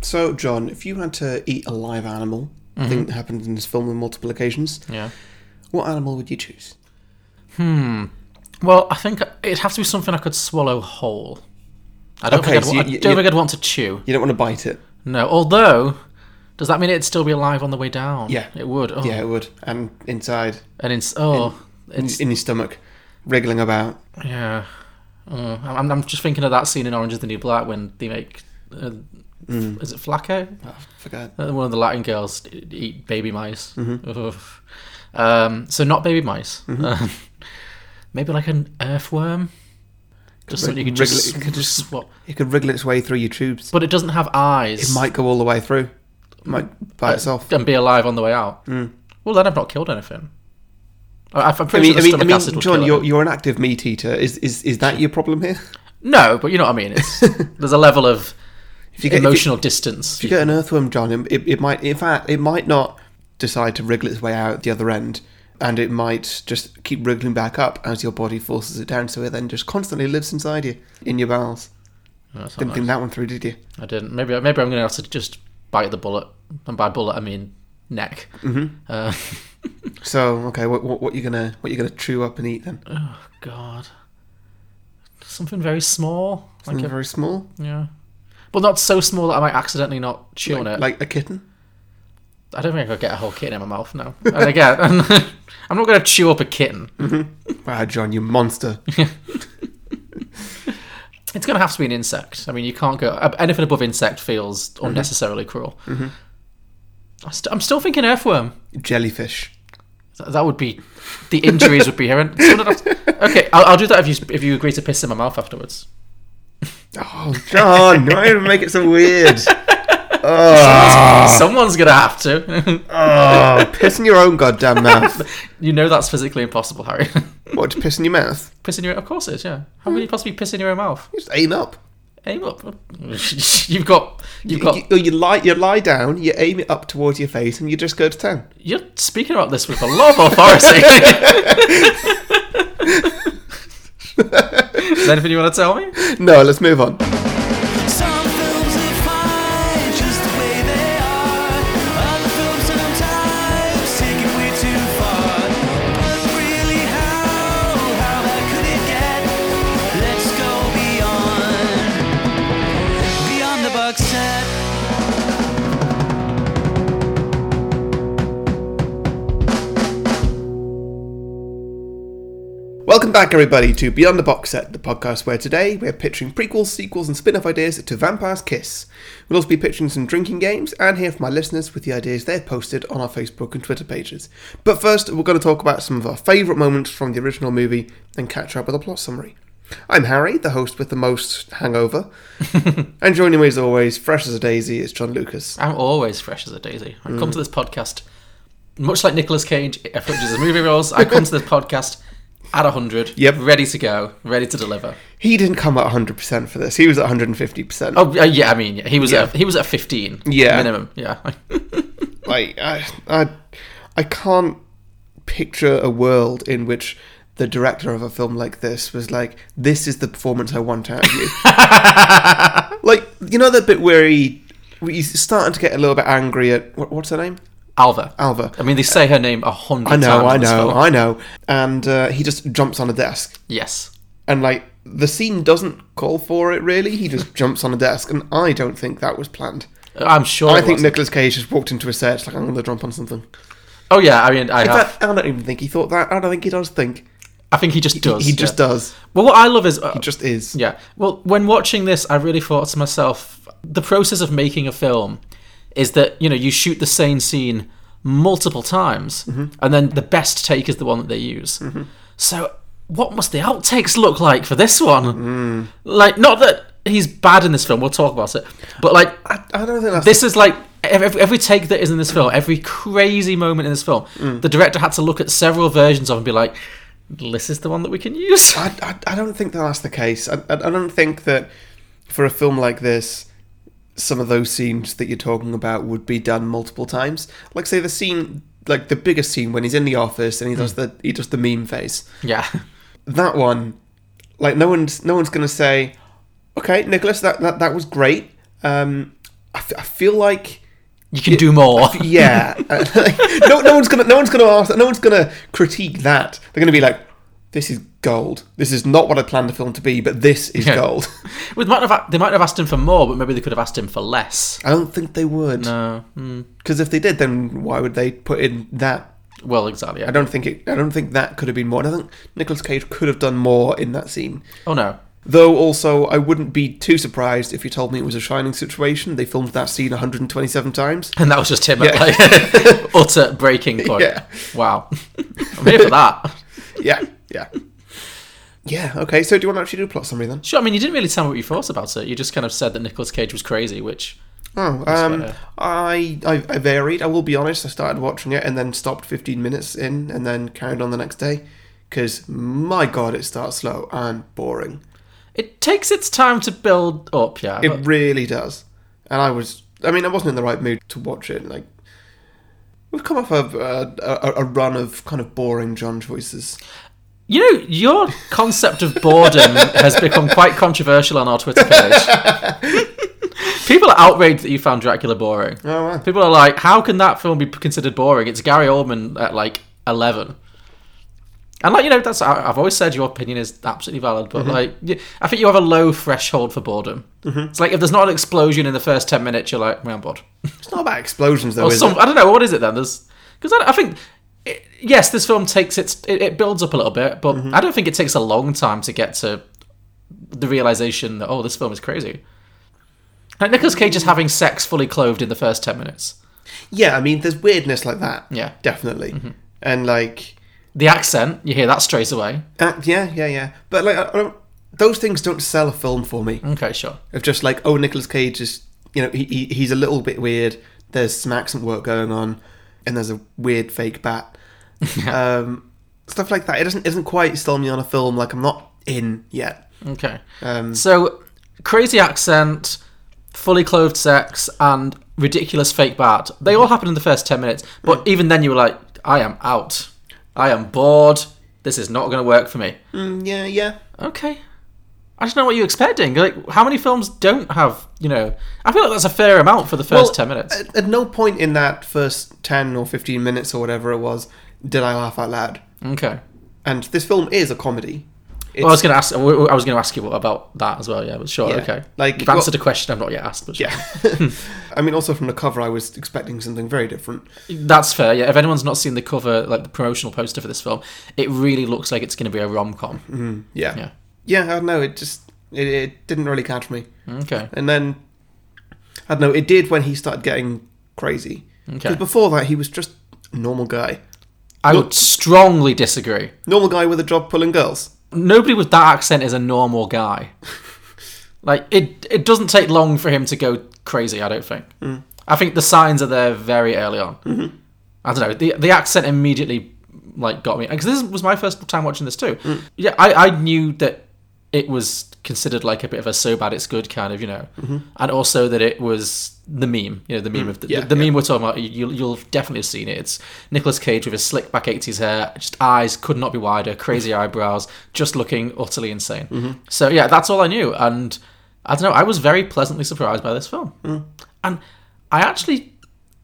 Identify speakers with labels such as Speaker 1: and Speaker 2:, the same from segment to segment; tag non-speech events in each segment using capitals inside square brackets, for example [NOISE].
Speaker 1: So, John, if you had to eat a live animal, I
Speaker 2: Mm-hmm.
Speaker 1: think that happened in this film on multiple occasions,
Speaker 2: Yeah.
Speaker 1: what animal would you choose?
Speaker 2: Well, I think it'd have to be something I could swallow whole. I don't,
Speaker 1: Okay,
Speaker 2: think, I'd,
Speaker 1: so
Speaker 2: wa-
Speaker 1: you-
Speaker 2: I
Speaker 1: you-
Speaker 2: don't
Speaker 1: you-
Speaker 2: think I'd want to chew.
Speaker 1: You don't want to bite it.
Speaker 2: No, although, does that mean it'd still be alive on the way down?
Speaker 1: Yeah.
Speaker 2: It would. Oh.
Speaker 1: Yeah, it would. And inside,
Speaker 2: And it's, oh,
Speaker 1: in,
Speaker 2: it's,
Speaker 1: in your stomach, wriggling about.
Speaker 2: yeah. Uh, I'm, I'm just thinking of that scene in Orange is the New Black when they make, uh, is it Flacco?
Speaker 1: Oh, I forgot.
Speaker 2: Uh, One of the Latin girls e, eat baby mice.
Speaker 1: Mm-hmm.
Speaker 2: Oof. Um, so not baby mice. Um, maybe like an earthworm. Just something you could just,
Speaker 1: wriggle- it could just-
Speaker 2: swap.
Speaker 1: It could wriggle its way through your tubes.
Speaker 2: But it doesn't have eyes.
Speaker 1: It might go all the way through. It might by itself.
Speaker 2: and be alive on the way out. Well, then I've not killed anything. I, I'm
Speaker 1: I mean,
Speaker 2: pretty sure
Speaker 1: I
Speaker 2: the
Speaker 1: mean, I
Speaker 2: stomach
Speaker 1: mean
Speaker 2: acid will
Speaker 1: John,
Speaker 2: kill
Speaker 1: you're,
Speaker 2: it.
Speaker 1: you're an active meat eater. Is, is, is that your problem here? [LAUGHS]
Speaker 2: No, but you know what I mean. It's, there's a level of
Speaker 1: you get- if you-
Speaker 2: emotional distance.
Speaker 1: If you get an earthworm, John, it, it, it might, in fact, it might not decide to wriggle its way out the other end, and it might just keep wriggling back up as your body forces it down. So it then just constantly lives inside you, in your bowels.
Speaker 2: No, that's not
Speaker 1: Didn't think that one through, did you?
Speaker 2: nice. I didn't. Maybe maybe I'm going to have to just bite the bullet, and by bullet I mean neck.
Speaker 1: Mm-hmm.
Speaker 2: Uh,
Speaker 1: So okay, what, what, what you gonna what you gonna chew up and eat then?
Speaker 2: oh [LAUGHS] God, something very small, like
Speaker 1: Something
Speaker 2: a,
Speaker 1: very small,
Speaker 2: yeah, but not so small that I might accidentally not chew on it.
Speaker 1: like a kitten.
Speaker 2: I don't think I could get a whole kitten in my mouth now. And again, [LAUGHS] I'm not going to chew up a kitten.
Speaker 1: Wow, Ah, John, you monster!
Speaker 2: It's going to have to be an insect. I mean, you can't go ab- anything above insect feels
Speaker 1: Mm-hmm.
Speaker 2: unnecessarily cruel. I st- I'm still thinking earthworm.
Speaker 1: Jellyfish.
Speaker 2: Th- That would be the injuries would be here. [LAUGHS] Okay, I'll, I'll do that if you if you agree to piss in my mouth afterwards.
Speaker 1: Oh, John, [LAUGHS] why even make it so
Speaker 2: [LAUGHS]
Speaker 1: weird? Ah.
Speaker 2: Someone's going to have to. [LAUGHS]
Speaker 1: Oh, piss in your own goddamn mouth.
Speaker 2: you know that's physically impossible, Harry. [LAUGHS]
Speaker 1: What to piss in your mouth?
Speaker 2: piss in your of course it is. Yeah.
Speaker 1: Hmm.
Speaker 2: How can you possibly piss in your own mouth?
Speaker 1: Just aim up.
Speaker 2: Aim up. [LAUGHS] you've got you've got
Speaker 1: You, you lie, you lie down, you aim it up towards your face, and you just go to town.
Speaker 2: You're speaking about this with a lot of authority. Is there anything you want to tell me?
Speaker 1: No, let's move on.
Speaker 3: Some films are fine just the way they are. Other films sometimes take it way too far. But really, how how bad could it get? Let's go beyond beyond the box set.
Speaker 1: Welcome back, everybody, to Beyond the Box Set, the podcast where today we're pitching prequels, sequels, and spin off ideas to Vampire's Kiss. We'll also be pitching some drinking games and hear from our listeners with the ideas they've posted on our Facebook and Twitter pages. But first, we're going to talk about some of our favourite moments from the original movie and catch up with a plot summary. I'm Harry, the host with the most [LAUGHS] hangover. and joining me, as always, fresh as a daisy, is John Lucas.
Speaker 2: I'm always fresh as a daisy. I come to this podcast, much like Nicolas Cage approaches his movie roles, I come to this podcast at 100,
Speaker 1: Yep.
Speaker 2: ready to go, ready to deliver.
Speaker 1: He didn't come at 100% for this, he was at 150%.
Speaker 2: Oh, uh, yeah, I mean, yeah, he was
Speaker 1: Yeah.
Speaker 2: at, he was at 15
Speaker 1: Yeah.
Speaker 2: minimum. Yeah. [LAUGHS]
Speaker 1: like I, I I can't picture a world in which the director of a film like this was like, "This is the performance I want out of you." like you know that bit where he he's starting to get a little bit angry at what, what's her name,
Speaker 2: Alva.
Speaker 1: Alva.
Speaker 2: I mean, they say her name a hundred
Speaker 1: I
Speaker 2: times.
Speaker 1: know, I
Speaker 2: in this
Speaker 1: know,
Speaker 2: film.
Speaker 1: I know, and uh, he just jumps on a desk
Speaker 2: Yes.
Speaker 1: and like. The scene doesn't call for it, really. He just jumps on a desk, and I don't think that was planned.
Speaker 2: I'm sure.
Speaker 1: I
Speaker 2: it
Speaker 1: think
Speaker 2: was.
Speaker 1: Nicolas Cage just walked into a set, it's like, I'm going to jump on something.
Speaker 2: Oh, yeah, I mean, I
Speaker 1: In
Speaker 2: have.
Speaker 1: fact, I don't even think he thought that. I don't think he does think.
Speaker 2: I think he just does.
Speaker 1: he just
Speaker 2: yeah.
Speaker 1: does.
Speaker 2: Well, what I love is uh,
Speaker 1: Just is.
Speaker 2: Yeah. Well, when watching this, I really thought to myself, the process of making a film is that, you know, you shoot the same scene multiple times, and then the best take is the one that they use. So, what must the outtakes look like for this one? Like, not that he's bad in this film, we'll talk about it, but like,
Speaker 1: I, I don't think that's.
Speaker 2: this is like every, every take that is in this film, every crazy moment in this film, the director had to look at several versions of and be like, this is the one that we
Speaker 1: [LAUGHS]
Speaker 2: can use.
Speaker 1: I, I, I don't think that that's the case. I, I, I don't think that for a film like this, some of those scenes that you're talking about would be done multiple times. Like, say, the scene, like the biggest scene when he's in the office and he does
Speaker 2: Hmm.
Speaker 1: the he does the meme face.
Speaker 2: [LAUGHS] Yeah.
Speaker 1: That one, like, no one's no one's gonna say, okay, Nicholas, that that, that was great. Um, I, f- I feel like
Speaker 2: You can do more. [LAUGHS]
Speaker 1: yeah, uh, [LAUGHS] no, no one's gonna, no one's gonna ask, that. no one's gonna critique that. They're gonna be like, this is gold. This is not what I planned the film to be, but this is
Speaker 2: Yeah.
Speaker 1: gold. [LAUGHS]
Speaker 2: We might have, they might have asked him for more, but maybe they could have asked him for less.
Speaker 1: I don't think they would,
Speaker 2: No. Mm.
Speaker 1: because if they did, then why would they put in that?
Speaker 2: Well, exactly.
Speaker 1: I don't think it. I don't think that could have been more. And I think Nicolas Cage could have done more in that scene.
Speaker 2: Oh no.
Speaker 1: Though also, I wouldn't be too surprised if you told me it was a Shining situation. They filmed that scene 127 times.
Speaker 2: And that was just him at
Speaker 1: Yeah.
Speaker 2: like [LAUGHS] utter
Speaker 1: [LAUGHS]
Speaker 2: breaking point.
Speaker 1: Yeah.
Speaker 2: Wow. I'm here for that.
Speaker 1: Yeah, yeah, [LAUGHS] yeah. Okay, so do you want to actually do a plot summary then?
Speaker 2: Sure, I mean, you didn't really tell me what you thought about it. You just kind of said that Nicolas Cage was crazy, which.
Speaker 1: Oh, um,
Speaker 2: fair.
Speaker 1: I, I I varied. I will be honest. I started watching it and then stopped 15 minutes in, and then carried on the next day because my god, it starts slow and boring.
Speaker 2: It takes its time to build up, yeah.
Speaker 1: It
Speaker 2: but-
Speaker 1: really does. And I was, I mean, I wasn't in the right mood to watch it. Like, we've come off of a, a, a run of kind of boring John choices.
Speaker 2: You know, your concept of boredom has become quite controversial on our Twitter page.
Speaker 1: [LAUGHS]
Speaker 2: People are outraged that you found Dracula boring.
Speaker 1: Oh, wow.
Speaker 2: People are like, how can that film be considered boring? It's Gary Oldman at like 11. And like, you know, that's I- I've always said your opinion is absolutely valid, but
Speaker 1: Mm-hmm.
Speaker 2: like, y- I think you have a low threshold for boredom. It's like if there's not an explosion in the first 10 minutes, you're like, well, I'm bored.
Speaker 1: It's not about explosions, though,
Speaker 2: Or
Speaker 1: is
Speaker 2: some,
Speaker 1: it?
Speaker 2: I don't know what is it then. There's because I, I think it, yes, this film takes its it, it builds up a little bit, but
Speaker 1: Mm-hmm.
Speaker 2: I don't think it takes a long time to get to the realization that oh, this film is crazy. Like Nicolas Cage
Speaker 1: Mm.
Speaker 2: is having sex fully clothed in the first ten minutes.
Speaker 1: Yeah, I mean, there's weirdness like that.
Speaker 2: Yeah. Mm-hmm.
Speaker 1: Definitely. And, like,
Speaker 2: The accent you hear that straight away.
Speaker 1: uh, yeah, yeah, yeah. But, like, I, I don't, those things don't sell a film for me.
Speaker 2: Okay, sure.
Speaker 1: Of just, like, oh, Nicolas Cage is, you know, he, he, he's a little bit weird. There's some accent work going on, and there's a weird fake
Speaker 2: [LAUGHS]
Speaker 1: bat. um, stuff like that. It doesn't, isn't quite sell me on a film. Like, I'm not in yet.
Speaker 2: Okay.
Speaker 1: Um,
Speaker 2: So crazy accent, fully clothed sex, and ridiculous fake bat. They all happened in the first ten minutes, but even then you were like, I am out. I am bored. This is not going to work for me.
Speaker 1: mm, yeah, yeah.
Speaker 2: Okay. I just know what you're expecting. Like, how many films don't have, you know? I feel like that's a fair amount for the first
Speaker 1: Well,
Speaker 2: ten minutes.
Speaker 1: At, at no point in that first 10 or 15 minutes or whatever it was did I laugh out loud.
Speaker 2: okay.
Speaker 1: And this film is a comedy. It's,
Speaker 2: Well, I was going to ask. I was going to ask you about that as well. Yeah, but sure.
Speaker 1: Yeah.
Speaker 2: Okay.
Speaker 1: Like,
Speaker 2: you've answered a question I've not yet asked. But sure.
Speaker 1: yeah.
Speaker 2: Hmm.
Speaker 1: [LAUGHS] I mean, also from the cover, I was expecting something very different.
Speaker 2: that's fair. Yeah. If anyone's not seen the cover, like the promotional poster for this film, it really looks like it's going to be a rom com.
Speaker 1: Yeah.
Speaker 2: Yeah.
Speaker 1: Yeah, I don't know. It just it, it didn't really catch me.
Speaker 2: Okay.
Speaker 1: And then I don't know. It did when he started getting crazy.
Speaker 2: Okay.
Speaker 1: Because before that, he was just a normal guy.
Speaker 2: I would strongly disagree.
Speaker 1: Normal guy with a job pulling girls.
Speaker 2: Nobody with that accent is a normal guy. like it, it doesn't take long for him to go crazy. I don't think. I think the signs are there very early on. I don't know. The the accent immediately like got me because this was my first time watching this too.
Speaker 1: Mm.
Speaker 2: Yeah, I, I knew that it was considered like a bit of a so bad it's good kind of you know,
Speaker 1: Mm-hmm.
Speaker 2: and also that it was the meme. You know, the meme of the,
Speaker 1: Mm. Yeah,
Speaker 2: the, the
Speaker 1: yeah.
Speaker 2: meme we're talking about. You, you'll definitely have seen it. It's Nicolas Cage with his slick back eighties hair, just eyes could not be wider,
Speaker 1: Mm.
Speaker 2: crazy eyebrows, just looking utterly insane.
Speaker 1: Mm-hmm.
Speaker 2: So yeah, that's all I knew, and I don't know. I was very pleasantly surprised by this film,
Speaker 1: Mm.
Speaker 2: and I actually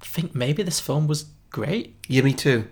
Speaker 2: think maybe this film was great.
Speaker 1: Yeah, me too.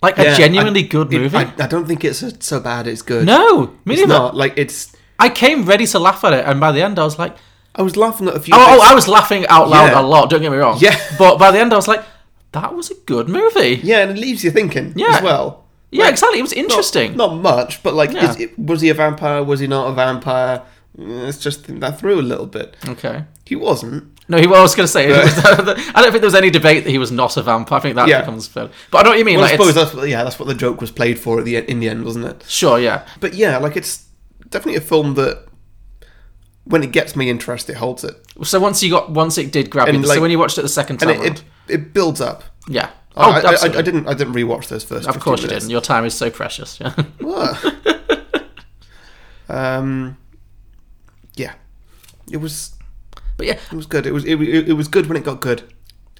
Speaker 2: Like
Speaker 1: Yeah,
Speaker 2: a genuinely
Speaker 1: I-
Speaker 2: good
Speaker 1: it-
Speaker 2: movie.
Speaker 1: I, I don't think it's a, so bad. It's good.
Speaker 2: no, me
Speaker 1: it's
Speaker 2: neither.
Speaker 1: not. Like it's.
Speaker 2: I came ready to laugh at it, and by the end, I was like,
Speaker 1: I was laughing at a few.
Speaker 2: "Oh, oh
Speaker 1: bits.
Speaker 2: I was laughing out loud
Speaker 1: Yeah.
Speaker 2: a lot." Don't get me wrong.
Speaker 1: Yeah.
Speaker 2: [LAUGHS] But by the end, I was like, "That was a good movie."
Speaker 1: Yeah,
Speaker 2: Yeah,
Speaker 1: and it leaves you thinking
Speaker 2: Yeah.
Speaker 1: as well.
Speaker 2: exactly. It was
Speaker 1: Not-
Speaker 2: interesting.
Speaker 1: Not, much, but like,
Speaker 2: Yeah.
Speaker 1: is it, was he a vampire? Was he not a vampire? Mm, Let's just think that through a little bit.
Speaker 2: Okay.
Speaker 1: He wasn't.
Speaker 2: No, he, well, I was going to say, [LAUGHS] I don't think there was any debate that he was not a vampire. I think that
Speaker 1: Yeah.
Speaker 2: becomes fair. But I know what you mean.
Speaker 1: Well,
Speaker 2: like,
Speaker 1: I
Speaker 2: it's-
Speaker 1: suppose that's what, yeah, that's what the joke was played for at the end, in the end, wasn't it?
Speaker 2: sure, yeah.
Speaker 1: But yeah, like it's definitely a film that when it gets me interest, it holds it,
Speaker 2: So once you got, once it did grab
Speaker 1: And,
Speaker 2: you.
Speaker 1: like-
Speaker 2: so when you watched it the second time,
Speaker 1: and it, it it builds up.
Speaker 2: round- yeah.
Speaker 1: Oh, I, I- I,
Speaker 2: absolutely.
Speaker 1: I didn't. I didn't rewatch those first.
Speaker 2: Of
Speaker 1: 15
Speaker 2: course you
Speaker 1: minutes.
Speaker 2: didn't. Your time is so precious. Yeah. [LAUGHS]
Speaker 1: What? um, yeah, it was
Speaker 2: but yeah,
Speaker 1: It was good. It was it, it, it was good when it got good,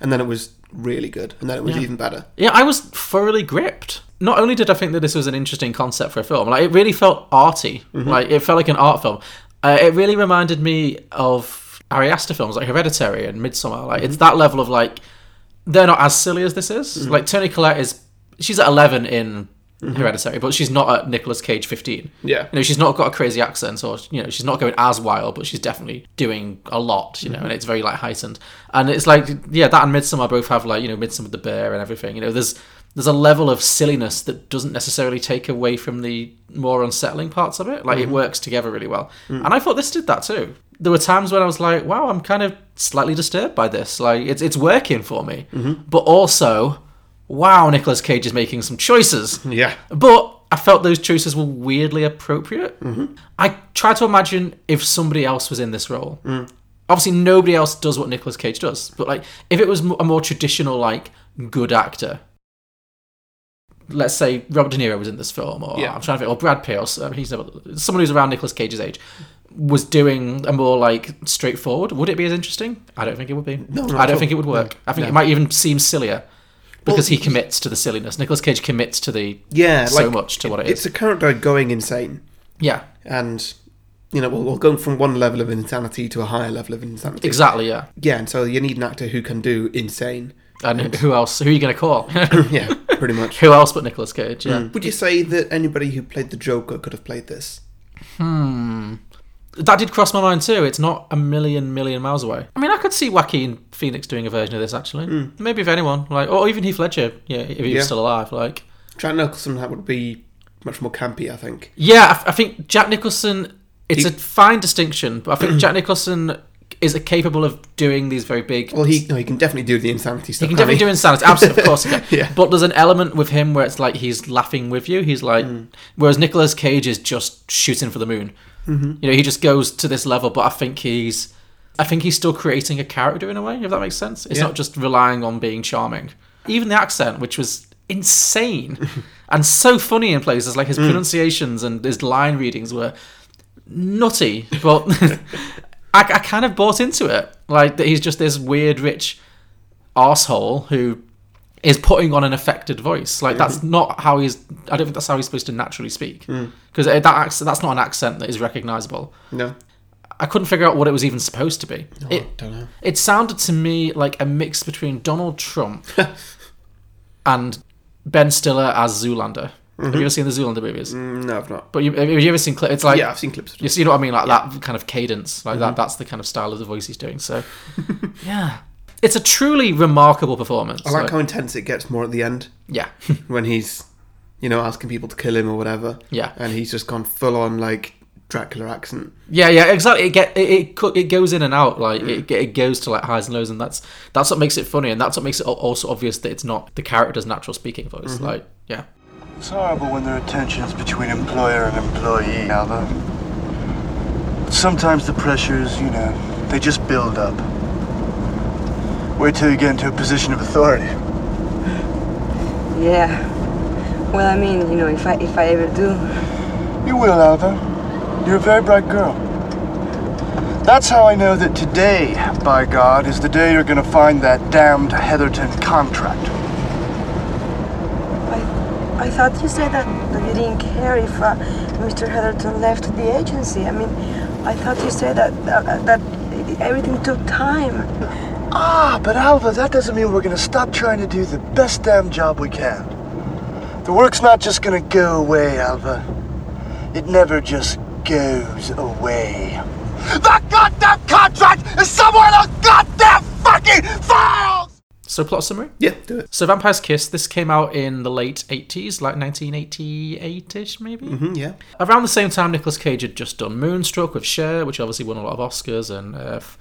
Speaker 1: and then it was really good, and then it was
Speaker 2: Yeah.
Speaker 1: even better.
Speaker 2: Yeah, I was thoroughly gripped. Not only did I think that this was an interesting concept for a film, like it really felt arty. Like it felt like an art film. Uh, it really reminded me of Ari Aster films like Hereditary and Midsummer. Like it's that level of like they're not as silly as this is. Like Tony Collette is she's at eleven in Hereditary, but she's not at Nicolas Cage fifteen.
Speaker 1: Yeah.
Speaker 2: You know, she's not got a crazy accent or you know, she's not going as wild, but she's definitely doing a lot, you know, and it's very like heightened. And it's like yeah, that and Midsummer both have like, you know, Midsummer the Bear and everything. You know, there's there's a level of silliness that doesn't necessarily take away from the more unsettling parts of it. Like it works together really well. And I thought this did that too. There were times when I was like, wow, I'm kind of slightly disturbed by this. Like it's it's working for me. But also, wow, Nicolas Cage is making some choices.
Speaker 1: Yeah.
Speaker 2: But I felt those choices were weirdly appropriate. I try to imagine if somebody else was in this role. Obviously, nobody else does what Nicolas Cage does, but like if it was m- a more traditional, like good actor, let's say Robert De Niro was in this film, or
Speaker 1: Yeah.
Speaker 2: I'm trying to think, or Brad Pitt, or s- I mean, he's never, someone who's around Nicolas Cage's age, was doing a more like straightforward. Would it be as interesting? I don't think it would be.
Speaker 1: No, not
Speaker 2: I
Speaker 1: at
Speaker 2: don't
Speaker 1: all.
Speaker 2: think it would work. I think it might even seem sillier because he commits to the silliness. Nicolas Cage commits to the
Speaker 1: Yeah,
Speaker 2: so
Speaker 1: like,
Speaker 2: much to what it
Speaker 1: It's
Speaker 2: is.
Speaker 1: a character going insane,
Speaker 2: yeah,
Speaker 1: and you know, well, going from one level of insanity to a higher level of insanity.
Speaker 2: exactly. Yeah,
Speaker 1: Yeah, and so you need an actor who can do insane.
Speaker 2: and who else? Who are you going to call? [LAUGHS]
Speaker 1: Yeah, pretty much. Um,
Speaker 2: who else but Nicolas Cage? Yeah,
Speaker 1: Would you say that anybody who played the Joker could have played this?
Speaker 2: that did cross my mind too. It's not a million million miles away. I mean, I could see Joaquin Phoenix doing a version of this actually. Maybe if anyone, like, or even Heath Ledger, Hmm. yeah, if he
Speaker 1: Yeah.
Speaker 2: was still alive, like.
Speaker 1: Jack Nicholson that would be much more campy, I think.
Speaker 2: Yeah, I, f- I think Jack Nicholson. It's
Speaker 1: He-
Speaker 2: a fine distinction, but I [CLEARS THROAT] think Jack Nicholson is capable of doing these very big.
Speaker 1: Well, he no, he can definitely do the insanity stuff.
Speaker 2: He can
Speaker 1: can't
Speaker 2: definitely do
Speaker 1: [LAUGHS]
Speaker 2: insanity. Absolutely, of course he can.
Speaker 1: Yeah.
Speaker 2: But there's an element with him where it's like he's laughing with you. He's like,
Speaker 1: Mm.
Speaker 2: whereas Nicolas Cage is just shooting for the moon.
Speaker 1: Mm-hmm.
Speaker 2: You know, he just goes to this level. But I think he's, I think he's still creating a character in a way. If that makes sense, it's
Speaker 1: Yeah.
Speaker 2: not just relying on being charming. Even the accent, which was
Speaker 1: [LAUGHS]
Speaker 2: insane and so funny in places, like his
Speaker 1: Mm.
Speaker 2: pronunciations and his line readings were nutty, but [LAUGHS] I, I kind of bought into it. Like that he's just this weird rich asshole who is putting on an affected voice. Like that's
Speaker 1: Mm-hmm.
Speaker 2: not how he's. I don't think that's how he's supposed to naturally speak.
Speaker 1: Mm.
Speaker 2: Because uh, that accent, that's not an accent that is recognizable.
Speaker 1: No,
Speaker 2: I couldn't figure out what it was even supposed to be. it,
Speaker 1: Oh, don't know.
Speaker 2: it sounded to me like a mix between Donald
Speaker 1: [LAUGHS]
Speaker 2: Trump and Ben Stiller as Zoolander.
Speaker 1: Mm-hmm.
Speaker 2: Have you ever seen the Zoolander movies?
Speaker 1: No, I've not.
Speaker 2: But you, have you ever seen? cli- It's like
Speaker 1: Mm. yeah, Mm-hmm. I've seen clips. Of
Speaker 2: you
Speaker 1: it.
Speaker 2: see what I mean? Like that kind of cadence, like that. That's the kind of style of the voice he's
Speaker 1: [LAUGHS]
Speaker 2: doing. So, yeah, it's a truly remarkable performance.
Speaker 1: I like
Speaker 2: Like,
Speaker 1: how intense it gets more at the end
Speaker 2: yeah, [LAUGHS]
Speaker 1: when he's, you know, asking people to kill him or whatever.
Speaker 2: Yeah.
Speaker 1: and he's just gone full on like Dracula accent.
Speaker 2: yeah, yeah. Exactly. It get it it, co- it goes in and out. Like it, it goes to like highs and lows, and that's that's what makes it funny, and that's what makes it al- also obvious that it's not the character's natural speaking voice. Like, yeah,
Speaker 4: It's horrible when there are tensions between employer and employee, Alva. But sometimes the pressures, you know, they just build up. Wait till you get into a position of authority.
Speaker 5: Yeah. Well, I mean, you know, if I if I ever do,
Speaker 4: You will, Alva. You're a very bright girl. That's how I know that today, by God, is the day you're gonna find that damned Heatherton contract.
Speaker 5: I I thought you said that, that you didn't care if uh, Mr. Heatherton left the agency. I mean, I thought you said that uh, that, that everything took time.
Speaker 4: Ah, but Alva, that doesn't mean we're gonna stop trying to do the best damn job we can. The work's not just gonna go away, Alva. It never just goes away. That goddamn contract is somewhere in those goddamn fucking files!
Speaker 2: So, plot summary.
Speaker 1: Yeah, do it.
Speaker 2: So, Vampire's Kiss. This came out in the late '80s, like 1988ish, maybe.
Speaker 1: Mm, yeah,
Speaker 2: Around the same time, Nicolas Cage had just done Moonstruck with Cher, which obviously won a lot of Oscars, and uh, f-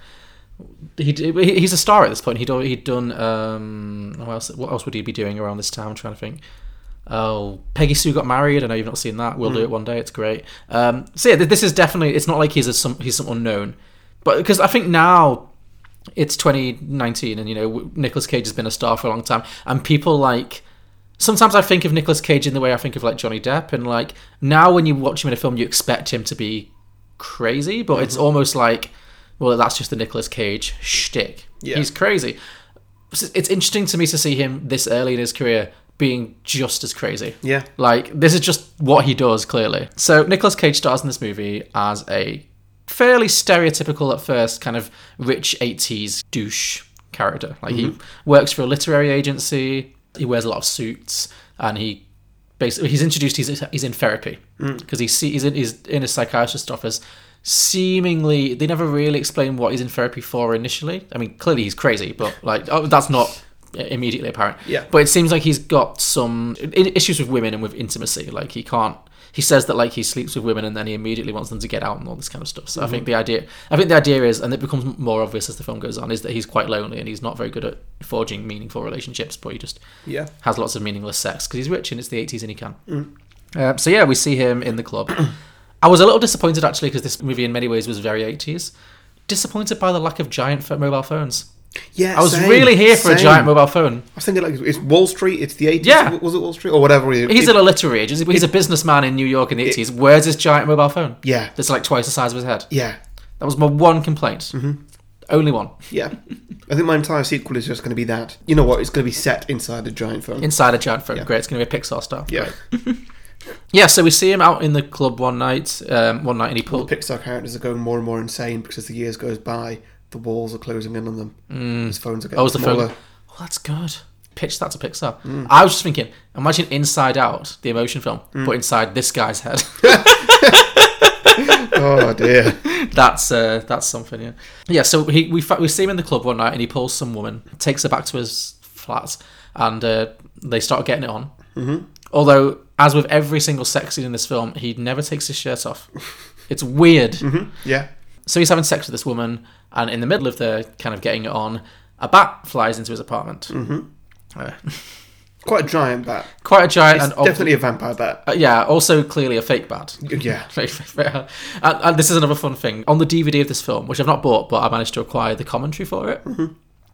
Speaker 2: he he- he's a star at this point. He'd al- he'd done um, what else? What else would he be doing around this time? I'm trying to think. Oh, Peggy Sue got married. I know you've not seen that. We'll do it one day. It's great. Um, so yeah, th- this is definitely. It's not like he's a some he's some unknown, but because I think now it's 2019, and you know Nicolas Cage has been a star for a long time, and people like sometimes I think of Nicolas Cage in the way I think of like Johnny Depp, and like now when you watch him in a film, you expect him to be crazy, but it's almost like, well, that's just the Nicolas Cage shtick.
Speaker 1: Yeah.
Speaker 2: He's crazy. So It's interesting to me to see him this early in his career being just as crazy.
Speaker 1: Yeah.
Speaker 2: Like this is just what he does clearly. So Nicolas Cage stars in this movie as a fairly stereotypical at first kind of rich 80s douche character. Like he works for a literary agency, he wears a lot of suits, and he basically he's introduced he's, he's in therapy because he see, he's, in, he's in a psychiatrist's office. Seemingly, they never really explain what he's in therapy for initially. I mean, clearly he's crazy, but like oh, that's not immediately apparent.
Speaker 1: Yeah.
Speaker 2: But it seems like he's got some i- issues with women and with intimacy. Like he can't. He says that like he sleeps with women and then he immediately wants them to get out and all this kind of stuff. So I
Speaker 1: Mm-hmm.
Speaker 2: think the idea, I think the idea is, and it becomes more obvious as the film goes on, is that he's quite lonely and he's not very good at forging meaningful relationships. But he just
Speaker 1: Yeah. Mm.
Speaker 2: has lots of meaningless sex because he's rich and it's the 80s and he can. Um, so yeah, we see him in the club. [CLEARS THROAT] I was a little disappointed actually because this movie in many ways was very 80s. Disappointed by the lack of giant pho- mobile phones.
Speaker 1: Yeah,
Speaker 2: I was
Speaker 1: same,
Speaker 2: really here for a
Speaker 1: same.
Speaker 2: giant mobile phone.
Speaker 1: I was thinking like it's Wall Street. It's the eighties.
Speaker 2: Yeah.
Speaker 1: was it Wall Street or whatever? it-
Speaker 2: He's
Speaker 1: it-
Speaker 2: a literary agent, but he's a businessman in New York in the eighties. Where's his giant mobile phone?
Speaker 1: Yeah.
Speaker 2: that's like twice the size of his head.
Speaker 1: yeah,
Speaker 2: That was my one complaint. Mm-hmm. Only one
Speaker 1: yeah. I think my entire sequel is just going to be that. You know what? It's going to be set inside a giant phone.
Speaker 2: inside a giant phone. Great, it's going to be a Pixar star.
Speaker 1: yeah,
Speaker 2: yeah. So we see him out in the club one night. Um, one night, and he pulled.
Speaker 1: Pixar characters are going more and more insane because as the years goes by, the walls are closing in on them. His phones are getting
Speaker 2: Oh, was the
Speaker 1: smaller. Mm.
Speaker 2: phone? Oh, that's good. Pitch that to Pixar. I was just thinking, imagine Inside Out, the emotion film, but inside this guy's head. [LAUGHS]
Speaker 1: Oh dear.
Speaker 2: that's uh, that's something. Yeah, yeah. So he we fa- we see him in the club one night, and he pulls some woman, takes her back to his flat, and uh, they start getting it on. Mm-hmm. Although, as with every single sex scene in this film, he never takes his shirt off. It's weird.
Speaker 1: yeah.
Speaker 2: So he's having sex with this woman, and in the middle of the kind of getting it on, a bat flies into his apartment. Mm-hmm.
Speaker 1: Quite a giant bat.
Speaker 2: [LAUGHS] quite a giant
Speaker 1: It's
Speaker 2: and obvi-
Speaker 1: definitely a vampire bat.
Speaker 2: uh, yeah, also clearly a fake bat. [LAUGHS]
Speaker 1: Yeah.
Speaker 2: Very, very, very- and, and this is another fun thing on the DVD of this film, which I've not bought, but I managed to acquire the commentary for it.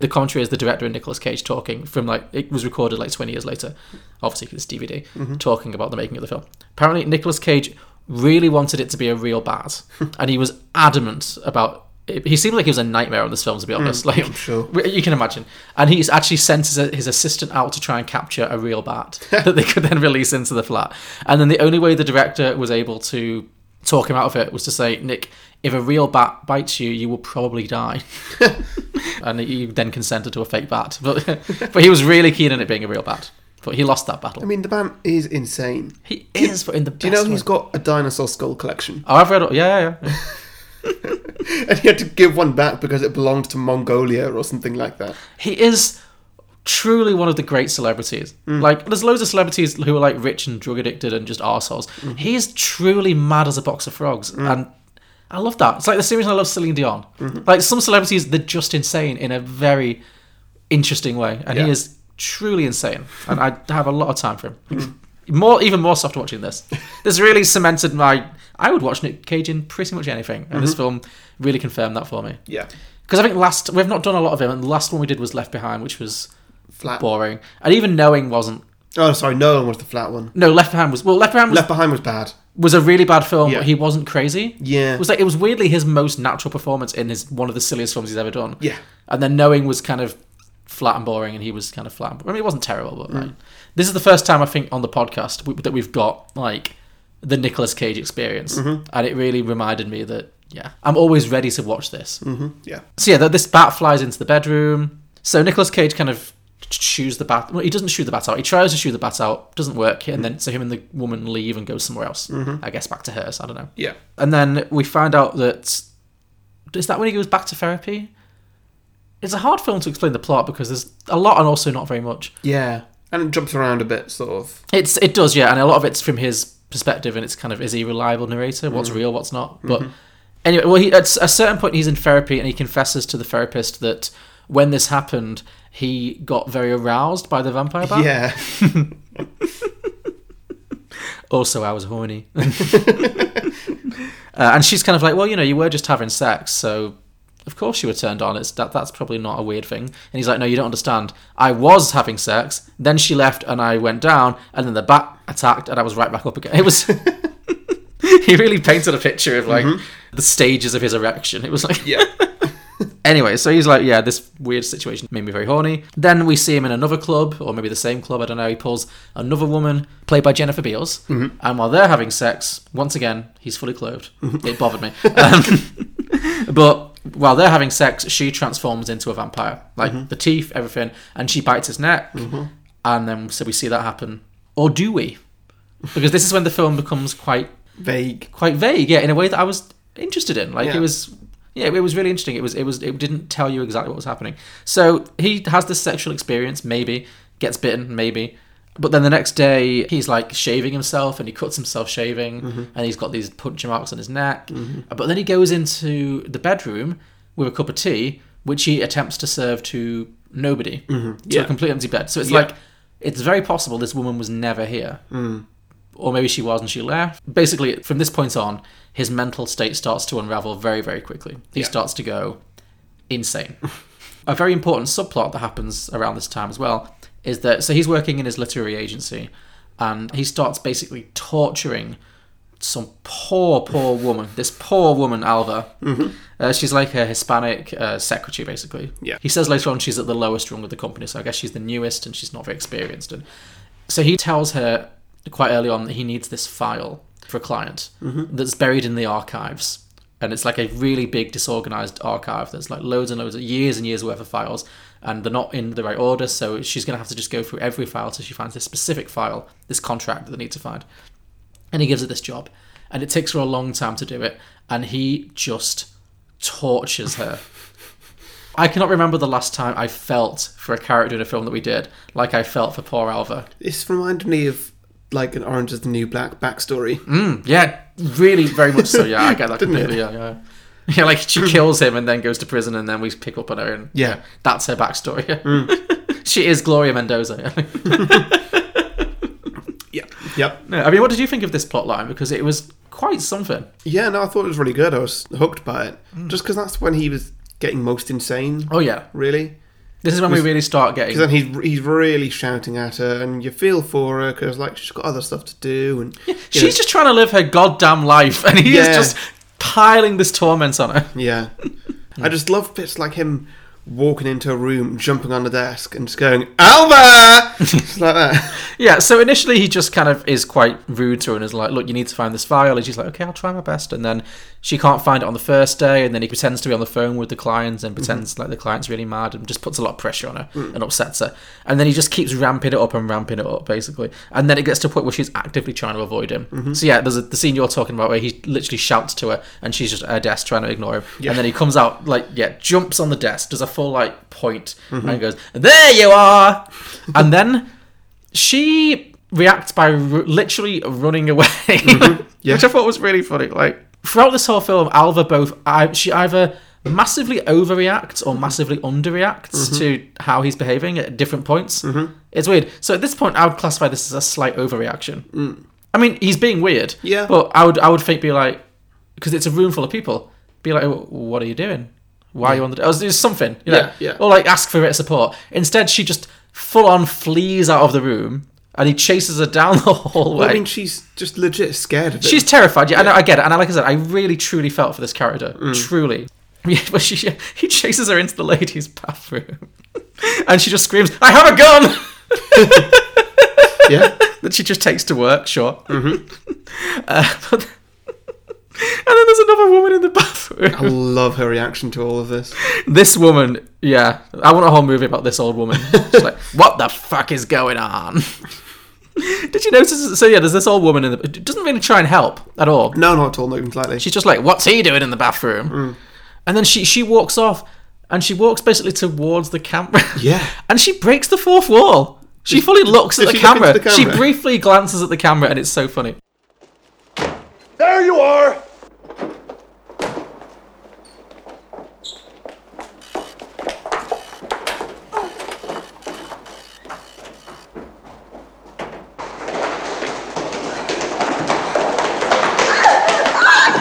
Speaker 2: The commentary is the director and Nicolas Cage talking from like it was recorded like 20 years later, obviously because it's DVD,
Speaker 1: Mm-hmm.
Speaker 2: talking about the making of the film. Apparently, Nicolas Cage really wanted it to be a
Speaker 1: [LAUGHS]
Speaker 2: real bat, and he was adamant about. It. He seemed like he was a nightmare on this film, to be honest. [LAUGHS] like
Speaker 1: Mm, I'm sure.
Speaker 2: you can imagine, and he's actually sent his, his assistant out to try and capture a real bat
Speaker 1: [LAUGHS]
Speaker 2: that they could then release into the flat. And then the only way the director was able to talk him out of it was to say, Nick, if a real bat bites you, you will
Speaker 1: [LAUGHS]
Speaker 2: probably die. and he then consented to a fake bat, [LAUGHS] but but he was really keen on it being a real bat. But he lost that battle.
Speaker 1: I mean, the bat is insane.
Speaker 2: he is, but in the best
Speaker 1: Do you know
Speaker 2: way.
Speaker 1: he's got a dinosaur skull collection? [LAUGHS]
Speaker 2: Oh, I've read. all- Yeah, yeah, yeah.
Speaker 1: And he had to give one back because it belonged to Mongolia or something like that.
Speaker 2: he is truly one of the great celebrities. Like, there's loads of celebrities who are like rich and drug addicted and just arseholes. He is truly mad as a box of frogs. And I love that. It's like the same reason I love Celine Dion. Like, some celebrities, they're just insane in a very interesting way. And
Speaker 1: Yeah.
Speaker 2: he is truly insane. And I have a lot of time for him. More, even more soft watching this. This really cemented my. I would watch Nick Cage in pretty much anything, and this film really confirmed that for me.
Speaker 1: Yeah.
Speaker 2: Because I think last we've not done a lot of him, and the last one we did was Left Behind, which was
Speaker 1: Flat.
Speaker 2: boring, and even knowing wasn't.
Speaker 1: Oh, sorry. Nolan was the flat one.
Speaker 2: No, Left Behind was well. Left Behind was,
Speaker 1: Left Behind was bad.
Speaker 2: was a really bad film,
Speaker 1: Yeah.
Speaker 2: but he wasn't crazy.
Speaker 1: Yeah.
Speaker 2: it was like it was weirdly his most natural performance in his one of the silliest films he's ever done.
Speaker 1: Yeah.
Speaker 2: and then knowing was kind of flat and boring, and he was kind of flat. And boring. I mean, it wasn't terrible, but
Speaker 1: Mm.
Speaker 2: like, this is the first time I think on the podcast we, that we've got like the Nicolas Cage experience,
Speaker 1: Mm-hmm.
Speaker 2: and it really reminded me that yeah, I'm always ready to watch this.
Speaker 1: Yeah.
Speaker 2: So yeah, th- this bat flies into the bedroom. So Nicolas Cage kind of shoos the bat. Well, he doesn't shoot the bat out. He tries to shoot the bat out, doesn't work, and then so him and the woman leave and go somewhere else. I guess back to hers. I don't know.
Speaker 1: Yeah.
Speaker 2: And then we find out that is that when he goes back to therapy. It's a hard film to explain the plot because there's a lot and also not very much.
Speaker 1: Yeah. And it jumps around a bit, sort of.
Speaker 2: It's it does, yeah, and a lot of it's from his perspective, and it's kind of is he a reliable narrator? What's real? What's not? But anyway, well, he, at s- a certain point he's in therapy, and he confesses to the therapist that when this happened, he got very aroused by the vampire bat.
Speaker 1: Yeah.
Speaker 2: Also, I was horny, [LAUGHS] uh, and she's kind of like, well, you know, you were just having sex, so. Of course, you were turned on. It's that. That's probably not a weird thing. And he's like, "No, you don't understand. I was having sex. Then she left, and I went down. And then the bat attacked, and I was right back up again. It was [LAUGHS] he really painted a picture of like the stages of his erection. It was like
Speaker 1: Yeah.
Speaker 2: Anyway, so he's like, yeah, this weird situation made me very horny. Then we see him in another club, or maybe the same club, I don't know. He pulls another woman, played by Jennifer Beals. And while they're having sex, once again, he's fully clothed. It bothered me. Um, [LAUGHS] but while they're having sex, she transforms into a vampire. Like the teeth, everything. And she bites his neck. And then, so we see that happen. Or do we? Because this is when the film becomes quite
Speaker 1: [LAUGHS] Vague.
Speaker 2: quite vague, yeah, in a way that I was interested in. Like
Speaker 1: Yeah.
Speaker 2: it was, yeah, it was really interesting. It was, it was, it didn't tell you exactly what was happening. So he has this sexual experience, maybe gets bitten, maybe, but then the next day he's like shaving himself and he cuts himself shaving,
Speaker 1: Mm-hmm.
Speaker 2: and he's got these puncture marks on his neck. But then he goes into the bedroom with a cup of tea, which he attempts to serve to nobody, to
Speaker 1: Mm-hmm. Yeah.
Speaker 2: a complete empty bed. So it's
Speaker 1: Yeah.
Speaker 2: like. It's very possible this woman was never here or maybe she was and she left. Basically, from this point on, his mental state starts to unravel very, very quickly. He
Speaker 1: Yeah.
Speaker 2: starts to go insane. [LAUGHS] A very important subplot that happens around this time as well is that so he's working in his literary agency and he starts basically torturing some poor, poor woman. This poor woman, Alva.
Speaker 1: Mm-hmm.
Speaker 2: Uh, she's like a Hispanic uh, secretary, basically.
Speaker 1: Yeah.
Speaker 2: He says later on she's at the lowest rung of the company, so I guess she's the newest and she's not very experienced. And so he tells her quite early on that he needs this file for a client that's buried in the archives. And it's like a really big disorganized archive that's like loads and loads of years and years worth of files. And they're not in the right order, so she's going to have to just go through every file till she finds this specific file, this contract that they need to find and he gives her this job and it takes her a long time to do it and he just tortures her i cannot remember the last time i felt for a character in a film that we did like i felt for poor alva
Speaker 1: This reminded me of like an Orange is the New Black backstory.
Speaker 2: Mm. Hmm, yeah really very much so yeah i [LAUGHS] get that
Speaker 1: Didn't
Speaker 2: completely yeah yeah yeah, like she kills him and then goes to prison, and then we pick up on her, and
Speaker 1: Yeah.
Speaker 2: that's her backstory. [LAUGHS] she is Gloria Mendoza.
Speaker 1: Yeah. Yep.
Speaker 2: [LAUGHS] no, I mean, what did you think of this plot line? Because it was quite something.
Speaker 1: Yeah, no, I thought it was really good. I was hooked by it. Just because that's when he was getting most insane,
Speaker 2: Mm. Oh yeah,
Speaker 1: really.
Speaker 2: this is when we really start getting.
Speaker 1: Because then he's, he's really shouting at her, and you feel for her because like she's got other stuff to do, and you
Speaker 2: She's
Speaker 1: know,
Speaker 2: just trying to live her goddamn life, and he
Speaker 1: Yeah.
Speaker 2: is just piling this torment on her.
Speaker 1: [LAUGHS] yeah. I just love bits like him walking into a room, jumping on the desk, and just going Alva, [LAUGHS] just like that.
Speaker 2: Yeah, so initially he just kind of is quite rude to her and is like, Look, you need to find this file. And she's like, Okay, I'll try my best. And then she can't find it on the first day. And then he pretends to be on the phone with the clients and pretends like the client's really mad and just puts a lot of pressure on her and upsets her. And then he just keeps ramping it up and ramping it up, basically. And then it gets to a point where she's actively trying to avoid him. So, yeah, there's a, the scene you're talking about where he literally shouts to her and she's just at her desk trying to ignore him. And then he comes out, like, yeah, jumps on the desk, does a full, like, point and goes, There you are! and then she reacts by r- literally running away,
Speaker 1: Mm-hmm.
Speaker 2: [LAUGHS] which I thought was really funny. Like throughout this whole film, Alva both I, she either massively overreacts or massively underreacts
Speaker 1: Mm-hmm.
Speaker 2: to how he's behaving at different points. It's weird. So at this point, I would classify this as a slight overreaction. I mean, he's being weird.
Speaker 1: Mm. Yeah.
Speaker 2: But I would I would think be like because it's a room full of people. Be like, "Wh- what are you doing? Why are you on the? d- Or do something. You know?
Speaker 1: Yeah, yeah.
Speaker 2: Or like ask for support. Instead, she just full on flees out of the room, and he chases her down [LAUGHS] the hallway.
Speaker 1: I mean, she's just legit scared of it.
Speaker 2: She's terrified. Yeah, I know. I get it. And I, like I said, I really, truly felt for this character.
Speaker 1: Mm.
Speaker 2: Truly. [LAUGHS] Yeah, but she, [LAUGHS] he chases her into the ladies' bathroom, [LAUGHS] and she just screams, "I have a gun!" [LAUGHS]
Speaker 1: yeah,
Speaker 2: that she just takes to work. Sure.
Speaker 1: Mm-hmm.
Speaker 2: [LAUGHS] Uh, but- [LAUGHS] and then there's another woman in the bathroom.
Speaker 1: I [LAUGHS] love her reaction to all of this.
Speaker 2: this woman, yeah, I want a whole movie about this old woman.
Speaker 1: [LAUGHS]
Speaker 2: She's like, what the fuck is going on? [LAUGHS] Did you notice? So yeah, there's this old woman in the doesn't really try and help at all.
Speaker 1: No, Mm. not at all, not even slightly.
Speaker 2: She's just like, what's he doing in the bathroom? And then she she walks off, and she walks basically towards the camera. [LAUGHS]
Speaker 1: Yeah.
Speaker 2: and she breaks the fourth wall. She fully looks at
Speaker 1: did
Speaker 2: the
Speaker 1: she look into
Speaker 2: camera.
Speaker 1: the
Speaker 2: She
Speaker 1: camera?
Speaker 2: briefly glances at the camera, and it's so funny.
Speaker 4: There you are!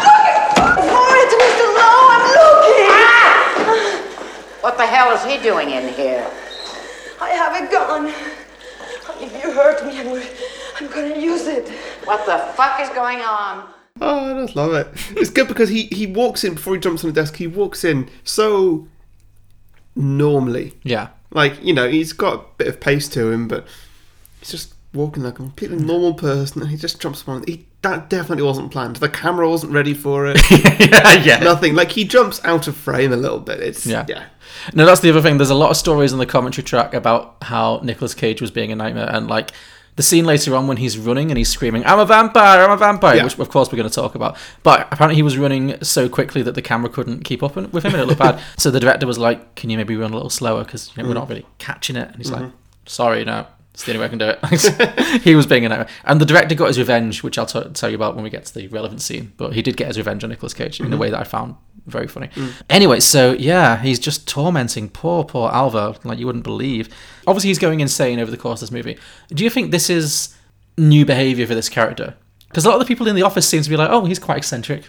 Speaker 6: Florence, Mr. Lowe, I'm looking.
Speaker 7: What the hell is he doing in here?
Speaker 6: I have a gun. If you hurt me, I'm, I'm gonna use it.
Speaker 7: What the fuck is going on?
Speaker 1: Oh, I just love it. It's good because he, he walks in before he jumps on the desk. He walks in so normally. [LAUGHS]
Speaker 2: Yeah.
Speaker 1: Like, you know, he's got a bit of pace to him, but he's just walking like a completely
Speaker 2: Mm.
Speaker 1: normal person and he just jumps upon he that definitely wasn't planned. The camera wasn't ready for
Speaker 2: [LAUGHS]
Speaker 1: it.
Speaker 2: yeah, yeah.
Speaker 1: nothing. Like he jumps out of frame a little bit. It's yeah.
Speaker 2: Yeah. No, that's the other thing. There's a lot of stories in the commentary track about how Nicolas Cage was being a nightmare, and like the scene later on when he's running and he's screaming, "I'm a vampire! I'm a vampire!"
Speaker 1: Yeah.
Speaker 2: Which of course we're going to talk about. But apparently he was running so quickly that the camera couldn't keep up with him, and it
Speaker 1: [LAUGHS]
Speaker 2: looked bad. So the director was like, "Can you maybe run a little slower? Because you know, we're
Speaker 1: Mm-hmm.
Speaker 2: not really catching it." And he's like, "Sorry, no." It's the only way I can do it. [LAUGHS] he was being a nightmare. And the director got his revenge, which I'll t- tell you about when we get to the relevant scene. But he did get his revenge on Nicolas Cage in a way that I found very funny. Anyway, so yeah, he's just tormenting poor, poor Alva like you wouldn't believe. Obviously, he's going insane over the course of this movie. Do you think this is new behavior for this character? Because a lot of the people in the office seem to be like, oh, he's quite eccentric.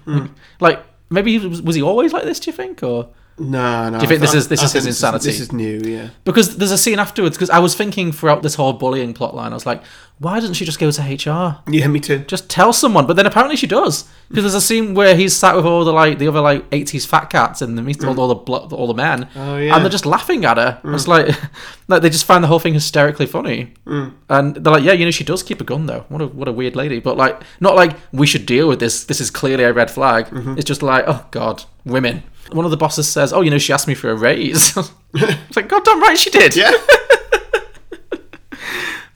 Speaker 2: Like, maybe he was, was he always like this? Do you think or?
Speaker 1: No, no. Do
Speaker 2: you think this is- this is his insanity?
Speaker 1: This is new, yeah.
Speaker 2: Because there's a scene afterwards. Because I was thinking throughout this whole bullying plotline, I was like, why doesn't she just go to HR?
Speaker 1: Yeah, me too.
Speaker 2: Just tell someone. But then apparently she does. Because there's a scene where he's sat with all the like the other like 80s fat cats and the meet all, all the blo- all the men,
Speaker 1: Oh, yeah. Mm.
Speaker 2: and they're just laughing at her. It's like [LAUGHS] like they just find the whole thing hysterically funny.
Speaker 1: Mm.
Speaker 2: And they're like, yeah, you know, she does keep a gun though. What a what a weird lady. But like, not like we should deal with this. This is clearly a red flag.
Speaker 1: Mm-hmm.
Speaker 2: It's just like, oh god, women. One of the bosses says, "Oh, you know, she asked me for a raise." [LAUGHS] it's like, God damn right, she did.
Speaker 1: Yeah.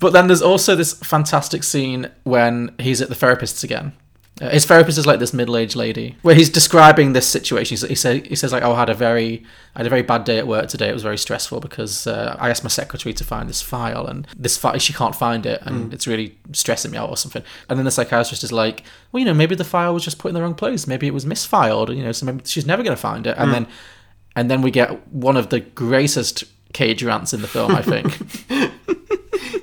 Speaker 2: But then there's also this fantastic scene when he's at the therapist's again. Uh, his therapist is like this middle-aged lady, where he's describing this situation. He's- He says, "He says like, oh, I had a very, I had a very bad day at work today. It was very stressful because uh, I asked my secretary to find this file, and this file she can't find it, and it's really stressing me out or something." And then the psychiatrist is like, "Well, you know, maybe the file was just put in the wrong place. Maybe it was misfiled. You know, so maybe she's never going to find it." And then, and then we get one of the greatest cage rants in the film, I think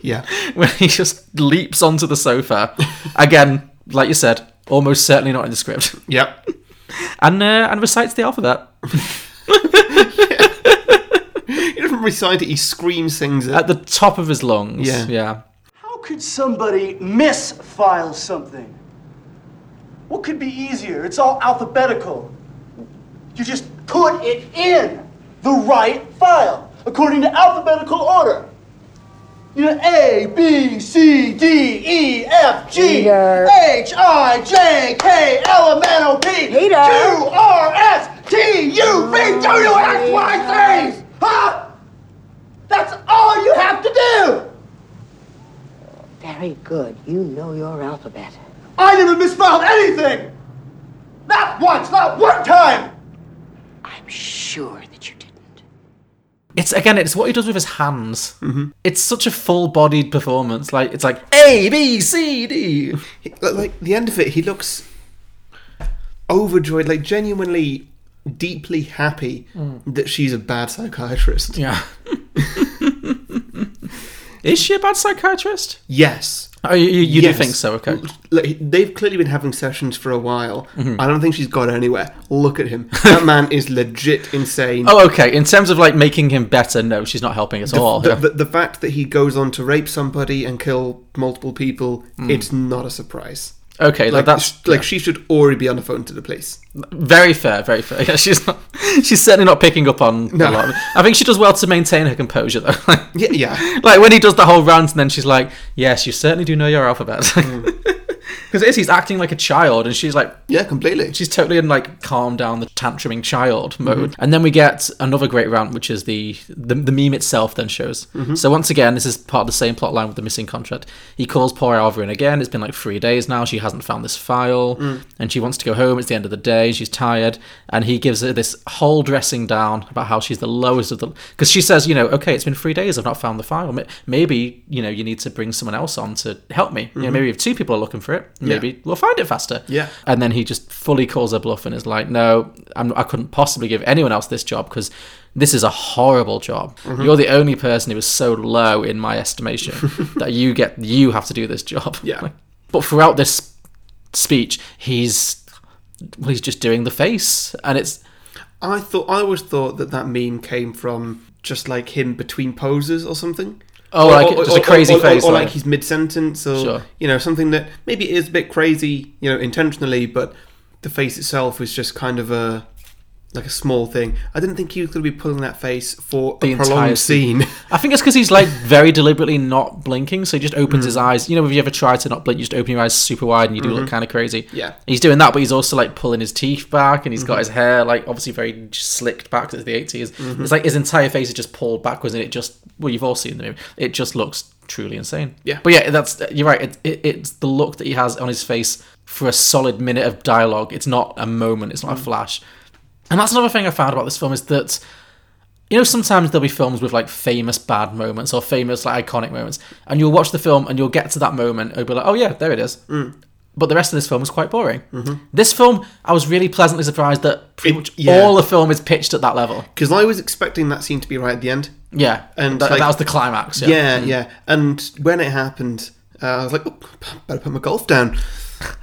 Speaker 1: Yeah.
Speaker 2: [LAUGHS] when he just leaps onto the sofa. Again, like you said, almost certainly not in the script, [LAUGHS]
Speaker 1: Yep. [LAUGHS]
Speaker 2: and uh, and recites the alphabet.
Speaker 1: He doesn't recite it, he screams sings it.
Speaker 2: At the top of his lungs.
Speaker 1: Yeah.
Speaker 2: Yeah.
Speaker 4: How could somebody misfile something? What could be easier? It's all alphabetical. You just put it in the right file according to alphabetical order. You know, A, B, C, D, E, F, G,
Speaker 5: Peter.
Speaker 4: H, I, J, K, L, M, N, O, P, Q,
Speaker 5: Peter.
Speaker 4: R, S, T, U, V, W, X, Y, Z! Huh? That's all you have to do!
Speaker 7: Very good. You know your alphabet.
Speaker 4: I never misfiled anything! Not once, not one time!
Speaker 7: I'm sure that you didn't.
Speaker 2: It's again, it's what he does with his hands. Mm-hmm. It's such a full-bodied performance. Like it's like A B C D.
Speaker 1: He- like, like, the end of it, he looks overjoyed, like genuinely deeply happy that she's a bad psychiatrist.
Speaker 2: Mm. Yeah. [LAUGHS] Is she a bad psychiatrist?
Speaker 1: Yes.
Speaker 2: Oh, you, you, you
Speaker 1: Yes.
Speaker 2: do think so? Okay.
Speaker 1: L- Like, he- they've clearly been having sessions for a while.
Speaker 2: Mm-hmm.
Speaker 1: I don't think she's got anywhere. Look at him.
Speaker 2: [LAUGHS]
Speaker 1: That man is legit insane.
Speaker 2: Oh, okay. In terms of like making him better, no, she's not helping at all.
Speaker 1: the,
Speaker 2: Yeah.
Speaker 1: the, the fact that he goes on to rape somebody and kill multiple people, it's not a surprise.
Speaker 2: okay,
Speaker 1: Like,
Speaker 2: like, Mm. Uh, that's
Speaker 1: sh- like she should already be on the phone to the police.
Speaker 2: Very fair, very fair. [LAUGHS] Yeah, she's not. She's certainly not picking up on a
Speaker 1: No.
Speaker 2: lot. of it. I think she does well to maintain her composure, though. [LAUGHS]
Speaker 1: Yeah, yeah.
Speaker 2: like when he does the whole rant, and then she's like, "Yes, you certainly do know your alphabet," [LAUGHS] because Mm. it is. He's acting like a child, and she's like,
Speaker 1: Yeah, completely.
Speaker 2: she's totally in like calm down the tantruming child mode. And then we get another great rant, which is the the, the meme itself then shows. So once again, this is part of the same plot line with the missing contract. He calls poor Alva in again. It's been like three days now. She hasn't found this file, and she wants to go home. It's the end of the day. She's tired, and he gives her this whole dressing down about how she's the lowest of the. Because she says, you know, okay, it's been three days. I've not found the file. May- Maybe you know you need to bring someone else on to help me. You know, maybe if two people are looking for it, maybe we'll find it faster.
Speaker 1: Yeah.
Speaker 2: And then he just fully calls her bluff and is like, no, I'm, I couldn't possibly give anyone else this job because this is a horrible job. You're the only person who is so low in my estimation that you get, you have to do this job.
Speaker 1: Yeah.
Speaker 2: but throughout this speech, he's, well, he's just doing the face and it's,
Speaker 1: I thought I always thought that that meme came from just like him between poses or something.
Speaker 2: Oh,
Speaker 1: Or-
Speaker 2: like
Speaker 1: or-
Speaker 2: just a
Speaker 1: or-
Speaker 2: crazy
Speaker 1: or, or-
Speaker 2: face,
Speaker 1: or
Speaker 2: like-
Speaker 1: like he's mid sentence, or
Speaker 2: Sure.
Speaker 1: you know something that maybe it is a bit crazy, you know, intentionally, but the face itself is just kind of a like a small thing. I didn't think he was going to be pulling that face for
Speaker 2: The
Speaker 1: a
Speaker 2: entire
Speaker 1: prolonged
Speaker 2: scene.
Speaker 1: scene. [LAUGHS]
Speaker 2: [LAUGHS] I think it's because he's like very deliberately not blinking, so he just
Speaker 1: Mm.
Speaker 2: opens his eyes. You know, if you ever try to not blink, you just open your eyes super wide and you do look kind of crazy.
Speaker 1: Mm-hmm. Yeah. Mm-hmm.
Speaker 2: he's doing that, but he's also like pulling his teeth back, and he's got his hair like obviously very slicked back to the 80s
Speaker 1: Mm-hmm.
Speaker 2: It's like his entire face is just pulled backwards, and it just well, you've all seen the movie. It just looks truly insane.
Speaker 1: Yeah.
Speaker 2: but yeah, that's you're right. It, it, it's the look that he has on his face for a solid minute of dialogue. It's not a moment. It's not
Speaker 1: Mm.
Speaker 2: a flash. And that's another thing I found about this film is that you know sometimes there'll be films with like famous bad moments or famous like iconic moments, and you'll watch the film and you'll get to that moment and you'll be like, oh yeah, there it is.
Speaker 1: Mm.
Speaker 2: But the rest of this film was quite boring. This film, I was really pleasantly surprised that pretty
Speaker 1: Mm-hmm. It-
Speaker 2: much
Speaker 1: yeah.
Speaker 2: all the film is pitched at that level.
Speaker 1: Because I was expecting that scene to be right at the end.
Speaker 2: Yeah,
Speaker 1: And,
Speaker 2: and that,
Speaker 1: like-
Speaker 2: that was the climax. Yeah. Mm.
Speaker 1: Yeah, yeah. And when it happened, uh, I was like, oh, better put my golf down.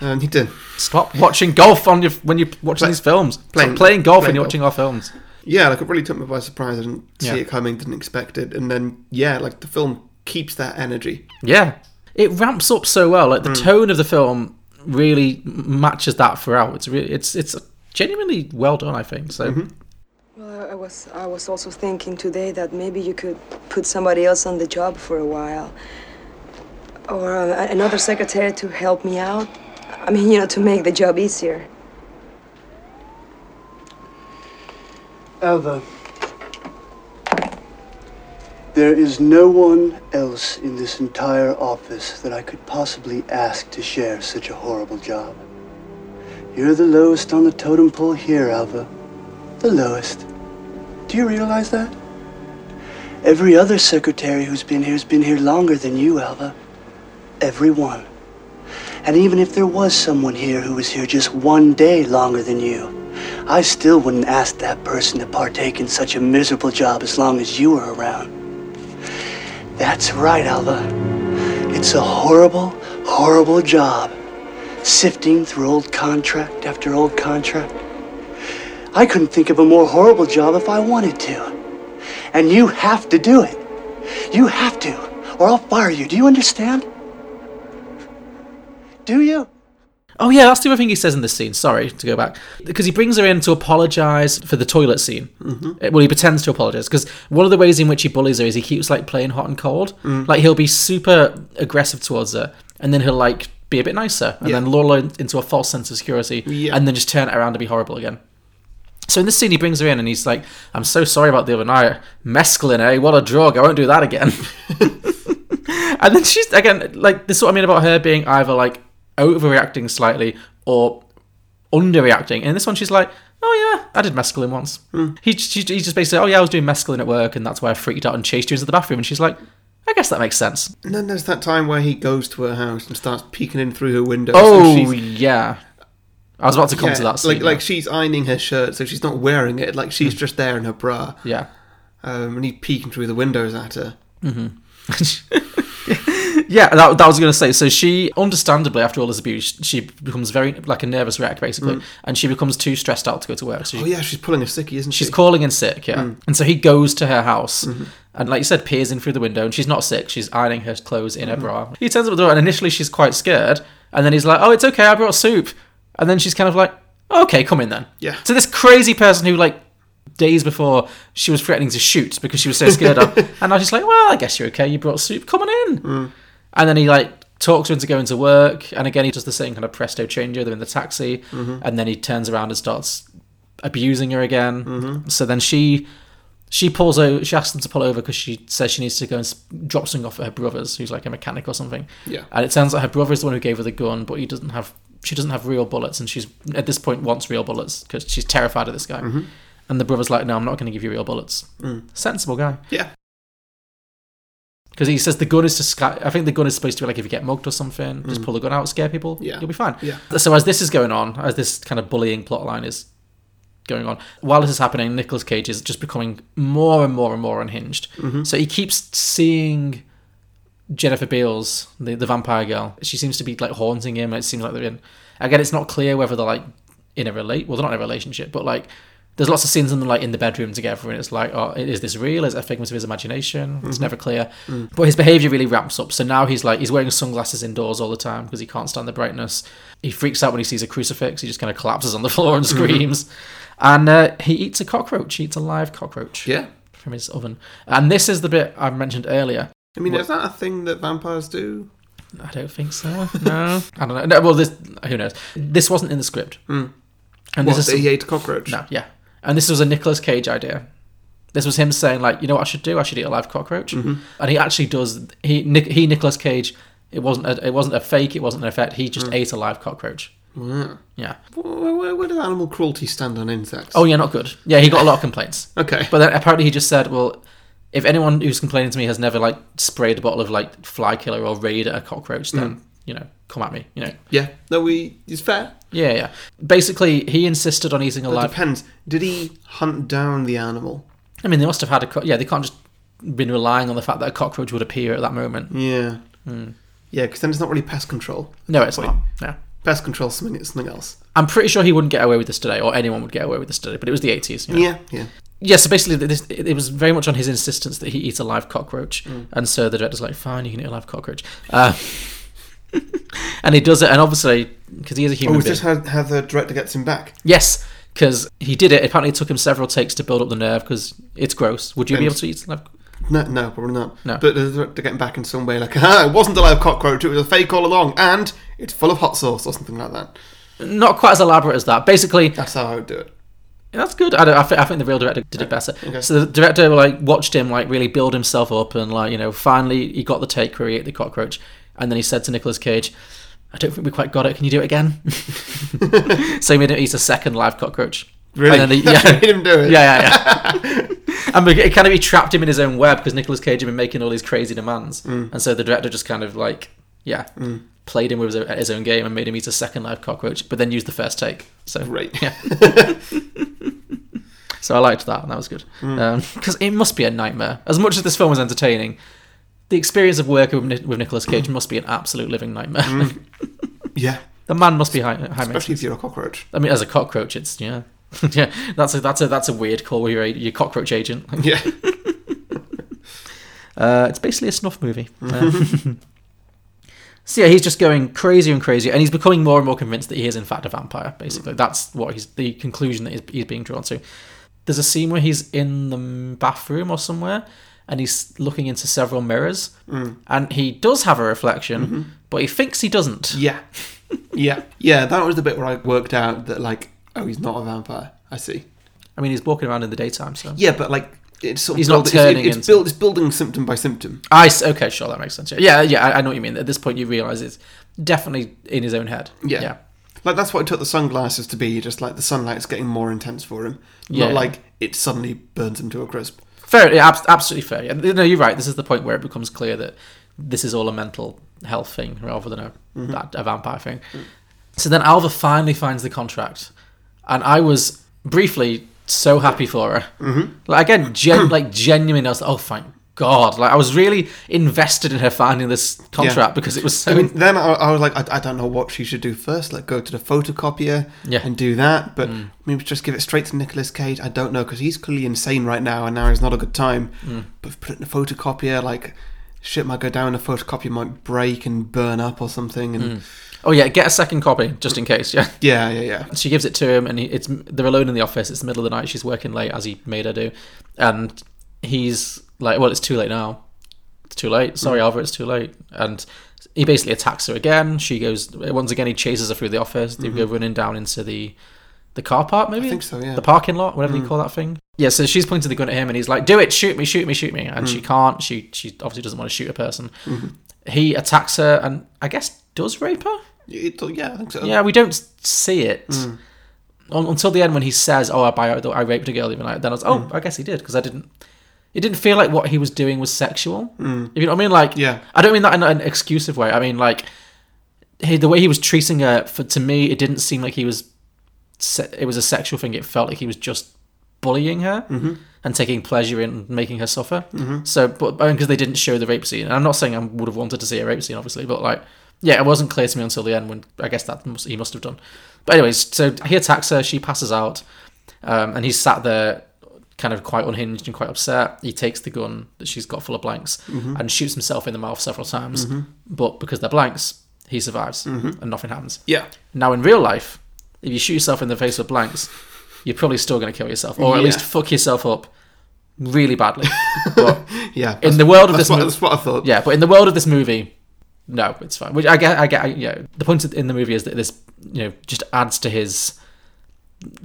Speaker 1: I need to.
Speaker 2: Stop watching golf on your when you're watching
Speaker 1: Play-
Speaker 2: these films. Stop
Speaker 1: playing-
Speaker 2: playing golf
Speaker 1: playing
Speaker 2: when you're
Speaker 1: golf.
Speaker 2: watching our films.
Speaker 1: Yeah, like it really took me by surprise. I didn't
Speaker 2: Yeah.
Speaker 1: see it coming, didn't expect it. And then, yeah, like the film keeps that energy.
Speaker 2: Yeah, it ramps up so well. Like the
Speaker 1: Mm.
Speaker 2: tone of the film really m- matches that throughout. It's really, it's it's genuinely well done. I think so.
Speaker 1: Mm-hmm.
Speaker 5: Well, I- I was I was also thinking today that maybe you could put somebody else on the job for a while, or uh, another secretary to help me out. I mean, you know, to make the job easier.
Speaker 4: Alva, there is no one else in this entire office that I could possibly ask to share such a horrible job. You're the lowest on the totem pole here, Alva. The lowest. Do you realize that? Every other secretary who's been here has been here longer than you, Alva. Everyone. And even if there was someone here who was here just one day longer than you, I still wouldn't ask that person to partake in such a miserable job as long as you were around. That's right, Alva. It's a horrible, horrible job. Sifting through old contract after old contract. I couldn't think of a more horrible job if I wanted to. And you have to do it. You have to, or I'll fire you. Do you understand? Do you?
Speaker 2: Oh yeah, that's the other thing he says in this scene. Sorry to go back because he brings her in to apologize for the toilet scene. Mm-hmm. Well, he pretends to apologize because one of the ways in which he bullies her is he keeps like playing hot and cold. Like he'll be super aggressive towards her, and then he'll like be a bit nicer, and then lull her in- into a false sense of security,
Speaker 1: Yeah.
Speaker 2: and then just turn it around to be horrible again. So in this scene, he brings her in, and he's like, "I'm so sorry about the other night. Mescaline, eh? What a drug! I won't do that again." [LAUGHS] And then she's again like this. Is what I mean about her being either like overreacting slightly or underreacting. And this one, she's like, "Oh yeah, I did mescaline once."
Speaker 1: Hmm.
Speaker 2: He, she, he just basically, said, "Oh yeah, I was doing mescaline at work, and that's why I freaked out and chased you into the bathroom." And she's like, "I guess that makes sense."
Speaker 1: And then there's that time where he goes to her house and starts peeking in through her window.
Speaker 2: oh
Speaker 1: so she's,
Speaker 2: yeah, I was about to come to
Speaker 1: yeah,
Speaker 2: that. Scene,
Speaker 1: like, like
Speaker 2: yeah. Hmm.
Speaker 1: she's ironing her shirt, so she's not wearing it. Like she's just there in her bra.
Speaker 2: yeah.
Speaker 1: Um, and he's peeking through the windows at her.
Speaker 2: [LAUGHS] Yeah, that, that was going to say. So she, understandably, after all this abuse, she becomes very like a nervous wreck, basically,
Speaker 1: Hmm.
Speaker 2: and she becomes too stressed out to go to work. So she
Speaker 1: Oh yeah, she's pulling a sickie, isn't she? Mm.
Speaker 2: She's
Speaker 1: Mm-hmm.
Speaker 2: calling in sick, yeah. And so he goes to her house and, like you said, peers in through the window. And she's not sick; she's ironing her clothes in
Speaker 1: Mm-hmm.
Speaker 2: her bra. He turns up at the door, and initially she's quite scared. And then he's like, "Oh, it's okay. I brought soup." And then she's kind of like, "Okay, come in then."
Speaker 1: Yeah.
Speaker 2: So this crazy person who, like, days before she was threatening to shoot because she was so scared
Speaker 1: [LAUGHS]
Speaker 2: of, and now she's like, "Well, I guess you're okay. You brought soup. Come on in."
Speaker 1: Mm.
Speaker 2: And then he like talks her into going to work. And again, he does the same kind of presto changeo. They're in the taxi,
Speaker 1: Mm-hmm.
Speaker 2: and then he turns around and starts abusing her again. So then she she pulls over. She asks them to pull over because she says she needs to go and s- drop something off at her brother's, who's like a mechanic or something.
Speaker 1: Yeah.
Speaker 2: And it sounds like her brother is the one who gave her the gun, but he doesn't have. She doesn't have real bullets, and she's at this point wants real bullets because she's terrified of this guy. And the brother's like, "No, I'm not going to give you real bullets." Sensible guy.
Speaker 1: Yeah.
Speaker 2: Because he says the gun is to sca- I think the gun is supposed to be like if you get mugged or something, just pull the gun out, scare people,
Speaker 1: Mm. Yeah.
Speaker 2: you'll be fine.
Speaker 1: Yeah.
Speaker 2: So as this is going on, as this kind of bullying plot line is going on, while this is happening, Nicolas Cage is just becoming more and more and more unhinged.
Speaker 1: Mm-hmm.
Speaker 2: So he keeps seeing Jennifer Beals, the, the vampire girl. She seems to be like haunting him, and it seems like they're in. Again, it's not clear whether they're like in a relate. Well, they're not in a relationship, but like there's lots of scenes in them like in the bedroom together, and it's like, oh, is this real? Is it a figment of his imagination?
Speaker 1: Mm-hmm.
Speaker 2: It's never clear.
Speaker 1: Mm.
Speaker 2: But his behavior really ramps up. So now he's like he's wearing sunglasses indoors all the time because he [LAUGHS]
Speaker 1: Mm-hmm.
Speaker 2: can't stand the brightness. He freaks out when he sees a crucifix. He just kind of collapses on the floor and screams. and uh, he eats a cockroach. He eats a live cockroach
Speaker 1: Yeah.
Speaker 2: from his oven. And this is the bit I mentioned earlier.
Speaker 1: I mean, is that a thing that vampires do?
Speaker 2: I don't think so. No, [LAUGHS] I don't know. No, well, this who knows? This wasn't in the script. And
Speaker 1: Mm. What,
Speaker 2: this is
Speaker 1: that he ate a cockroach?
Speaker 2: no, yeah. And this was a Nicolas Cage idea. This was him saying like, you know what I should do? I should eat a live cockroach. And he actually does. He Nic- he Nicolas Cage. It wasn't a, it wasn't a fake. It wasn't an effect. He just ate a live cockroach. Yeah.
Speaker 1: Where, where, where does animal cruelty stand on insects?
Speaker 2: Oh yeah, not good. Yeah, he got a lot of complaints.
Speaker 1: Okay.
Speaker 2: But then apparently he just said, well, if anyone who's complaining to me has never like sprayed a bottle of like fly killer or raid at a cockroach, then you know, come at me. You know.
Speaker 1: yeah. No, we. It's fair.
Speaker 2: Yeah, yeah. Basically, he insisted on eating a
Speaker 1: It
Speaker 2: live.
Speaker 1: depends. Did he hunt down the animal?
Speaker 2: I mean, they must have had a. Co- yeah, they can't just been relying on the fact that a cockroach would appear at that moment.
Speaker 1: Yeah.
Speaker 2: Hmm.
Speaker 1: Yeah, because then it's not really pest control.
Speaker 2: No, it's
Speaker 1: Point.
Speaker 2: not. No.
Speaker 1: Pest control something it's something else.
Speaker 2: I'm pretty sure he wouldn't get away with this today, or anyone would get away with this today. But it was the 80s. You know?
Speaker 1: Yeah, yeah.
Speaker 2: Yeah, So basically, th- this, it was very much on his insistence that he eats a live cockroach,
Speaker 1: Mm.
Speaker 2: and so the director's like, "Fine, you can eat a live cockroach," uh, [LAUGHS] and he does it. And obviously, because he is a human
Speaker 1: Oh, is
Speaker 2: being,
Speaker 1: this how, how the director gets him back?
Speaker 2: yes, because he did it. Apparently, it took him several takes to build up the nerve because it's gross. Would you be
Speaker 1: And-
Speaker 2: able to eat live?
Speaker 1: No, no, probably not.
Speaker 2: No.
Speaker 1: But the director getting back in some way, like, [LAUGHS] ah, it wasn't a live cockroach, it was a fake all along, and it's full of hot sauce or something like that.
Speaker 2: Not quite as elaborate as that. Basically,
Speaker 1: That's how I would do it.
Speaker 2: That's good. I, don't, I, thi- I think the real director did it better. So the director like watched him like really build himself up and like you know finally he got the take where he ate the cockroach, and then he said to Nicolas Cage, "I don't think we quite got it. Can you do it again?" [LAUGHS] so he made him eat a second live cockroach.
Speaker 1: Really? [LAUGHS]
Speaker 2: And then the,
Speaker 1: That's
Speaker 2: yeah,
Speaker 1: what made him do it?
Speaker 2: Yeah, yeah, yeah. [LAUGHS] and it kind of he trapped him in his own web because Nicolas Cage had been making all these crazy demands,
Speaker 1: Mm.
Speaker 2: and so the director just kind of like yeah. Played him with his own, his own game and made him eat a second live cockroach, but then used the first take. So
Speaker 1: Great.
Speaker 2: yeah. [LAUGHS] So I liked that, and that was good. Because it must be a nightmare. As much as this film was entertaining, the experience of working with, Ni- with Nicolas Cage must be an absolute living nightmare.
Speaker 1: [LAUGHS] Yeah.
Speaker 2: [LAUGHS] the man must be high, high
Speaker 1: Especially
Speaker 2: maintenance.
Speaker 1: if you're a cockroach.
Speaker 2: I mean, as a cockroach, it's yeah, [LAUGHS] yeah. That's a that's a that's a weird call where you're a, your cockroach agent.
Speaker 1: [LAUGHS]
Speaker 2: [LAUGHS]
Speaker 1: Yeah.
Speaker 2: Uh, it's basically a snuff movie. Um, [LAUGHS] so yeah, he's just going crazier and crazier, and he's becoming more and more convinced that he is in fact a vampire. Basically, that's what he's the conclusion that he's, he's being drawn to. There's a scene where he's in the bathroom or somewhere, and he's looking into several mirrors, and he does have a reflection, but he thinks he doesn't.
Speaker 1: yeah. Yeah. Yeah, that was the bit where I worked out that, like, oh, he's not a vampire. I see.
Speaker 2: I mean, he's walking around in the daytime, so
Speaker 1: Yeah, but, like, it's sort of
Speaker 2: He's not
Speaker 1: build- it's- it-
Speaker 2: turning
Speaker 1: it's,
Speaker 2: into-
Speaker 1: build, it's building symptom by symptom.
Speaker 2: I s- okay, sure, that makes sense. Yeah, yeah, yeah, I, I know what you mean. At this point, you realise it's definitely in his own head.
Speaker 1: Yeah.
Speaker 2: yeah.
Speaker 1: Like that's what it took the sunglasses to be, just like the sunlight's getting more intense for him.
Speaker 2: Yeah.
Speaker 1: Not like it suddenly burns him to a crisp.
Speaker 2: Fair, yeah, abs- absolutely fair. Yeah, no, you're right. This is the point where it becomes clear that this is all a mental health thing rather than a,
Speaker 1: Mm-hmm.
Speaker 2: that, a vampire thing. So then Alva finally finds the contract, and I was briefly so happy for her. Mm-hmm. Like again, gen- [CLEARS THROAT] like genuinely, I was like, oh, thank God! Like I was really invested in her finding this contract because it was so.
Speaker 1: I mean, then I, I was like, I, I don't know what she should do first. Like, go to the photocopier
Speaker 2: Yeah. Mm.
Speaker 1: and do that. But maybe just give it straight to Nicolas Cage. I don't know because he's clearly insane right now, and now is not a good time.
Speaker 2: Mm.
Speaker 1: But put it in a photocopier, like shit might go down. The photocopier might break and burn up or something. And
Speaker 2: oh yeah, get a second copy just in case. Yeah.
Speaker 1: yeah, yeah, yeah.
Speaker 2: She gives it to him, and he, it's they're alone in the office. It's the middle of the night. She's working late, as he made her do, and he's like, "Well, it's too late now. It's too late.
Speaker 1: Mm.
Speaker 2: Sorry, Alva, it's too late." And he basically attacks her again. She goes once again. He chases her through the office. They go running down into the the car park, maybe. I
Speaker 1: Mm-hmm. think so, yeah. Mm.
Speaker 2: The parking lot, whatever you call that thing. Yeah. So she's pointing the gun at him, and he's like, "Do it! Shoot me! Shoot me! Shoot me!" And
Speaker 1: Mm.
Speaker 2: she can't. She she obviously doesn't want to shoot a person.
Speaker 1: Mm-hmm.
Speaker 2: He attacks her, and I guess does rape her.
Speaker 1: It, yeah, I think so.
Speaker 2: Yeah, we don't s- see it Un- until the end when he says, "Oh, I, bi- I raped a girl the other night." Then I was, "Oh, I guess he did," because I didn't. It didn't feel like what he was doing was sexual. If you know what I mean, like,
Speaker 1: Yeah.
Speaker 2: I don't mean that in an excusive way. I mean, like, he, the way he was treating her, for to me, it didn't seem like he was. Se- it was a sexual thing. It felt like he was just bullying her and taking pleasure in making her suffer. So, but because they didn't show the rape scene, and I'm not saying I would have wanted to see a rape scene, obviously, but like, yeah, it wasn't clear to me until the end when I guess that must, he must have done. But anyways, so he attacks her, she passes out, um, and he's sat there, kind of quite unhinged and quite upset. He takes the gun that she's got full of blanks
Speaker 1: Mm-hmm.
Speaker 2: and shoots himself in the mouth several times, but because they're blanks, he
Speaker 1: Mm-hmm.
Speaker 2: survives and nothing happens.
Speaker 1: yeah.
Speaker 2: Now, in real life, if you shoot yourself in the face with blanks, you're probably still going to kill yourself, or at
Speaker 1: Yeah.
Speaker 2: least fuck yourself up really badly.
Speaker 1: [LAUGHS] Yeah.
Speaker 2: in
Speaker 1: that's-
Speaker 2: the world of
Speaker 1: that's
Speaker 2: this,
Speaker 1: what,
Speaker 2: mo-
Speaker 1: that's what I thought.
Speaker 2: yeah, but in the world of this movie, no, it's fine. Which I get, I get. I, yeah, the point in the movie is that this, you know, just adds to his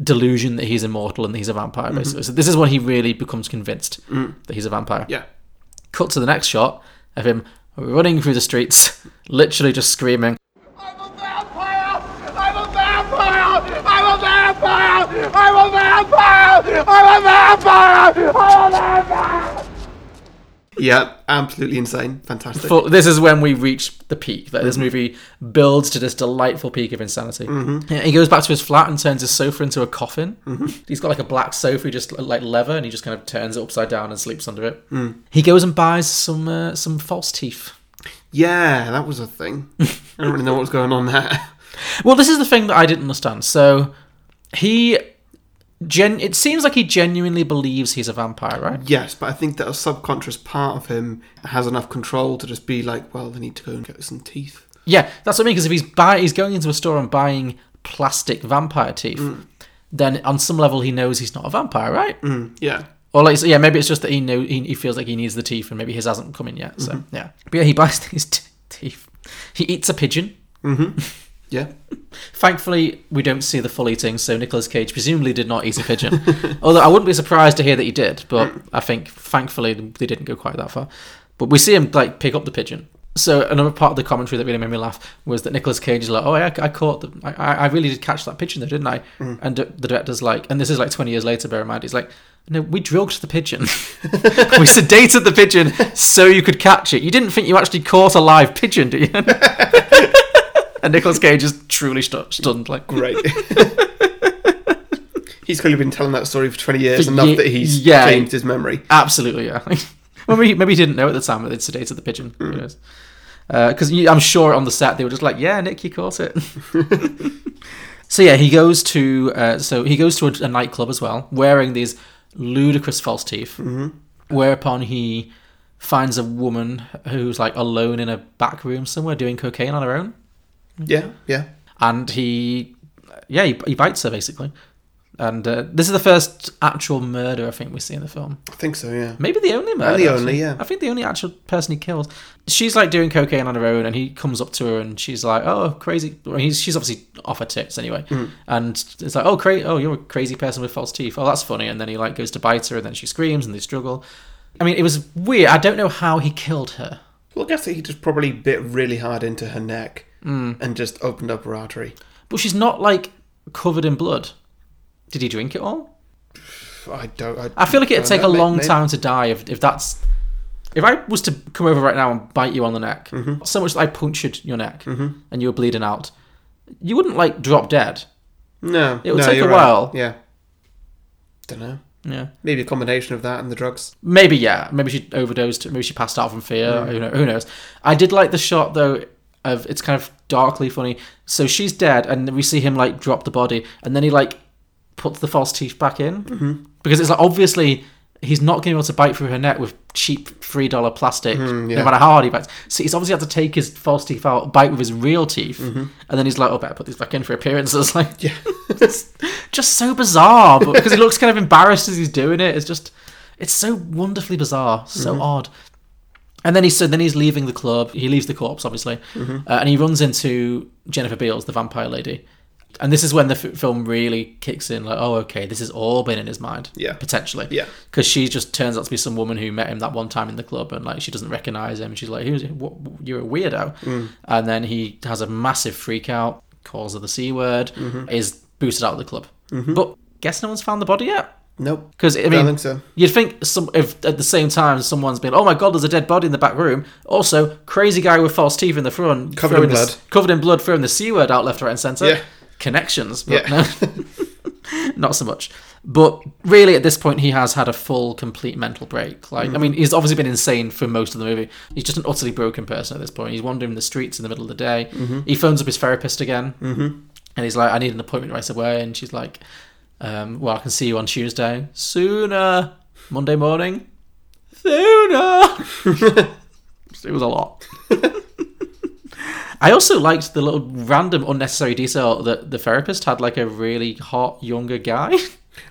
Speaker 2: delusion that he's immortal and that he's a vampire. Basically, so this is when he really becomes convinced that he's a vampire.
Speaker 1: Yeah.
Speaker 2: Cut to the next shot of him running through the streets, [LAUGHS] literally just screaming.
Speaker 8: I'm a vampire! I'm a vampire! I'm a vampire! I'm a vampire! I'm a vampire! I'm a vampire!
Speaker 1: Yeah, absolutely insane. Fantastic.
Speaker 2: Full, this is when we reach the peak that this movie builds to this delightful peak of insanity. Yeah, He goes back to his flat and turns his sofa into a coffin. He's got like a black sofa, he just like leather, and he just kind of turns it upside down and sleeps under it. He goes and buys some uh, some false teeth.
Speaker 1: Yeah, that was a
Speaker 2: [LAUGHS]
Speaker 1: thing. I don't really know what was going on there. [LAUGHS]
Speaker 2: Well, this is the thing that I didn't understand. So he, gen, it seems like he genuinely believes he's a vampire, right?
Speaker 1: Yes, but I think that a subconscious part of him has enough control to just be like, well, I need to go and get some teeth.
Speaker 2: Yeah, that's what I mean. Because if he's buy, he's going into a store and buying plastic vampire teeth, then on some level he knows he's not a vampire, right?
Speaker 1: Yeah.
Speaker 2: Or like, so yeah, maybe it's just that he know he, he feels like he needs the teeth, and maybe his hasn't come in yet. So yeah, Mm-hmm. but yeah, he buys [LAUGHS] these t- teeth. He eats a pigeon.
Speaker 1: Yeah.
Speaker 2: Thankfully, we don't see the full eating, so Nicolas Cage presumably did not eat a pigeon. Although I wouldn't be surprised to hear that he did, but I think thankfully they didn't go quite that far. But we see him like pick up the pigeon. So another part of the commentary that really made me laugh was that Nicolas Cage is like, "Oh, I, I caught the, I, I I really did catch that pigeon, though, didn't I?" And the director's like, and this is like 20 years later. Bear in mind, he's like, "No, we drugged the pigeon. [LAUGHS] we sedated the pigeon so you could catch it. You didn't think you actually caught a live pigeon, did you?" [LAUGHS] And Nicolas Cage is truly stu- stunned,
Speaker 1: [LAUGHS]
Speaker 2: like,
Speaker 1: Right. he's clearly been telling that story for 20 years,
Speaker 2: For
Speaker 1: enough
Speaker 2: ye-
Speaker 1: that he's
Speaker 2: yeah.
Speaker 1: changed his memory.
Speaker 2: Absolutely, yeah. [LAUGHS] well, maybe, maybe he didn't know at the time that they'd sedated the pigeon. Who knows? Because I'm sure on the set they were just like, "Yeah, Nick, you caught it." so yeah, he goes to uh, so he goes to a, a nightclub as well, wearing these ludicrous false teeth. Whereupon he finds a woman who's like alone in a back room somewhere doing cocaine on her own,
Speaker 1: Yeah, yeah.
Speaker 2: and he, yeah, he, he bites her basically. And uh, this is the first actual murder I think we see in the film.
Speaker 1: I think so, yeah.
Speaker 2: Maybe the only murder.
Speaker 1: the
Speaker 2: actually.
Speaker 1: only, yeah.
Speaker 2: I think the only actual person he kills. She's like doing cocaine on her own, and he comes up to her, and she's like, "Oh, crazy." Well, he's, she's obviously off her tits anyway,
Speaker 1: Mm.
Speaker 2: and it's like, "Oh, cra- Oh, you're a crazy person with false teeth. Oh, that's funny." And then he like goes to bite her, and then she screams, and they struggle. I mean, it was weird. I don't know how he killed her.
Speaker 1: Well, I guess that he just probably bit really hard into her neck
Speaker 2: Mm.
Speaker 1: and just opened up her artery.
Speaker 2: But she's not like covered in blood. Did he drink it all?
Speaker 1: I don't. I,
Speaker 2: I feel like it'd
Speaker 1: don't
Speaker 2: take
Speaker 1: know,
Speaker 2: a
Speaker 1: may-
Speaker 2: long
Speaker 1: maybe.
Speaker 2: time to die if, if that's. If I was to come over right now and bite you on the neck,
Speaker 1: Mm-hmm.
Speaker 2: so much that I punctured your neck and you were bleeding out, you wouldn't like drop dead.
Speaker 1: No,
Speaker 2: It would
Speaker 1: no,
Speaker 2: take a
Speaker 1: you're right.
Speaker 2: while.
Speaker 1: Yeah, don't know.
Speaker 2: Yeah,
Speaker 1: Maybe a combination of that and the drugs.
Speaker 2: maybe yeah, maybe she overdosed. Maybe she passed out from fear. Who, know, who knows? I did like the shot though. Of it's kind of darkly funny. So she's dead, and we see him like drop the body, and then he like puts the false teeth back in because it's like obviously he's not going to be able to bite through her neck with cheap three dollar plastic, no matter how hard he bites. So he's obviously had to take his false teeth out, bite with his real teeth, and then he's like, "Oh, better put these back in for appearances." [LAUGHS] Like, yeah, it's just so bizarre. But because he looks kind of embarrassed as he's doing it, it's just it's so wonderfully bizarre, so odd. And then he so then he's leaving the club. He leaves the corpse, obviously,
Speaker 1: Mm-hmm.
Speaker 2: uh, and he runs into Jennifer Beals, the vampire lady. And this is when the f- film really kicks in. Like, oh, okay, this has all been in his mind.
Speaker 1: Yeah.
Speaker 2: potentially.
Speaker 1: Yeah.
Speaker 2: because she just turns out to be some woman who met him that one time in the club, and like she doesn't recognize him. And she's like, "Who's what? You're a weirdo."
Speaker 1: Mm.
Speaker 2: And then he has a massive freak out, calls her the c word,
Speaker 1: Mm-hmm.
Speaker 2: is booted out of the club. But guess no one's found the body yet.
Speaker 1: Nope.
Speaker 2: Because I mean,
Speaker 1: Don't think so.
Speaker 2: you'd think some if at the same time someone's been, oh my god, there's a dead body in the back room. Also, crazy guy with false teeth in the front,
Speaker 1: Covered in
Speaker 2: throwing the s-
Speaker 1: blood.
Speaker 2: covered in blood, throwing the c word out left, right, and centre.
Speaker 1: Yeah.
Speaker 2: Connections, but
Speaker 1: Yeah.
Speaker 2: no, [LAUGHS] not so much. But really, at this point, he has had a full, complete mental break. Like,
Speaker 1: Mm.
Speaker 2: I mean, he's obviously been insane for most of the movie. He's just an utterly broken person at this point. He's wandering the streets in the middle of the day.
Speaker 1: Mm-hmm.
Speaker 2: He phones up his therapist again. And he's like, I need an appointment right away. And she's like, um, Well, I can see you on Tuesday. Sooner. Monday morning. Sooner. [LAUGHS] it was a lot. I also liked the little random unnecessary detail that the therapist had like a really hot younger guy.
Speaker 1: [LAUGHS]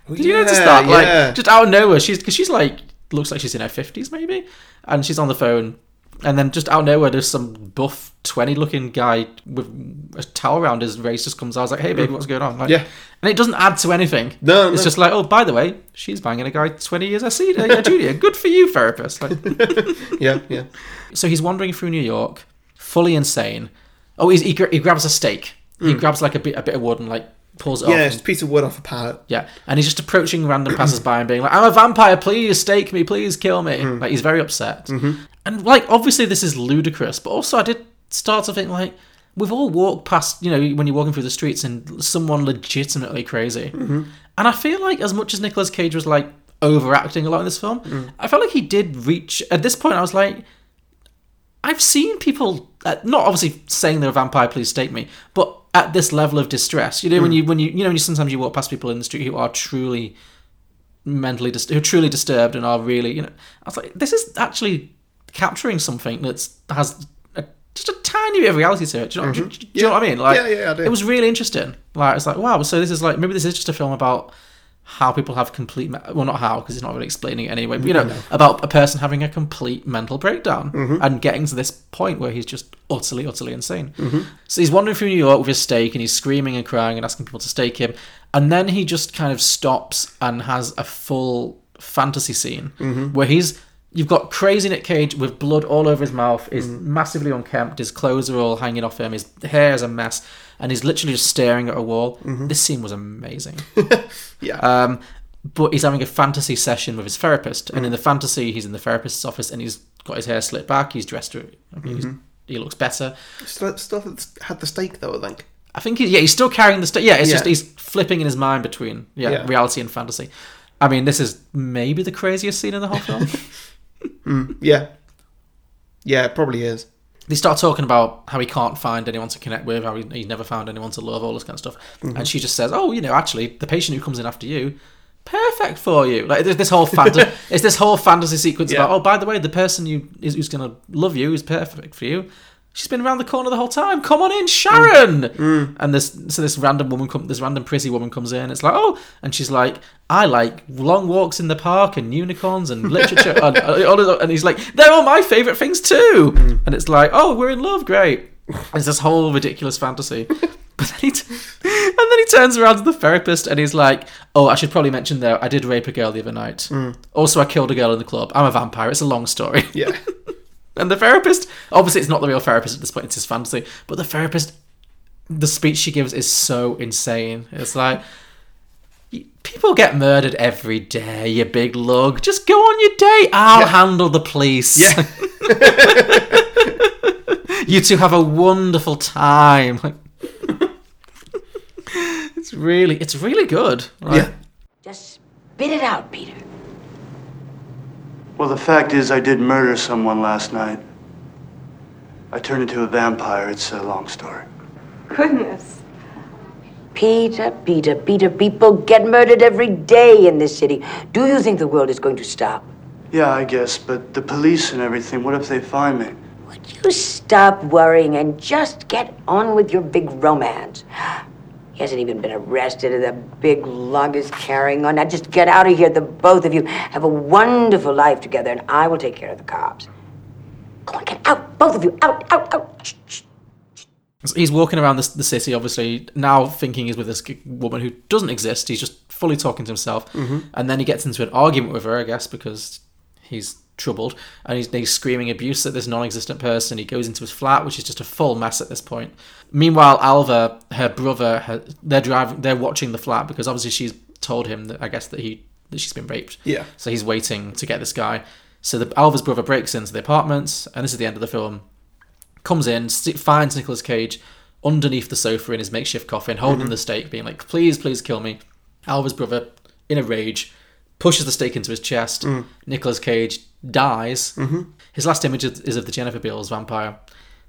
Speaker 1: Oh,
Speaker 2: Did you notice
Speaker 1: yeah,
Speaker 2: that? Like,
Speaker 1: yeah.
Speaker 2: just out of nowhere, she's because she's like looks like she's in her fifties maybe, and she's on the phone, and then just out of nowhere, there's some buff twenty-looking guy with a towel around his waist just comes out. I was like, "Hey, baby, what's going on?" Like,
Speaker 1: Yeah.
Speaker 2: and it doesn't add to anything.
Speaker 1: No,
Speaker 2: it's
Speaker 1: no.
Speaker 2: just like, "Oh, by the way, she's banging a guy twenty years her senior,
Speaker 1: [LAUGHS]
Speaker 2: yeah, junior. Good for you, therapist." Like,
Speaker 1: yeah, yeah.
Speaker 2: so he's wandering through New York, fully insane. Oh, he's, he, gra- he grabs a steak. He grabs like a bit, a bit of wood and like pulls it
Speaker 1: [LAUGHS]
Speaker 2: off.
Speaker 1: Hmm. Yeah,
Speaker 2: and
Speaker 1: it's a piece of wood off a pallet.
Speaker 2: yeah, and he's just approaching random passersby and being like, "I'm a vampire, please stake me, please kill me." Like he's very upset, and like obviously this is ludicrous, but also I did start to think like we've all walked past, you know, when you're walking through the streets and someone legitimately crazy, and I feel like as much as Nicolas Cage was like overacting a lot in this film, I felt like he did reach at this point. I was like, I've seen people uh, not obviously saying they're a vampire, please stake me, but at this level of distress, you know,
Speaker 1: Hmm.
Speaker 2: when you when you you know, when you, sometimes you walk past people in the street who are truly mentally dis- who are truly disturbed and are really, you know, I was like, this is actually capturing something that's has a, just a tiny bit of reality to it. Do you know, do you- do you know what I mean? Like,
Speaker 1: Mm-hmm. Yeah, yeah, I do.
Speaker 2: it was really interesting. Like, it's like wow, so this is like maybe this is just a film about how people have complete me- well not how because it's not really explaining it anyway but you know about a person having a complete mental breakdown and getting to this point where he's just utterly utterly insane so he's wandering through new york with his steak and he's screaming and crying and asking people to stake him and then he just kind of stops and has a full fantasy scene where he's you've got crazy nick cage with blood all over his mouth he's massively unkempt his clothes are all hanging off him his hair is a mess and he's literally just staring at a wall this scene was amazing
Speaker 1: Uh,
Speaker 2: um, but he's having a fantasy session with his therapist, and in the fantasy, he's in the therapist's office, and he's got his hair slit back. He's dressed. I mean,
Speaker 1: Mm-hmm.
Speaker 2: he's, he looks better.
Speaker 1: Still, still had the steak though, I think.
Speaker 2: I think he, yeah, he's still carrying the stuff. Yeah, it's just
Speaker 1: Yeah.
Speaker 2: he's flipping in his mind between yeah,
Speaker 1: Yeah.
Speaker 2: reality and fantasy. I mean, this is maybe the craziest scene in the
Speaker 1: [LAUGHS]
Speaker 2: whole film.
Speaker 1: Yeah, yeah, it probably is. [LAUGHS]
Speaker 2: they start talking about how he can't find anyone to connect with, how he, he's never found anyone to love, all this kind of stuff. And she just says, "Oh, you know, actually, the patient who comes in after you, perfect for you." Like there's this whole fantasy, it's this whole fantasy sequence
Speaker 1: Yeah.
Speaker 2: about, "Oh, by the way, the person you is, who's going to love you is perfect for you." She's been around the corner the whole time. Come on in, Sharon. And this so this random woman, come, this random pretty woman comes in. It's like, oh, and she's like, I like long walks in the park and unicorns and literature. and, uh, all of the- and he's like, they're all my favorite things too. And it's like, oh, we're in love, great. It's this whole ridiculous fantasy. But then he t- and then he turns around to the therapist and he's like, "Oh, I should probably mention though, I did rape a girl the other night. Also, I killed a girl in the club. I'm a vampire. It's a long story." [LAUGHS]
Speaker 1: Yeah,
Speaker 2: And the therapist, obviously, it's not the real therapist at this point, it's his fantasy. But the therapist, the speech she gives is so insane. It's like, "You- people get murdered every day, you big lug. Just go on your date. I'll handle the police.
Speaker 1: yeah,
Speaker 2: [LAUGHS] you two have a wonderful time. [LAUGHS] Like, it's really, it's really good. Like,
Speaker 1: yeah.
Speaker 7: Just spit it out, Peter.
Speaker 4: Well, the fact is, I did murder someone last night. I turned into a vampire. It's a long story.
Speaker 5: Goodness.
Speaker 7: Peter, Peter, Peter, people get murdered every day in this city. Do you think the world is going to stop?
Speaker 4: Yeah, I guess, but the police and everything, what if they find me?
Speaker 7: Would you stop worrying and just get on with your big romance? He hasn't even been arrested, and the big lug is carrying on. Now just get out of here, the both of you. Have a wonderful life together, and I will take care of the cops. Go on, get out, both of you. Out, out, out. Shh, shh.
Speaker 2: So he's walking around the, the city, obviously, now thinking he's with this g- woman who doesn't exist. He's just fully talking to himself. And then he gets into an argument with her, I guess, because he's troubled. And he's, he's screaming abuse at this non existent person. He goes into his flat, which is just a full mess at this point. Meanwhile, Alva, her brother, her, they're driving, they're watching the flat because obviously she's told him that, I guess, that he that she's been raped.
Speaker 1: Yeah.
Speaker 2: So he's waiting to get this guy. So the Alva's brother breaks into the apartments, and this is the end of the film comes in, s- finds Nicolas Cage underneath the sofa in his makeshift coffin, holding
Speaker 1: Mm-hmm.
Speaker 2: the stake, being like, please, please kill me. Alva's brother, in a rage, pushes the stake into his chest.
Speaker 1: Mm.
Speaker 2: Nicolas Cage dies.
Speaker 1: Mm-hmm.
Speaker 2: His last image is is of the Jennifer Beals vampire.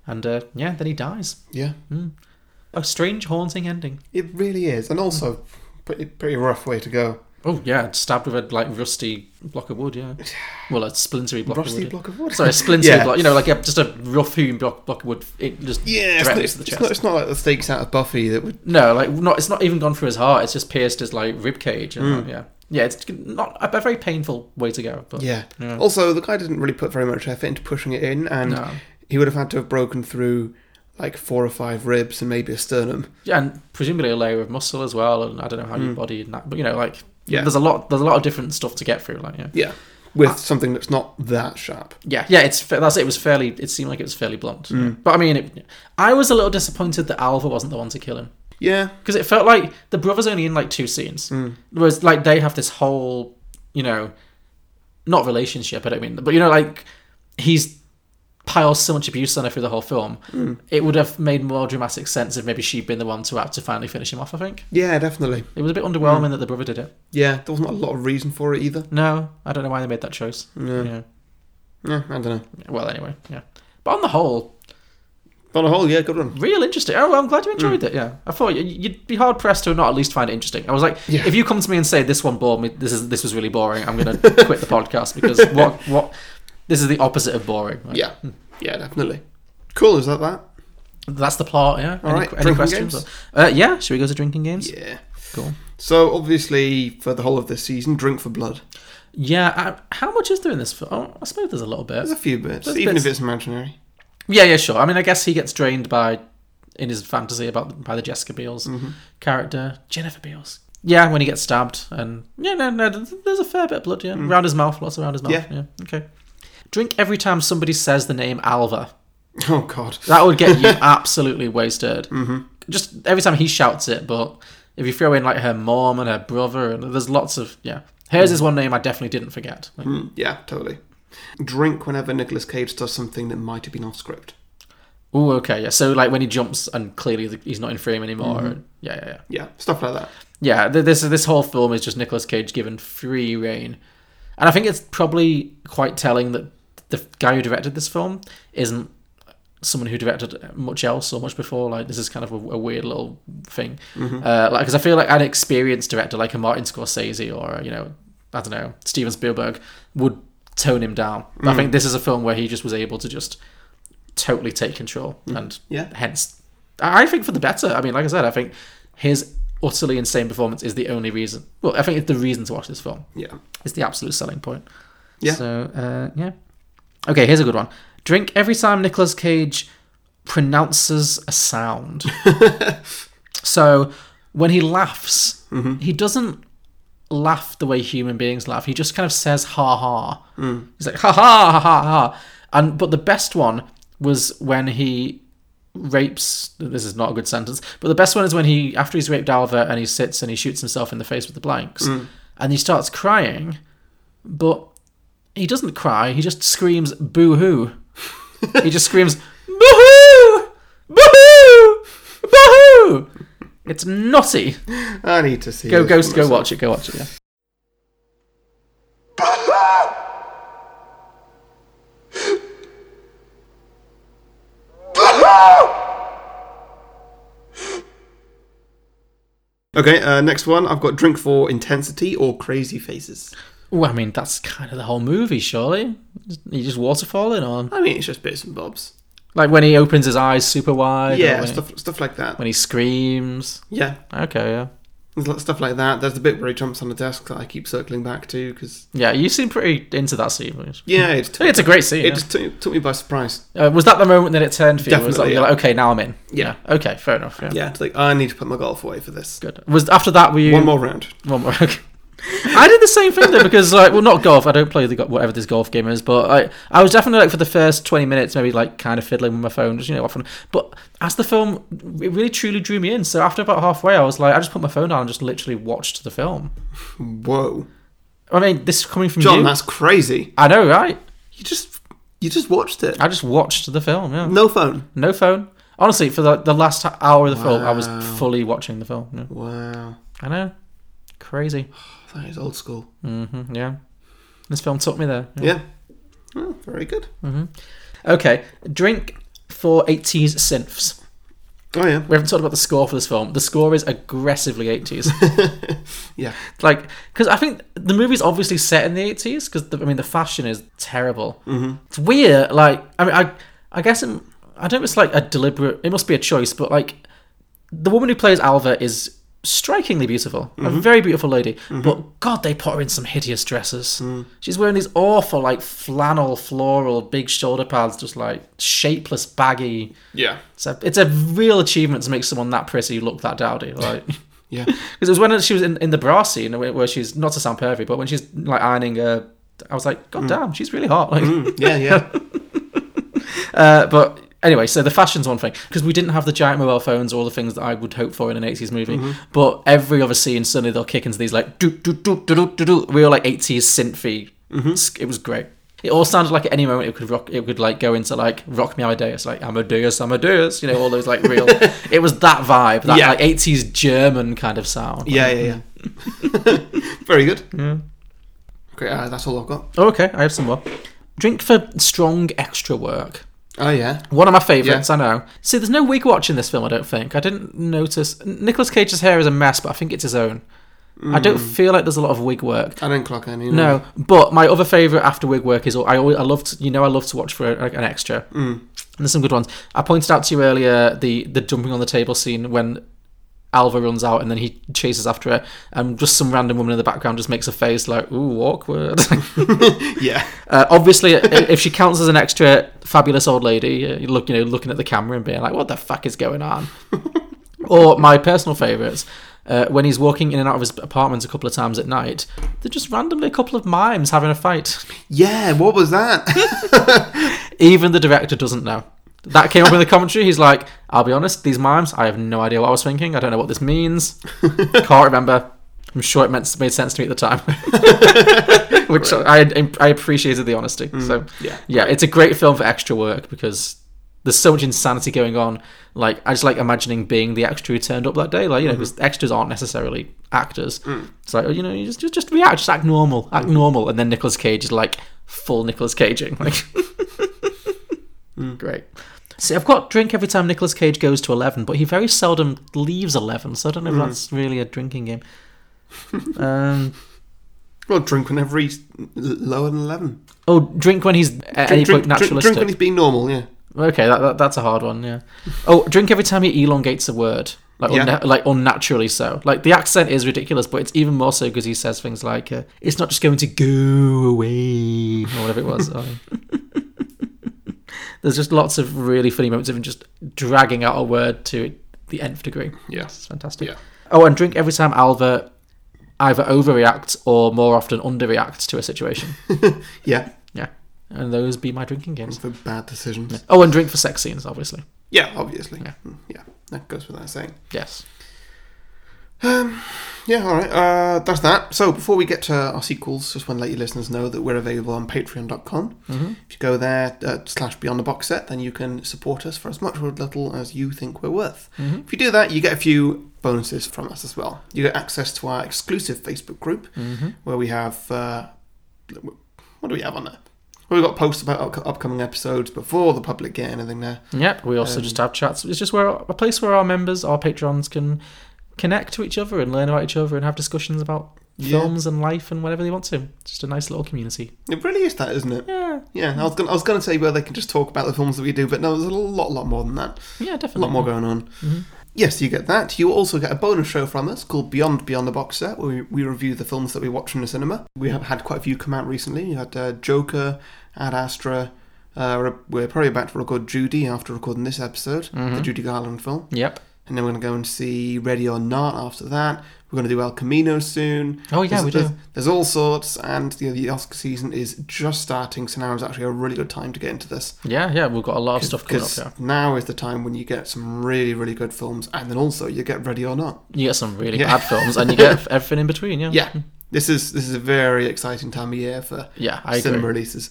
Speaker 2: And uh, yeah, then he dies.
Speaker 1: Yeah.
Speaker 2: A strange, haunting ending.
Speaker 1: It really is, and also pretty pretty rough way to go.
Speaker 2: Oh yeah, stabbed with a like rusty block of
Speaker 1: [SIGHS]
Speaker 2: wood. Yeah, well, a splintery block.
Speaker 1: Rusty
Speaker 2: of wood, yeah.
Speaker 1: block of wood?
Speaker 2: Sorry, a splintery
Speaker 1: [LAUGHS] Yeah.
Speaker 2: block. You know, like a, just a rough hewn block, block of wood. It just
Speaker 1: Yeah, it's not,
Speaker 2: directly to
Speaker 1: it's,
Speaker 2: the
Speaker 1: it's
Speaker 2: chest.
Speaker 1: not, it's not like the stakes out of Buffy that would.
Speaker 2: No, like not. It's not even gone through his heart. It's just pierced his like rib cage.
Speaker 1: Hmm.
Speaker 2: And, like, yeah, yeah. It's not a very painful way to go. But
Speaker 1: Yeah. Also, the guy didn't really put very much effort into pushing it in, and
Speaker 2: No.
Speaker 1: he would have had to have broken through like four or five ribs and maybe a sternum.
Speaker 2: yeah, and presumably a layer of muscle as well. And I don't know how your body and that, but you know, like
Speaker 1: Hmm. Yeah.
Speaker 2: there's a lot. There's a lot of different stuff to get through. Like yeah, Ah.
Speaker 1: Yeah. With something that's not that sharp.
Speaker 2: yeah, yeah. It's fa- that's it. it was fairly. It seemed like it was fairly blunt.
Speaker 1: Hmm.
Speaker 2: But I mean, it, I was a little disappointed that Alva wasn't the one to kill him.
Speaker 1: Yeah.
Speaker 2: because it felt like the brothers only in like two scenes, whereas like they have this whole, you know, not relationship. I don't mean, but you know, like he's piles so much abuse on her through the whole film. It would have made more dramatic sense if maybe she'd been the one to have to finally finish him off. I think
Speaker 1: Yeah, definitely.
Speaker 2: it was a bit underwhelming that the brother did it.
Speaker 1: Yeah, there wasn't a lot of reason for it either.
Speaker 2: No, I don't know why they made that choice. Yeah.
Speaker 1: Yeah, I don't know.
Speaker 2: Well, anyway, yeah. But on the whole,
Speaker 1: But on the whole, yeah, good one.
Speaker 2: real interesting. Oh, well, I'm glad you
Speaker 1: Hmm.
Speaker 2: enjoyed it. Yeah, I thought y- you'd be hard pressed to not at least find it interesting. I was like,
Speaker 1: Yeah.
Speaker 2: if you come to me and say this one bored me, this is this was really boring. I'm
Speaker 1: [LAUGHS]
Speaker 2: gonna quit the podcast because what what this is the opposite of boring. right?
Speaker 1: Yeah. Hmm. Yeah, definitely. Cool, is that that?
Speaker 2: that's the plot. Yeah. any,
Speaker 1: right,
Speaker 2: any
Speaker 1: drinking
Speaker 2: questions?
Speaker 1: games?
Speaker 2: Uh, yeah. Should we go to drinking games?
Speaker 1: Yeah.
Speaker 2: Cool.
Speaker 1: So, obviously, for the whole of this season, Drink for Blood.
Speaker 2: Yeah. I, how much is there in this? fi- Oh, I suppose there's a little bit.
Speaker 1: There's a few bits,
Speaker 2: There's
Speaker 1: even
Speaker 2: bits.
Speaker 1: if it's imaginary. [LAUGHS]
Speaker 2: Yeah. Yeah. Sure. I mean, I guess he gets drained by in his fantasy about by the Jessica Biel's character, Jennifer Beals. Yeah, when he gets stabbed, and yeah, no, no, th- there's a fair bit of blood. Yeah, around his mouth, lots around his mouth.
Speaker 1: Yeah.
Speaker 2: Yeah. okay. Drink every time somebody says the name Alva.
Speaker 1: Oh, God.
Speaker 2: That would get you absolutely wasted. Mm-hmm. Just every time he shouts it, but if you throw in like her mom and her brother, and there's lots of yeah. Hers is one name I definitely didn't forget. Like,
Speaker 1: Yeah, totally. Drink whenever Nicolas Cage does something that might have been off script.
Speaker 2: Oh, okay, yeah. So like when he jumps and clearly the, he's not in frame anymore. and- yeah, yeah, yeah.
Speaker 1: Yeah, stuff like that.
Speaker 2: yeah, th- this this whole film is just Nicolas Cage given free reign, and I think it's probably quite telling that the guy who directed this film isn't someone who directed much else or much before. Like this is kind of a, a weird little thing,
Speaker 1: Mm-hmm.
Speaker 2: uh, like because I feel like an experienced director like a Martin Scorsese or uh, you know I don't know Steven Spielberg would tone him down. But
Speaker 1: Mm.
Speaker 2: I think this is a film where he just was able to just totally take control and
Speaker 1: Mm. Yeah.
Speaker 2: hence I I think for the better. I mean, like I said, I think his utterly insane performance is the only reason. Well, I think it's the reason to watch this film.
Speaker 1: Yeah.
Speaker 2: It's the absolute selling point.
Speaker 1: Yeah.
Speaker 2: So uh, yeah. Okay, here's a good one. Drink every time Nicolas Cage pronounces a sound. so when he laughs, he doesn't laugh the way human beings laugh. He just kind of says ha ha. He's like ha ha ha ha ha. And but the best one was when he rapes this is not a good sentence but the best one is when he after he's raped alva and he sits and he shoots himself in the face with the blanks and he starts crying but he doesn't cry he just screams boo-hoo he just screams boo-hoo boo-hoo boo-hoo it's nutty
Speaker 1: I need to see.
Speaker 2: go go
Speaker 1: this for
Speaker 2: go
Speaker 1: myself.
Speaker 2: watch it go watch it yeah
Speaker 1: Okay, uh, next one. I've got Drink for Intensity or Crazy Faces.
Speaker 2: well i mean that's kind of the whole movie surely he just waterfalling on
Speaker 1: I mean, it's just bits and bobs.
Speaker 2: like when he opens his eyes super wide or
Speaker 1: Yeah,
Speaker 2: when, he-
Speaker 1: stuff, stuff like that.
Speaker 2: when he screams
Speaker 1: Yeah,
Speaker 2: okay yeah
Speaker 1: there's lo- stuff like that. There's the bit where he jumps on the desk that I keep circling back to because
Speaker 2: Yeah, you seem pretty into that scene. Lewis.
Speaker 1: yeah, it's
Speaker 2: I think Mm-hmm. it's a great scene.
Speaker 1: It
Speaker 2: yeah.
Speaker 1: just took, took me by surprise.
Speaker 2: Uh, was that the moment that it turned for you? was that
Speaker 1: Definitely,
Speaker 2: you're
Speaker 1: yeah.
Speaker 2: like, okay, now I'm in.
Speaker 1: Yeah.
Speaker 2: Okay, fair enough. Yeah.
Speaker 1: Yeah, it's like I need to put my golf away for this.
Speaker 2: Good. Was after that were you
Speaker 1: One more round.
Speaker 2: One more. [LAUGHS] Okay. I did the same thing though because like, well, not golf. I don't play the go- whatever this golf game is, but I I was definitely like for the first twenty minutes, maybe like kind of fiddling with my phone, just you know, often. But as the film, it really truly drew me in. So after about halfway, I was like, I just put my phone down and just literally watched the film.
Speaker 1: Whoa,
Speaker 2: I mean, this is coming from
Speaker 1: John,
Speaker 2: you.
Speaker 1: that's crazy.
Speaker 2: I know, right?
Speaker 1: You just you just watched it.
Speaker 2: I just watched the film. Yeah.
Speaker 1: No phone.
Speaker 2: No phone. Honestly, for the, the last hour of the film, I was fully watching the film. yeah.
Speaker 1: Wow,
Speaker 2: I know. Crazy.
Speaker 1: that is old school.
Speaker 2: Mm, Yeah. This film took me there.
Speaker 1: Yeah. Oh,
Speaker 2: Mm.
Speaker 1: very good.
Speaker 2: Okay. Drink for 80s synths.
Speaker 1: Oh yeah,
Speaker 2: We haven't talked about the score for this film. The score is aggressively 80s.
Speaker 1: yeah.
Speaker 2: like because i think the movie's obviously set in the 80s because i mean the fashion is terrible mm-hmm. it's weird like i mean i i guess it, i don't know if it's like a deliberate it must be a choice but like the woman who plays alva is strikingly beautiful a very beautiful lady but god they put her in some hideous dresses she's wearing these awful like flannel floral big shoulder pads just like shapeless baggy
Speaker 1: Yeah.
Speaker 2: it's a, it's a real achievement to make someone that pretty look that dowdy like
Speaker 1: Yeah.
Speaker 2: because it was when she was in, in the bra scene where where she's not to sound pervy, but when she's like ironing her, I was like, God damn, she's really hot. Like,
Speaker 1: Yeah,
Speaker 2: [LAUGHS]
Speaker 1: yeah.
Speaker 2: uh, but anyway, so the fashion's one thing because we didn't have the giant mobile phones or all the things that I would hope for in an eighties movie. But every other scene, suddenly they'll kick into these like do do do do do do do real like eighties synthy. mm It was great. It all sounded like at any moment it could rock. It could like go into like rock me Amadeus, like Amadeus, Amadeus. You know all those like real. it was that vibe, that
Speaker 1: Yeah.
Speaker 2: like eighties German kind of sound.
Speaker 1: Yeah, yeah, yeah. [LAUGHS] Very good. Yeah. Great. Uh, that's all I've got.
Speaker 2: Oh, okay, I have some more. Drink for strong extra work.
Speaker 1: Oh yeah.
Speaker 2: One of my favourites,
Speaker 1: Yeah.
Speaker 2: I know. See, there's no wig watch in this film, I don't think. I didn't notice. Nicholas Cage's hair is a mess, but I think it's his own. I don't feel like there's a lot of wig work.
Speaker 1: I don't clock any.
Speaker 2: No, but my other favourite after wig work is I always I love to, you know I love to watch for like an extra. Mm. And there's some good ones. I pointed out to you earlier the the jumping on the table scene when Alva runs out and then he chases after her, and just some random woman in the background just makes a face like ooh awkward. [LAUGHS]
Speaker 1: Yeah.
Speaker 2: Uh, obviously, [LAUGHS] i- if she counts as an extra fabulous old lady, uh, you look, you know, looking at the camera and being like, "What the fuck is going on?" or my personal favourites, uh, when he's walking in and out of his apartment a couple of times at night, they're just randomly a couple of mimes having a fight.
Speaker 1: Yeah. What was that? [LAUGHS]
Speaker 2: Even the director doesn't know. That came up in the commentary. He's like, "I'll be honest, these mimes, I have no idea what I was thinking. I don't know what this means. Can't remember." I'm sure it meant, made sense to me at the time, which I, I appreciated the honesty. So
Speaker 1: yeah.
Speaker 2: yeah, it's a great film for extra work because there's so much insanity going on. Like I just like imagining being the extra who turned up that day. Like you know, because extras aren't necessarily actors. It's like oh, you know, you just just, just react, just act normal, act normal, and then Nicolas Cage is like full Nicolas Caging. [LAUGHS] Like great. See, I've got drink every time Nicolas Cage goes to eleven, but he very seldom leaves eleven. So I
Speaker 1: Hmm.
Speaker 2: don't know if that's really a drinking game. um,
Speaker 1: well, drink whenever he's l- lower than eleven.
Speaker 2: oh, drink when he's at any
Speaker 1: drink,
Speaker 2: point
Speaker 1: drink,
Speaker 2: naturalistic.
Speaker 1: drink when he's being normal. Yeah.
Speaker 2: Okay, that, that that's a hard one. Yeah. Oh, drink every time he elongates a word, like
Speaker 1: Yeah.
Speaker 2: unna- like unnaturally so. Like the accent is ridiculous, but it's even more so because he says things like, uh, "It's not just going to go away" or whatever
Speaker 1: [LAUGHS]
Speaker 2: it was. Um, There's just lots of really funny moments of him just dragging out a word to the nth degree.
Speaker 1: Yeah.
Speaker 2: it's fantastic.
Speaker 1: Yeah.
Speaker 2: Oh, and drink every time Alva either overreacts or more often underreacts to a [LAUGHS] situation.
Speaker 1: Yeah.
Speaker 2: yeah, and those be my drinking games.
Speaker 1: For bad decisions.
Speaker 2: Oh, and drink for sex scenes, obviously.
Speaker 1: Yeah. Obviously.
Speaker 2: Yeah.
Speaker 1: Mm, yeah. That goes without saying.
Speaker 2: Yes.
Speaker 1: Yeah, all right. Uh, that's that. So before we get to our sequels, just want to let your listeners know that we're available on Patreon.com. If you go there uh, slash Beyond the Box Set, then you can support us for as much or as little as you think we're worth. If you do that, you get a few bonuses from us as well. You get access to our exclusive Facebook group, where we have uh, what do we have on there? Well, we've got posts about up- upcoming episodes before the public get anything there.
Speaker 2: Yep. We also just have chats. It's just where a place where our members, our patrons, can connect to each other and learn about each other and have discussions about films and life and whatever they want to. It's just a nice little community.
Speaker 1: It really is that, isn't it?
Speaker 2: Yeah.
Speaker 1: Yeah, I was gonna, I was going to say where they can just talk about the films that we do, but no, there's a lot, lot more than that.
Speaker 2: Yeah,
Speaker 1: a
Speaker 2: definitely.
Speaker 1: lot more going on.
Speaker 2: Mm-hmm.
Speaker 1: Yes, you get that. You also get a bonus show from us called Beyond Beyond the Box Set, where we, we review the films that we watch in the cinema. We have had quite a few come out recently. You had uh, Joker, Ad Astra. Uh, we're- we're probably about to record Judy after recording this episode,
Speaker 2: Mm-hmm.
Speaker 1: the Judy Garland film.
Speaker 2: Yep.
Speaker 1: And then we're going to go and see Ready or Not after that. We're going to do El Camino soon.
Speaker 2: Oh, yeah,
Speaker 1: there's,
Speaker 2: we
Speaker 1: there's,
Speaker 2: do.
Speaker 1: There's all sorts, and you know, the Oscar season is just starting, so now is actually a really good time to get into this.
Speaker 2: Yeah, yeah. We've got a lot of stuff coming up.
Speaker 1: Because
Speaker 2: Yeah.
Speaker 1: now is the time when you get some really, really good films, and then also you get Ready or Not.
Speaker 2: You get some really
Speaker 1: Yeah.
Speaker 2: bad films,
Speaker 1: [LAUGHS]
Speaker 2: and you get everything in between. Yeah.
Speaker 1: Yeah, this is this is a very exciting time of year for
Speaker 2: Yeah, I
Speaker 1: cinema
Speaker 2: agree.
Speaker 1: releases.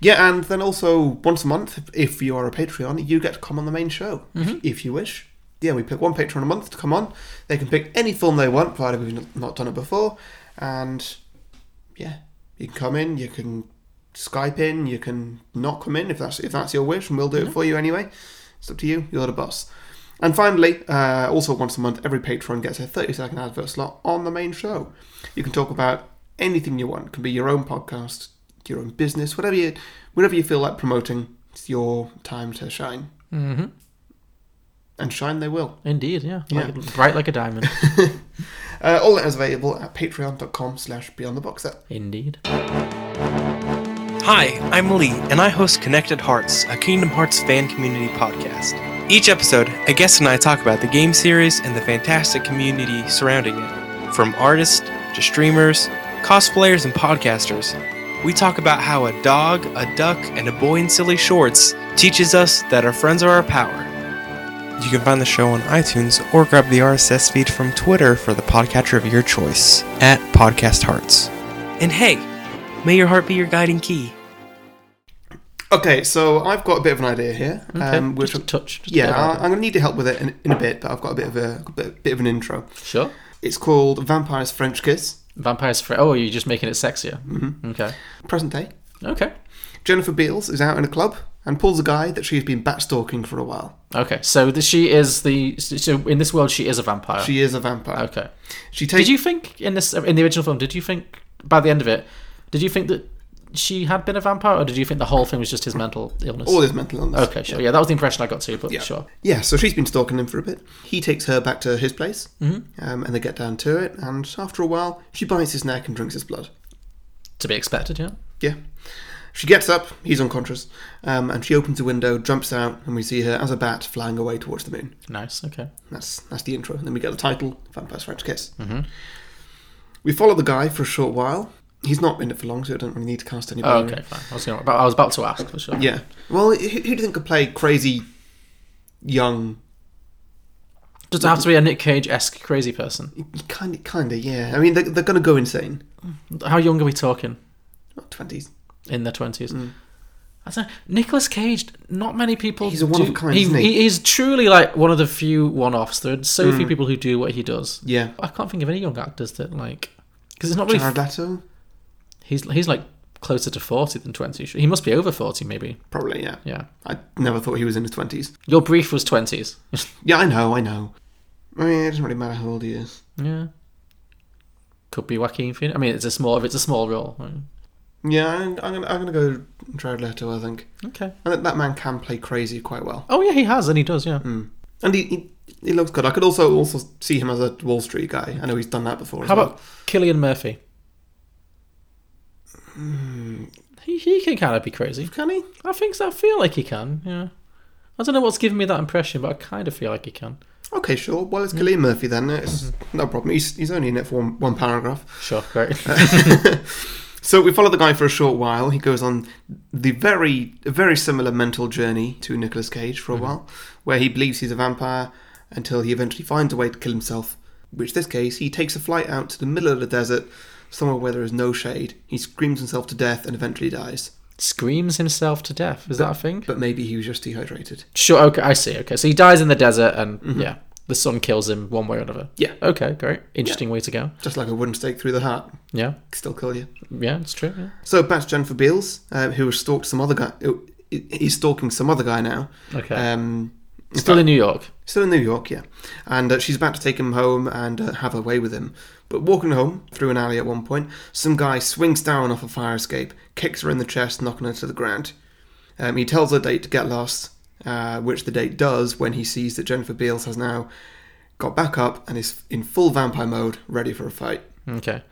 Speaker 1: Yeah, and then also once a month, if- if you are a Patreon, you get to come on the main show
Speaker 2: Mm-hmm.
Speaker 1: if, if you wish. Yeah, we pick one Patreon a month to come on. They can pick any film they want, provided we've not- not done it before. And yeah, you can come in, you can Skype in, you can not come in if that's if that's your wish, and we'll do it for you anyway. It's up to you. You're the boss. And finally, uh, also once a month, every patron gets a 30 second advert slot on the main show. You can talk about anything you want. It can be your own podcast, your own business, whatever you, whatever you feel like promoting. It's your time to shine. Mm-hmm. And shine they will.
Speaker 2: Indeed, yeah. Like-
Speaker 1: Yeah.
Speaker 2: bright like
Speaker 1: [LAUGHS]
Speaker 2: a diamond.
Speaker 1: Uh, all that is available at patreon.com slash beyond the box set.
Speaker 2: Indeed.
Speaker 9: Hi, I'm Lee, and I host Connected Hearts, a Kingdom Hearts fan community podcast. Each episode, a guest and I talk about the game series and the fantastic community surrounding it. From artists to streamers, cosplayers, and podcasters, we talk about how a dog, a duck, and a boy in silly shorts teaches us that our friends are our power. You can find the show on iTunes or grab the RSS feed from Twitter for the podcatcher of your choice at Podcast Hearts. And hey, may your heart be your guiding key.
Speaker 1: Okay, so I've got a bit of an idea here. um, which
Speaker 2: just a touch, just a
Speaker 1: yeah,
Speaker 2: bit of an
Speaker 1: I, I'm
Speaker 2: idea.
Speaker 1: going to need your help with it in, in a bit, but I've got a bit of a, a bit, bit of an intro.
Speaker 2: Sure.
Speaker 1: It's called Vampire's French Kiss,
Speaker 2: Vampires for Oh, you're just making it sexier. Mm-hmm. Okay.
Speaker 1: present day.
Speaker 2: Okay.
Speaker 1: Jennifer Beals is out in a club and pulls a guy that she's been bat stalking for a while.
Speaker 2: Okay. So the, she is the so in this world she is a vampire.
Speaker 1: She is a vampire.
Speaker 2: okay.
Speaker 1: She takes.
Speaker 2: Did you think in this in the original film? Did you think by the end of it? Did you think that she had been a vampire, or did you think the whole thing was just his mental illness?
Speaker 1: all this mental illness?
Speaker 2: okay, sure. Yeah, that was the impression I got too. But
Speaker 1: Yeah.
Speaker 2: sure.
Speaker 1: Yeah, so she's been stalking him for a bit. He takes her back to his place,
Speaker 2: Mm-hmm.
Speaker 1: um, and they get down to it. And after a while, she bites his neck and drinks his blood.
Speaker 2: To be expected, yeah.
Speaker 1: Yeah. She gets up, he's unconscious, um, and she opens a window, jumps out, and we see her as a bat flying away towards the moon.
Speaker 2: Nice. Okay.
Speaker 1: That's that's the intro. And then we get the title, Vampire's French Kiss. Mm-hmm. We follow the guy for a short while. He's not in it for long, so I don't really need to cast anybody.
Speaker 2: Oh, okay. Fine. I was, gonna, about, I was about to ask for sure.
Speaker 1: Um, Yeah. Well, who, who do you think could play crazy, young,
Speaker 2: Does it have to be a Nick Cage esque crazy person?
Speaker 1: kind of, kind of, yeah. I mean, they're, they're going to go insane.
Speaker 2: How young are we talking?
Speaker 1: Not 20s.
Speaker 2: in their twenties.
Speaker 1: Mm.
Speaker 2: I don't Nicholas Cage. Not many people.
Speaker 1: He's a one
Speaker 2: do-
Speaker 1: of a kind, isn't he? Mm.
Speaker 2: He's truly like one of the few one-offs. There are so few people who do what he does.
Speaker 1: Yeah.
Speaker 2: I can't think of any young actors that like because it's not really.
Speaker 1: Jared Leto?
Speaker 2: He's he's like closer to forty than twenty. He must be over forty, maybe.
Speaker 1: Probably, yeah.
Speaker 2: Yeah.
Speaker 1: I never thought he was in his 20s.
Speaker 2: Your brief was twenties. [LAUGHS]
Speaker 1: Yeah, I know, I know. I mean, it doesn't really matter how old he is.
Speaker 2: yeah. Could be Joaquin Phoenix. I mean, it's a small. If it's a small role.
Speaker 1: Yeah, I'm, I'm gonna I'm gonna go Jared Leto. I think.
Speaker 2: Okay.
Speaker 1: I think that man can play crazy quite well,
Speaker 2: Oh yeah, he has, and he does.
Speaker 1: Mm.
Speaker 2: Yeah.
Speaker 1: and he, he he looks good. I could also also see him as a Wall Street guy. I know he's done that before. As
Speaker 2: How
Speaker 1: well.
Speaker 2: about Killian Murphy?
Speaker 1: mm.
Speaker 2: He, he can kind of be crazy.
Speaker 1: can he?
Speaker 2: I think so. I feel like he can. Yeah. I don't know what's giving me that impression, but I kind of feel like he can.
Speaker 1: Okay, sure. Well,
Speaker 2: Hmm.
Speaker 1: it's Killian Murphy then. It's
Speaker 2: Mm-hmm.
Speaker 1: no problem. He's he's only in it for one, one paragraph.
Speaker 2: Sure, great.
Speaker 1: So we follow the guy for a short while. He goes on the very very similar mental journey to Nicolas Cage for a while, where he believes he's a vampire until he eventually finds a way to kill himself. Which this case, he takes a flight out to the middle of the desert, somewhere where there is no shade. He screams himself to death and eventually dies.
Speaker 2: [LAUGHS] Screams himself to death. Is that a thing?
Speaker 1: But maybe he was just dehydrated.
Speaker 2: Sure. Okay, I see. Okay, so he dies in the desert, and yeah, the sun kills him one way or another.
Speaker 1: Mm-hmm. Yeah.
Speaker 2: Okay, great. Interesting way to go.
Speaker 1: Just like a wooden stake through the heart,
Speaker 2: Yeah.
Speaker 1: still kill you.
Speaker 2: Yeah, it's true. Yeah.
Speaker 1: So back to Jennifer Beals, uh, who has stalked some other guy. who- He's stalking some other guy now.
Speaker 2: Okay.
Speaker 1: Um,
Speaker 2: Still in New York.
Speaker 1: Still in New York, yeah. And uh, she's about to take him home and uh, have her way with him. But walking home through an alley at one point, some guy swings down off a fire escape, kicks her in the chest, knocking her to the ground. Um, he tells the date to get lost, uh, which the date does when he sees that Jennifer Beals has now got back up and is in full vampire mode, ready for a fight.
Speaker 2: Okay.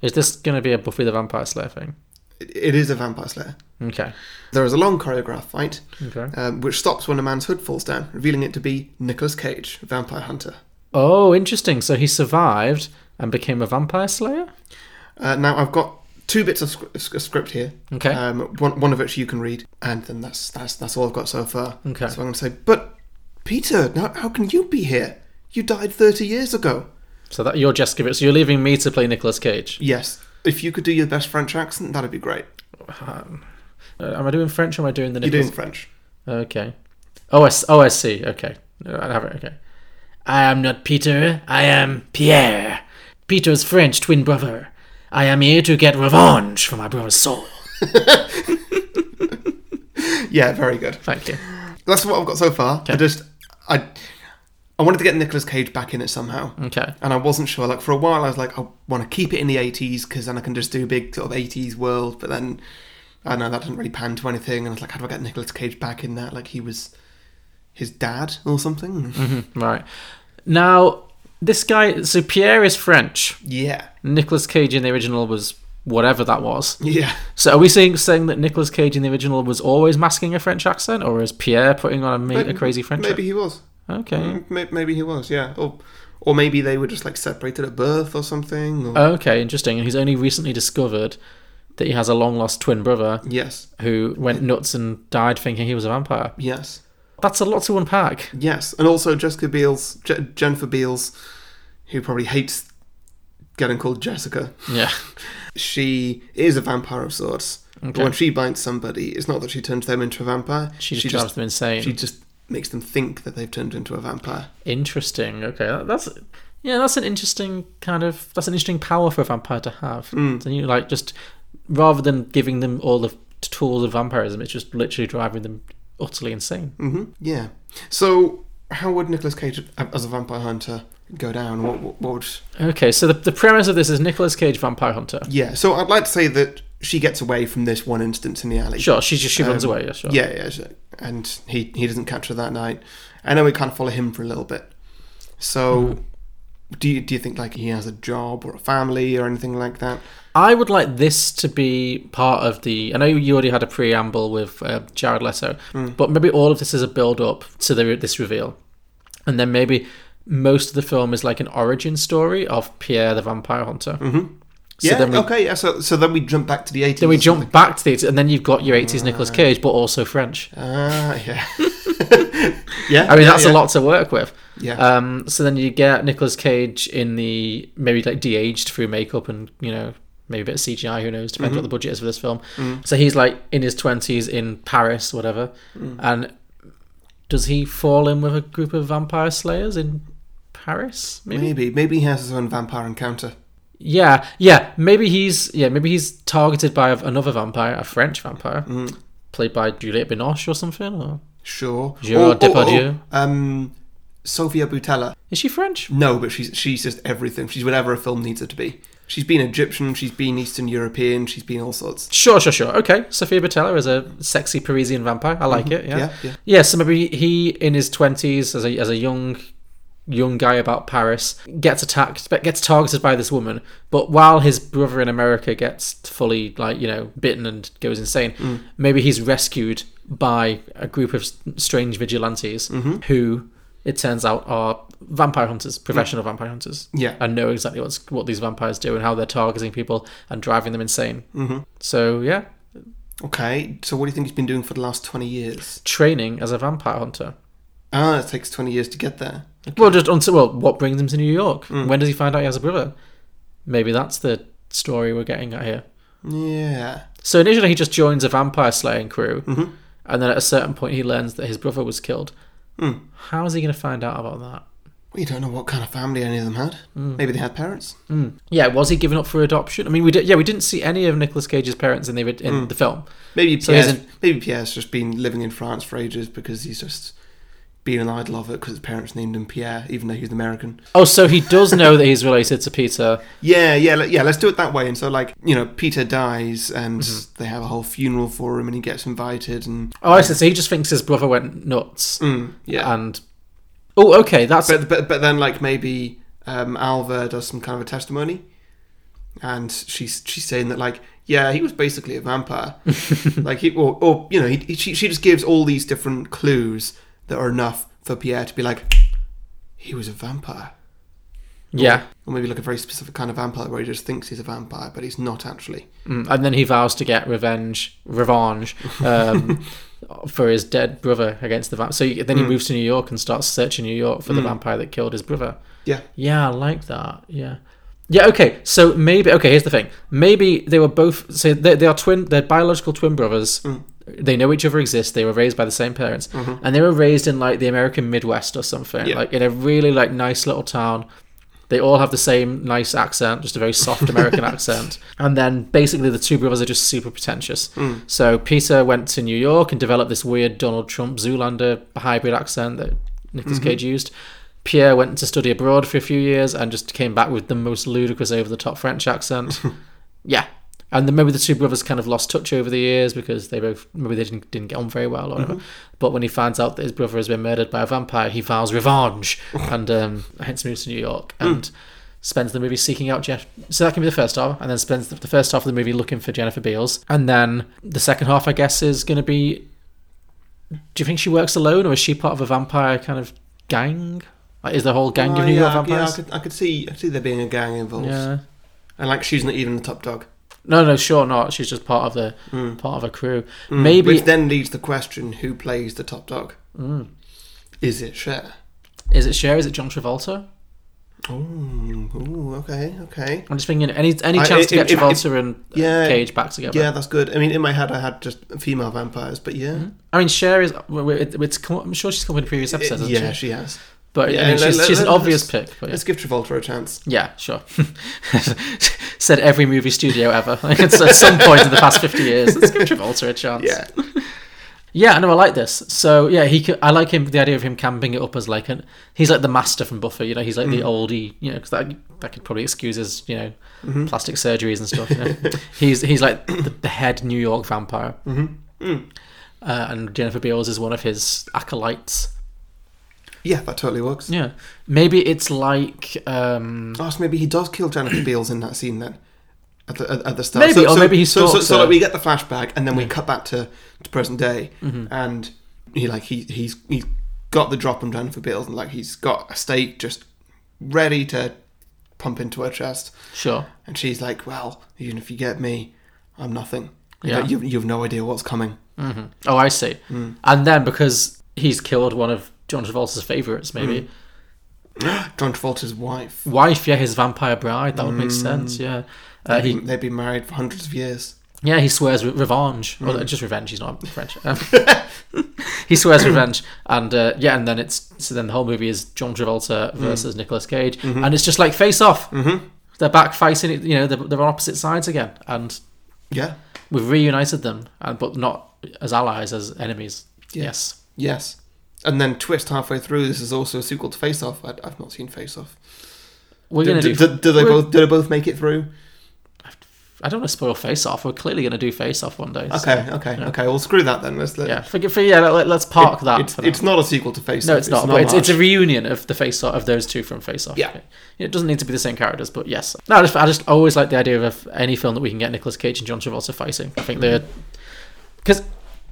Speaker 2: Is this going to be a Buffy the Vampire Slayer thing?
Speaker 1: It, it is a vampire slayer.
Speaker 2: Okay.
Speaker 1: There is a long choreographed fight,
Speaker 2: Okay.
Speaker 1: um, which stops when a man's hood falls down, revealing it to be Nicolas Cage, vampire hunter.
Speaker 2: Oh, interesting. So he survived and became a vampire slayer?
Speaker 1: Uh, now I've got two bits of scr- sc- script here.
Speaker 2: Okay.
Speaker 1: Um, one, one of which you can read, and then that's that's that's all I've got so far.
Speaker 2: Okay.
Speaker 1: So I'm going to say, but Peter, now how can you be here? You died 30 years ago.
Speaker 2: So that you're Jessica Biel. So you're leaving me to play Nicolas Cage.
Speaker 1: Yes. If you could do your best French accent, that'd be great.
Speaker 2: Uh, am I doing French or am I doing the
Speaker 1: You're
Speaker 2: Nicolas?
Speaker 1: doing French.
Speaker 2: Okay. Oh, I, s- oh, I see. Okay. No, I have it. Okay. I am not Peter. I am Pierre. Peter's French twin brother. I am here to get revenge for my brother's soul.
Speaker 1: Yeah, very good.
Speaker 2: Thank you.
Speaker 1: That's what I've got so far. I just, I, I wanted to get Nicolas Cage back in it somehow.
Speaker 2: Okay.
Speaker 1: And I wasn't sure. Like for a while, I was like, I want to keep it in the '80s because then I can just do big sort of '80s world. But then I don't know that didn't really pan to anything. And I was like, how do I get Nicolas Cage back in that? Like he was his dad or something.
Speaker 2: Mm-hmm. Right. Now, this guy, so Pierre is French.
Speaker 1: Yeah,
Speaker 2: Nicolas Cage in the original was whatever that was.
Speaker 1: yeah.
Speaker 2: So are we saying, saying that Nicolas Cage in the original was always masking a French accent, or is Pierre putting on a, ma- a crazy French
Speaker 1: Maybe Mm. he was.
Speaker 2: accent? Okay.
Speaker 1: May- Maybe he was. Yeah. Or or maybe they were just like separated at birth or something. Or...
Speaker 2: Okay, interesting. And he's only recently discovered that he has a long lost twin brother
Speaker 1: yes.
Speaker 2: who went nuts and died thinking he was a vampire.
Speaker 1: Yes.
Speaker 2: That's a lot
Speaker 1: [LAUGHS]
Speaker 2: to unpack.
Speaker 1: Yes, and also Jessica Beals, Je- Jennifer Beals, who probably hates getting called Jessica.
Speaker 2: Yeah.
Speaker 1: She is a vampire of sorts. But when she bites somebody, it's not that she turns them into a vampire.
Speaker 2: She just drives them insane.
Speaker 1: She just makes them think that they've turned into a vampire.
Speaker 2: Interesting. Okay, that- that's yeah, that's an interesting kind of that's an interesting power for a vampire to have.
Speaker 1: Mm.
Speaker 2: So you like just rather than giving them all the tools of vampirism, it's just literally driving them utterly insane.
Speaker 1: Yeah. So how would Nicolas Cage uh, as a vampire hunter go down? What, what, what would?
Speaker 2: Okay, so the, the premise of this is Nicolas Cage vampire hunter.
Speaker 1: Yeah. So I'd like to say that she gets away from this one instance in the alley.
Speaker 2: Sure, she just she runs away. Yeah, sure.
Speaker 1: Um, Yeah, yeah, so- and he he doesn't catch her that night, and then we kind of follow him for a little bit. So,
Speaker 2: Hmm.
Speaker 1: do you do you think like he has a job or a family or anything like that?
Speaker 2: I would like this to be part of the. I know you already had a preamble with uh, Jared Leto,
Speaker 1: Mm.
Speaker 2: but maybe all of this is a build up to the, this reveal. And then maybe most of the film is like an origin story of Pierre the Vampire Hunter. Mm-hmm. So
Speaker 1: yeah.
Speaker 2: then we,
Speaker 1: okay. Yeah. So so then we jump back to the eighties.
Speaker 2: Then we jump back to the 80s, and then you've got your 80s Nicolas Cage, but also French.
Speaker 1: Ah,
Speaker 2: [LAUGHS]
Speaker 1: yeah. yeah.
Speaker 2: I mean,
Speaker 1: yeah,
Speaker 2: that's
Speaker 1: yeah.
Speaker 2: a lot to work with.
Speaker 1: Yeah.
Speaker 2: Um, so then you get Nicolas Cage in the maybe like de-aged through makeup and you know maybe a bit of CGI. Who knows?
Speaker 1: Mm-hmm.
Speaker 2: Depends what the budget is for this film. So he's like in his twenties in Paris, whatever.
Speaker 1: Mm.
Speaker 2: And does he fall in with a group of vampire slayers in Paris? Maybe.
Speaker 1: Maybe maybe he has his own vampire encounter.
Speaker 2: Yeah, yeah. Maybe he's yeah. Maybe he's targeted by another vampire, a French vampire,
Speaker 1: Mm.
Speaker 2: played by Juliette Binoche or something. Or
Speaker 1: Sure.
Speaker 2: Gerard Depardieu.
Speaker 1: um, Sophia Boutella.
Speaker 2: is she French?
Speaker 1: No, but she's she's just everything. She's whatever a film needs her to be. She's been Egyptian. She's been Eastern European. She's been all sorts.
Speaker 2: Sure, sure, sure. Okay, Sophia Botella is a sexy Parisian vampire. I like it. Yeah.
Speaker 1: Mm-hmm. Yeah, yeah.
Speaker 2: So maybe he, in his twenties, as a as a young young guy about Paris, gets attacked, but gets targeted by this woman. But while his brother in America gets fully like you know bitten and goes insane, maybe he's rescued by a group of s- strange vigilantes who. It turns out are vampire hunters, professional vampire hunters,
Speaker 1: Yeah.
Speaker 2: and know exactly what's what these vampires do and how they're targeting people and driving them insane. So yeah,
Speaker 1: Okay, so what do you think he's been doing for the last 20 years?
Speaker 2: training as a vampire hunter.
Speaker 1: Ah, it takes 20 years to get there.
Speaker 2: Well, just until well, what brings him to New York? When does he find out he has a brother? Maybe that's the story we're getting at here.
Speaker 1: Yeah.
Speaker 2: So initially, he just joins a vampire slaying crew, and then at a certain point, he learns that his brother was killed. Hmm. How is he going to find out about that?
Speaker 1: We don't know what kind of family any of them had.
Speaker 2: Hmm.
Speaker 1: Maybe they had parents.
Speaker 2: Yeah, was he given up for adoption? I mean, we did. Yeah, we didn't see any of Nicolas Cage's parents in the in the film.
Speaker 1: Maybe
Speaker 2: So
Speaker 1: Pierre's,
Speaker 2: isn't-
Speaker 1: maybe Pierre's just been living in France for ages because he's just been an idol of it because his parents named him Pierre, even though he's American.
Speaker 2: Oh, so he does know that he's related to Peter.
Speaker 1: Yeah, yeah, le- yeah, let's do it that way. And so, like, you know, Peter dies and
Speaker 2: Mm-hmm.
Speaker 1: they have a whole funeral for him and he gets invited and,
Speaker 2: [LAUGHS] Oh, I Hmm. see. So he just thinks his brother went nuts,
Speaker 1: yeah.
Speaker 2: and oh, okay, that's
Speaker 1: But, but but then like maybe um, Alva does some kind of a testimony, and she's she's saying that like yeah he was basically a vampire, like he or, or you know he, he- she she just gives all these different clues that are enough for Pierre to be like he was a vampire
Speaker 2: yeah.
Speaker 1: or maybe like a very specific kind of vampire where he just thinks he's a vampire but he's not actually.
Speaker 2: and then he vows to get revenge, revenge, um, for his dead brother against the vampire. So he- then he moves to New York and starts searching New York for the vampire that killed his brother.
Speaker 1: Yeah.
Speaker 2: Yeah, I like that. Yeah. Yeah, okay. So maybe okay, here's the thing. Maybe they were both so they, they are twin they're biological twin brothers. They know each other exists. They were raised by the same parents. And they were raised in like the American Midwest or something.
Speaker 1: Yeah.
Speaker 2: Like in a really like nice little town. They all have the same nice accent, just a very soft American accent. And then basically the two brothers are just super pretentious. So Peter went to New York and developed this weird Donald Trump Zoolander hybrid accent that Nicolas Cage used. Pierre went to study abroad for a few years and just came back with the most ludicrous over the top French accent. yeah. And then maybe the two brothers kind of lost touch over the years because they both maybe they didn't, didn't get on very well or whatever.
Speaker 1: Mm-hmm.
Speaker 2: But when he finds out that his brother has been murdered by a vampire, he vows revenge
Speaker 1: [LAUGHS]
Speaker 2: and um, hence moves to New York
Speaker 1: Hmm.
Speaker 2: and spends the movie seeking out Jeff. So that can be the first half, and then spends the- the first half of the movie looking for Jennifer Beals, and then the second half, I guess, is going to be do you think she works alone, or is she part of a vampire kind of gang? Like, is the whole gang
Speaker 1: Oh,
Speaker 2: of New York
Speaker 1: yeah, I- yeah, I
Speaker 2: vampires?
Speaker 1: could, I could see, I could see there being a gang involved.
Speaker 2: Yeah.
Speaker 1: And like she's not even the top dog.
Speaker 2: No, no, sure not. She's just part of the
Speaker 1: Hmm.
Speaker 2: part of a crew. Maybe
Speaker 1: Which then leads to the question: Who plays the top dog? Is it Cher?
Speaker 2: is it Cher? Is it John Travolta?
Speaker 1: Ooh, okay, okay.
Speaker 2: I'm just thinking any any
Speaker 1: I-
Speaker 2: chance to
Speaker 1: if-
Speaker 2: get
Speaker 1: if-
Speaker 2: Travolta and uh,
Speaker 1: yeah,
Speaker 2: Cage back together.
Speaker 1: Yeah, that's good. I mean, in my head, I had just female vampires, but yeah,
Speaker 2: I mean, Cher is. It's, come I'm sure she's come in previous
Speaker 1: It-
Speaker 2: episodes.
Speaker 1: yeah,
Speaker 2: hasn't
Speaker 1: she has.
Speaker 2: But
Speaker 1: Yeah,
Speaker 2: I mean,
Speaker 1: let-
Speaker 2: she's,
Speaker 1: let-
Speaker 2: she's an
Speaker 1: let-
Speaker 2: obvious
Speaker 1: let's-
Speaker 2: pick. But yeah.
Speaker 1: Let's give Travolta a chance.
Speaker 2: yeah, sure. [LAUGHS] Said every movie studio ever. [LAUGHS] Like it's at some point in the past fifty years. Let's give Travolta a chance.
Speaker 1: Yeah,
Speaker 2: yeah. No, I like this. So yeah, he. Could, I like him. The idea of him camping it up as like an. He's like the master from Buffy. You know, he's like the oldie. You know, because that that could probably excuse his you know plastic surgeries and stuff. You know, [LAUGHS] he's he's like the, the head New York vampire. Mm-hmm. Uh, and Jennifer Beals is one of his acolytes.
Speaker 1: yeah, that totally works.
Speaker 2: Yeah, maybe it's like um,
Speaker 1: Oh, so maybe he does kill
Speaker 2: [CLEARS THROAT]
Speaker 1: Jennifer Beals in that scene then. At the, at, at the start.
Speaker 2: Maybe,
Speaker 1: so,
Speaker 2: or
Speaker 1: so-
Speaker 2: maybe he
Speaker 1: so, so,
Speaker 2: stalks
Speaker 1: so
Speaker 2: her.
Speaker 1: like we get the flashback and then we cut back to, to present day
Speaker 2: Mm-hmm.
Speaker 1: and he like he he's he's got the drop on Jennifer Beals and like he's got a stake just ready to pump into her chest
Speaker 2: sure.
Speaker 1: and she's like, Well, even if you get me, I'm nothing.
Speaker 2: Yeah.
Speaker 1: Yeah. You you've no idea what's
Speaker 2: [GASPS]
Speaker 1: coming.
Speaker 2: Oh, I see.
Speaker 1: Hmm.
Speaker 2: And then because he's killed one of John Travolta's favorites, maybe
Speaker 1: John Travolta's wife.
Speaker 2: wife, yeah, his vampire bride. That would make
Speaker 1: Hmm.
Speaker 2: sense. Yeah, uh, he
Speaker 1: They've been married for hundreds of
Speaker 2: [LAUGHS]
Speaker 1: years.
Speaker 2: yeah he swears re- revenge
Speaker 1: Hmm.
Speaker 2: or just revenge. He's not French. Um, [LAUGHS]
Speaker 1: [COUGHS]
Speaker 2: he swears revenge, and uh, yeah, and then it's so then the whole movie is John Travolta
Speaker 1: Hmm.
Speaker 2: versus Nicolas Cage, and it's just like face off. Mm-hmm. They're back fighting. it- You know, they're, they're on opposite sides again, and
Speaker 1: Yeah.
Speaker 2: we've reunited them, and but not as allies as enemies. Yes.
Speaker 1: Yes. And then twist halfway through, this is also a sequel to Face Off. I, I've not seen Face Off.
Speaker 2: We're
Speaker 1: Do,
Speaker 2: gonna
Speaker 1: do,
Speaker 2: do.
Speaker 1: do, do they
Speaker 2: we're-
Speaker 1: both do they both make it through?
Speaker 2: I don't want to spoil Face Off. We're clearly going to do Face Off one day. so-
Speaker 1: Okay, okay, okay. Well, screw that then. Let's let,
Speaker 2: Yeah. Forget. For, yeah. Let, us park that.
Speaker 1: It's,
Speaker 2: for now.
Speaker 1: it's not a sequel to Face Off.
Speaker 2: no, it's not. but it's, it's a
Speaker 1: much.
Speaker 2: reunion of the Face Off of those two from Face Off.
Speaker 1: Yeah.
Speaker 2: It doesn't need to be the same characters, but yes. No, I just, I just always like the idea of any film that we can get Nicolas Cage and John Travolta fighting. I think they're because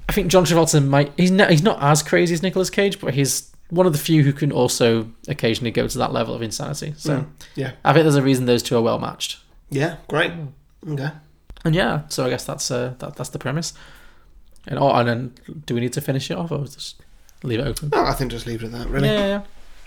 Speaker 2: I think John Travolta might he's not, he's not as crazy as Nicolas Cage, but he's one of the few who can also occasionally go to that level of insanity. So
Speaker 1: yeah,
Speaker 2: I think there's a reason those two are well matched.
Speaker 1: yeah. Great. Okay.
Speaker 2: And yeah, so I guess that's uh, that, that's the premise. And oh, and then do we need to finish it off or just leave it open?
Speaker 1: No, I think just leave it at that. Really.
Speaker 2: Yeah,
Speaker 1: Yeah.
Speaker 2: yeah,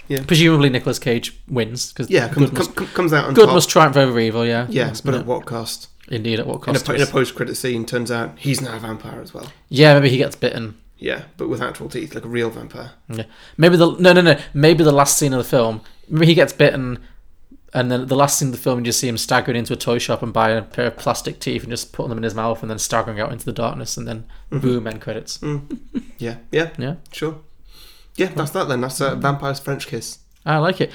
Speaker 2: yeah.
Speaker 1: Yeah.
Speaker 2: Presumably Nicolas Cage wins because
Speaker 1: comes,
Speaker 2: good, must,
Speaker 1: com, com, comes out on
Speaker 2: good
Speaker 1: top.
Speaker 2: must triumph over evil. Yeah.
Speaker 1: Yes, but
Speaker 2: Yeah.
Speaker 1: at what cost?
Speaker 2: indeed, at what
Speaker 1: In a,
Speaker 2: cost?
Speaker 1: po- in a
Speaker 2: to us.
Speaker 1: post-credit scene, turns out he's now a vampire as well.
Speaker 2: yeah, maybe he gets bitten.
Speaker 1: Yeah, but with actual teeth, like a real vampire.
Speaker 2: Yeah. Maybe the no, no, no. Maybe the last scene of the film, maybe he gets bitten, and then the last scene of the film, you just see him staggering into a toy shop and buying a pair of plastic teeth and just putting them in his mouth and then staggering out into the darkness and then
Speaker 1: Mm-hmm.
Speaker 2: boom, end credits.
Speaker 1: Mm. Yeah, yeah,
Speaker 2: Yeah.
Speaker 1: sure. Yeah, that's that then. That's uh, vampire's French kiss.
Speaker 2: I like it.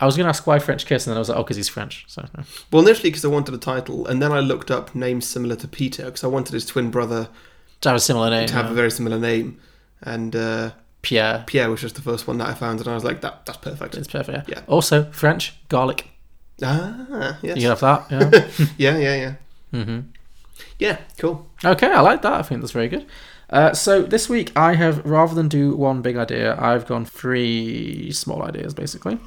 Speaker 2: I was going to ask why French kiss, and then I was like, oh, because he's French. So no.
Speaker 1: Well, initially because I wanted a title, and then I looked up names similar to Peter because I wanted his twin brother
Speaker 2: to have a similar name,
Speaker 1: to have
Speaker 2: yeah.
Speaker 1: a very similar name, and uh,
Speaker 2: Pierre.
Speaker 1: Pierre was just the first one that I found, and I was like, that that's perfect.
Speaker 2: It's perfect. Yeah.
Speaker 1: Yeah.
Speaker 2: Also French garlic.
Speaker 1: Ah, yes.
Speaker 2: You can have that. [LAUGHS] Yeah.
Speaker 1: [LAUGHS] yeah, yeah, yeah. Mm-hmm. Yeah, cool.
Speaker 2: okay, I like that. I think that's very good. Uh, so this week I have rather than do one big idea, I've gone three small ideas [SIGHS] basically.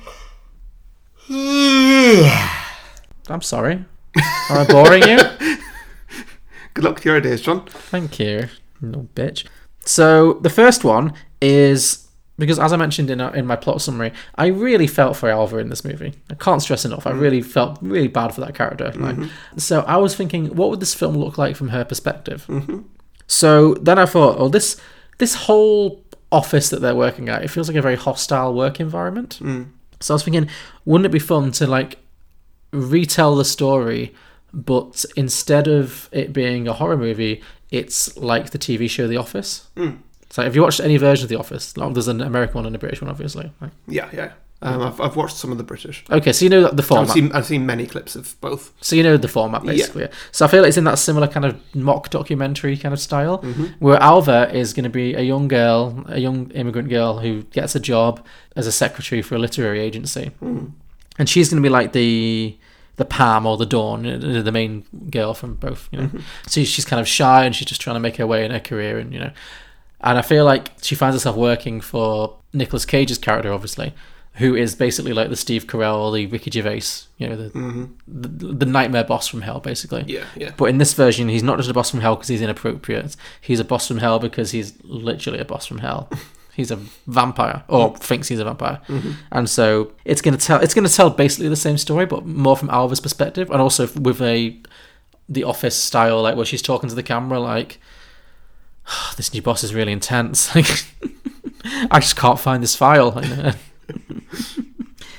Speaker 2: I'm sorry. Am I boring [LAUGHS] you?
Speaker 1: Good luck with your ideas, John.
Speaker 2: Thank you, no bitch. So the first one is because, as I mentioned in uh, in my plot summary, I really felt for Alva in this movie. I can't stress enough. I really felt really bad for that character. Like, so I was thinking, what would this film look like from her perspective? So then I thought, oh, this this whole office that they're working at, it feels like a very hostile work environment. So I was thinking, wouldn't it be fun to like retell the story, but instead of it being a horror movie, it's like the TV show The Office. So if you watched any version of The Office, like, there's an American one and a British one, obviously. Like,
Speaker 1: Yeah, yeah. Um, I've, I've watched some of the British.
Speaker 2: Okay, so you know the
Speaker 1: I've
Speaker 2: format.
Speaker 1: seen I've seen many clips of both.
Speaker 2: So you know the format basically. yeah. So I feel like it's in that similar kind of mock documentary kind of style, where Alva is going to be a young girl, a young immigrant girl who gets a job as a secretary for a literary agency, and she's going to be like the the Pam or the Dawn, you know, the main girl from both. You know, so she's kind of shy and she's just trying to make her way in her career, and you know, and I feel like she finds herself working for Nicolas Cage's character, obviously, who is basically like the Steve Carell, the Ricky Gervais, you know, the the, the nightmare boss from hell, basically.
Speaker 1: Yeah, yeah.
Speaker 2: But in this version, he's not just a boss from hell because he's inappropriate. He's a boss from hell because he's literally a boss
Speaker 1: [LAUGHS]
Speaker 2: from hell. He's a vampire,
Speaker 1: Mm.
Speaker 2: or thinks he's a vampire,
Speaker 1: Mm-hmm.
Speaker 2: and so it's gonna tell. It's gonna tell basically the same story, but more from Alva's perspective, and also with a the office style, like where she's talking to the camera, like [SIGHS] this new boss is really intense. [LAUGHS] Like, I just can't find this file. [LAUGHS]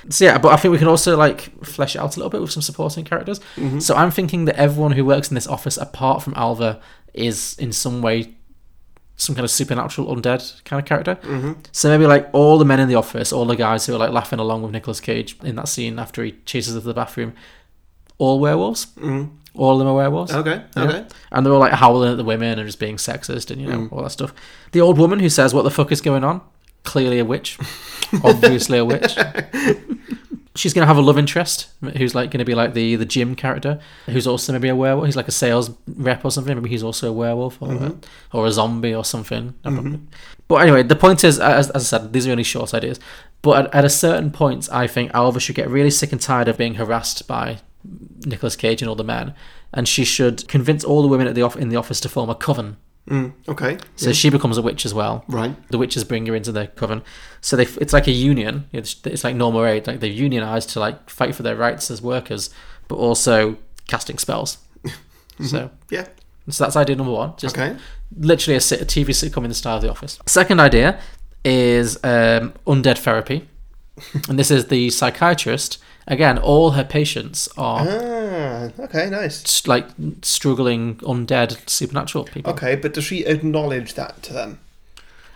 Speaker 2: so yeah, but I think we can also like flesh it out a little bit with some supporting characters. So I'm thinking that everyone who works in this office, apart from Alva, is in some way some kind of supernatural undead kind of character. So maybe like all the men in the office, all the guys who are like laughing along with Nicolas Cage in that scene after he chases her to the bathroom, all werewolves. All of them are werewolves.
Speaker 1: Okay,
Speaker 2: Yeah.
Speaker 1: okay.
Speaker 2: And they're all like howling at the women and just being sexist and you know all that stuff. The old woman who says, "What the fuck is going on?" Clearly a witch. Obviously a witch. She's gonna have a love interest who's like gonna be like the the Jim character, who's also maybe a werewolf. He's like a sales rep or something. Maybe he's also a werewolf or a, or a zombie or something. But anyway, the point is, as, as I said, these are only short ideas. But at, at a certain point, I think Alva should get really sick and tired of being harassed by Nicolas Cage and all the men, and she should convince all the women at the off- in the office to form a coven.
Speaker 1: Okay,
Speaker 2: So she becomes a witch as well.
Speaker 1: Right.
Speaker 2: The witches bring her into their coven. So they, it's like a union. It's, it's like normal aid. Like they've unionized to like fight for their rights as workers, but also casting spells. So
Speaker 1: yeah,
Speaker 2: so that's idea number one. Just
Speaker 1: Okay.
Speaker 2: Literally a, sit- a TV sitcom in the style of The Office. Second idea is um, undead
Speaker 1: [LAUGHS]
Speaker 2: therapy, and this is the psychiatrist. Again, all her patients are
Speaker 1: ah, okay, nice.
Speaker 2: s- like struggling undead supernatural people.
Speaker 1: Okay, but does she acknowledge that to them?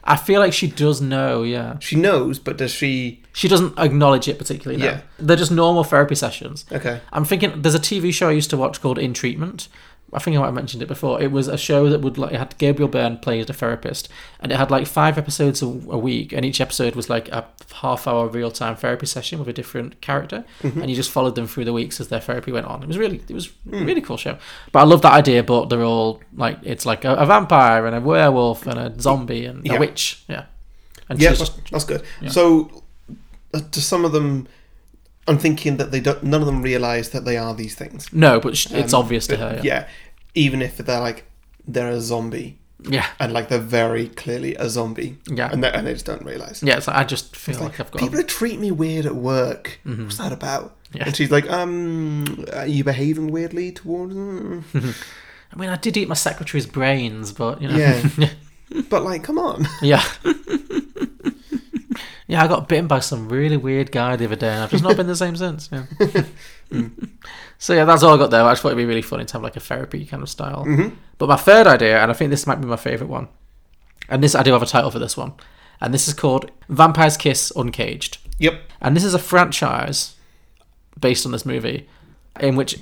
Speaker 2: I feel like she does know. Yeah,
Speaker 1: She knows, but does she?
Speaker 2: she doesn't acknowledge it particularly. No.
Speaker 1: Yeah.
Speaker 2: they're just normal therapy sessions.
Speaker 1: Okay,
Speaker 2: I'm thinking there's a TV show I used to watch called In Treatment. I think I might have mentioned it before. It was a show that would like it had Gabriel Byrne play as a therapist, and it had like five episodes a, a week, and each episode was like a half hour real time therapy session with a different character,
Speaker 1: Mm-hmm.
Speaker 2: and you just followed them through the weeks as their therapy went on. It was really it was
Speaker 1: Hmm.
Speaker 2: a really cool show, but I love that idea. But they're all like it's like a, a vampire and a werewolf and a zombie and
Speaker 1: Yeah.
Speaker 2: a witch, yeah, and
Speaker 1: yeah,
Speaker 2: she's-
Speaker 1: that's, that's good. So, uh, to some of them, I'm thinking that they don't. None of them realise that they are these things.
Speaker 2: no, but sh it's
Speaker 1: Um,
Speaker 2: obvious to
Speaker 1: but
Speaker 2: her, Uh, yeah,
Speaker 1: yeah, even if they're like they're a zombie.
Speaker 2: yeah,
Speaker 1: and like they're very clearly a zombie.
Speaker 2: Yeah.
Speaker 1: and they, and they just don't realize.
Speaker 2: yeah. It's like I just feel like, I've got Mm-hmm.
Speaker 1: People treat me weird at work. What's that about?
Speaker 2: Yeah.
Speaker 1: And she's like, um, are you behaving weirdly towards? them?"
Speaker 2: I mean, I did eat my secretary's brains, but you know,
Speaker 1: Yeah. but like, come on.
Speaker 2: [LAUGHS]
Speaker 1: [LAUGHS]
Speaker 2: yeah, yeah. I got bitten by some really weird guy the other day, and I've just not been the same since. Yeah. so yeah, that's all I got there. I just thought it'd be really funny to have like a therapy kind of style. But my third idea, and I think this might be my favorite one, and this I do have a title for this one, and this is called "Vampire's Kiss Uncaged."
Speaker 1: Yep.
Speaker 2: And this is a franchise based on this movie, in which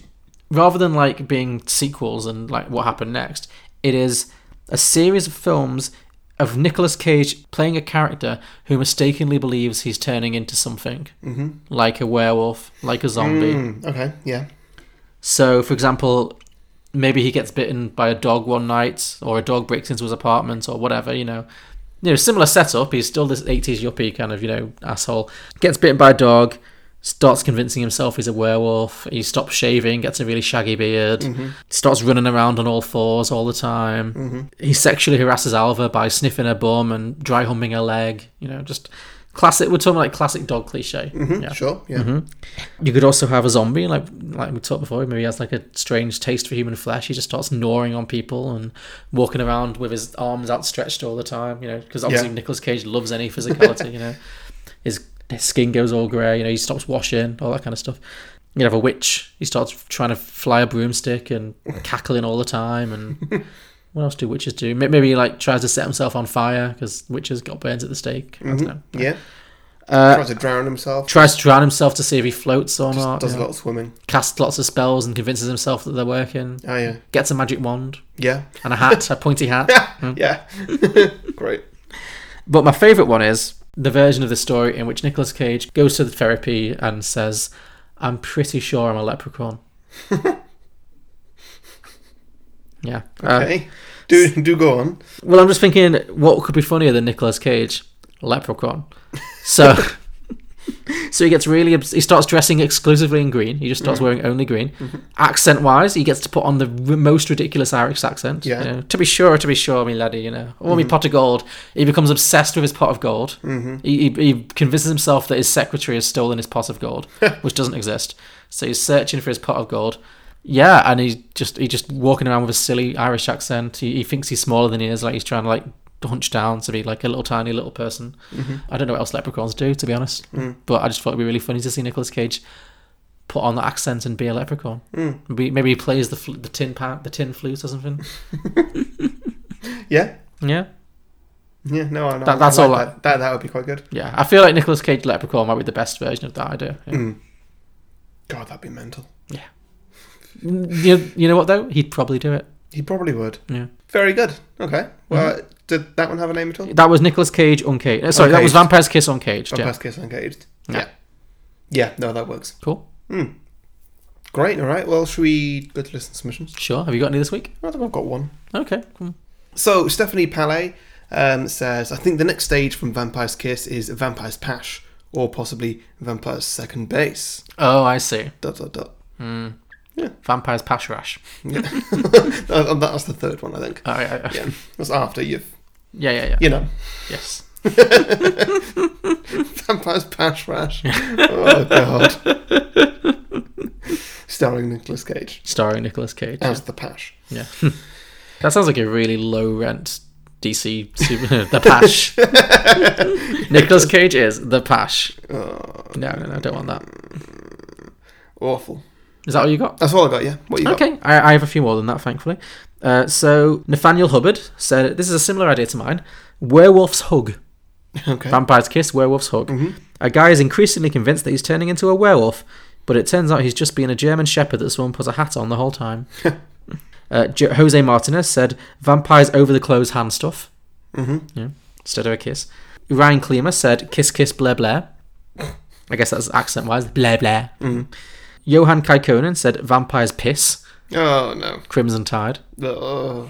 Speaker 2: rather than like being sequels and like what happened next, it is a series of films of Nicolas Cage playing a character who mistakenly believes he's turning into something, mm-hmm. like a werewolf, like a zombie.
Speaker 1: Okay. Yeah.
Speaker 2: So, for example, maybe he gets bitten by a dog one night, or a dog breaks into his apartment, or whatever. You know, you know, similar setup. He's still this '80s yuppie kind of, you know, asshole. Gets bitten by a dog, starts convincing himself he's a werewolf. He stops shaving, gets a really shaggy beard, starts running around on all fours all the time. He sexually harasses Alva by sniffing her bum and dry humping her leg. You know, just classic. We're talking like classic dog cliche. Yeah.
Speaker 1: Sure. Yeah.
Speaker 2: Mm-hmm. You could also have a zombie, like like we talked before. Maybe he has like a strange taste for human flesh. He just starts gnawing on people and walking around with his arms outstretched all the time. You know, because obviously
Speaker 1: Yeah.
Speaker 2: Nicolas Cage loves any physicality. you know,
Speaker 1: [LAUGHS]
Speaker 2: his, his skin goes all grey. You know, he stops washing, all that kind of stuff. You have a witch. He starts trying to fly a
Speaker 1: [LAUGHS]
Speaker 2: broomstick and cackling all the time. And [LAUGHS] what else do witches
Speaker 1: Mm-hmm.
Speaker 2: do? May- Maybe he like tries to set himself on fire because witches got burns at the stake. I don't know.
Speaker 1: Yeah.
Speaker 2: Uh,
Speaker 1: tries to drown himself.
Speaker 2: Tries to drown himself to see if he floats or
Speaker 1: just
Speaker 2: not.
Speaker 1: does
Speaker 2: you
Speaker 1: a
Speaker 2: know.
Speaker 1: lot of swimming.
Speaker 2: Casts lots of spells and convinces himself that they're working.
Speaker 1: Oh yeah,
Speaker 2: Gets a magic wand
Speaker 1: yeah,
Speaker 2: and a hat, a pointy hat.
Speaker 1: [LAUGHS] yeah. Great.
Speaker 2: But my favourite one is the version of the story in which Nicolas Cage goes to the therapy and says, I'm pretty sure I'm a leprechaun. yeah. Uh,
Speaker 1: Okay, do do go on.
Speaker 2: well, I'm just thinking, what could be funnier than Nicolas Cage? Leprechaun. So. So he gets really. Obs- he starts dressing exclusively in green. He just starts wearing only green. Accent wise, he gets to put on the r- most ridiculous Irish accent. you
Speaker 1: Yeah.
Speaker 2: know. to be sure, to be sure, me laddie, you know. Oh, me pot of gold. He becomes obsessed with his pot of gold. Mm-hmm. He, he, he convinces himself that his secretary has stolen his pot of gold, which doesn't exist. So he's searching for his pot of gold. Yeah, and he's just he just walking around with a silly Irish accent. He, he thinks he's smaller than he is. Like he's trying to like hunch down to be like a little tiny little person. I don't know what else leprechauns do, to be honest. But I just thought it'd be really funny to see Nicolas Cage put on that accent and be a leprechaun. Maybe, maybe he plays the fl- the tin pan, the tin flute or something.
Speaker 1: Yeah,
Speaker 2: [LAUGHS] yeah,
Speaker 1: yeah. No, I know.
Speaker 2: That- that's
Speaker 1: I
Speaker 2: all I-
Speaker 1: That. that that would be quite good.
Speaker 2: yeah. I feel like Nicolas Cage leprechaun might be the best version of that idea. Yeah.
Speaker 1: God, that'd be mental.
Speaker 2: You, you know what though? He'd probably do it.
Speaker 1: He probably would.
Speaker 2: Yeah.
Speaker 1: Very good. Okay. Well,
Speaker 2: Mm-hmm.
Speaker 1: uh, did that one have a name at all?
Speaker 2: That was Nicolas Cage uncaged. Uh, Sorry, that
Speaker 1: Uncaged.
Speaker 2: was Vampire's Kiss uncaged.
Speaker 1: Yeah.
Speaker 2: Yeah.
Speaker 1: Past Kiss Engaged. Yeah. Yeah. No, that works.
Speaker 2: Cool.
Speaker 1: Great. All right. Well, should we go to listen submissions?
Speaker 2: Sure. Have you got any this week?
Speaker 1: I think I've got one.
Speaker 2: Okay. Cool.
Speaker 1: So Stephanie Palais um, says, I think the next stage from Vampire's Kiss is Vampire's Pash, or possibly Vampire's Second Base.
Speaker 2: Oh, I see.
Speaker 1: Dot dot dot.
Speaker 2: Vampire's Pashrash.
Speaker 1: [LAUGHS]
Speaker 2: [LAUGHS]
Speaker 1: Uh, and that's the third one, I think.
Speaker 2: Oh, yeah, yeah.
Speaker 1: Yeah, that's after you've,
Speaker 2: Yeah, yeah, yeah.
Speaker 1: you know, [LAUGHS]
Speaker 2: Yes.
Speaker 1: Vampire's Pash Rash. oh God. Starring Nicolas Cage
Speaker 2: Starring Nicolas Cage.
Speaker 1: as the Pash.
Speaker 2: Yeah. [LAUGHS] that sounds like a really low rent DC [LAUGHS] super the Pash. Nicolas Cage is the Pash. no, no, no, I don't want that.
Speaker 1: Awful.
Speaker 2: Is that all you got?
Speaker 1: That's all I got. Yeah. What you got?
Speaker 2: Okay, I, I have a few more than that, thankfully. Uh, so Nathaniel Hubbard said this is a similar idea to mine. Werewolf's hug.
Speaker 1: Okay.
Speaker 2: Vampire's kiss, werewolf's hug. A guy is increasingly convinced that he's turning into a werewolf, but it turns out he's just being a German shepherd that someone put a hat on the whole time. uh, Jo- Jose Martinez said, "Vampires over the clothes hand stuff." Mm-hmm. Yeah, instead of a kiss. Ryan Klima said, "Kiss, kiss, blah, blah." I guess that's accent-wise, blah, blah. Johan Kaikonen said, "Vampires piss."
Speaker 1: Oh no.
Speaker 2: Crimson Tide.
Speaker 1: Oh.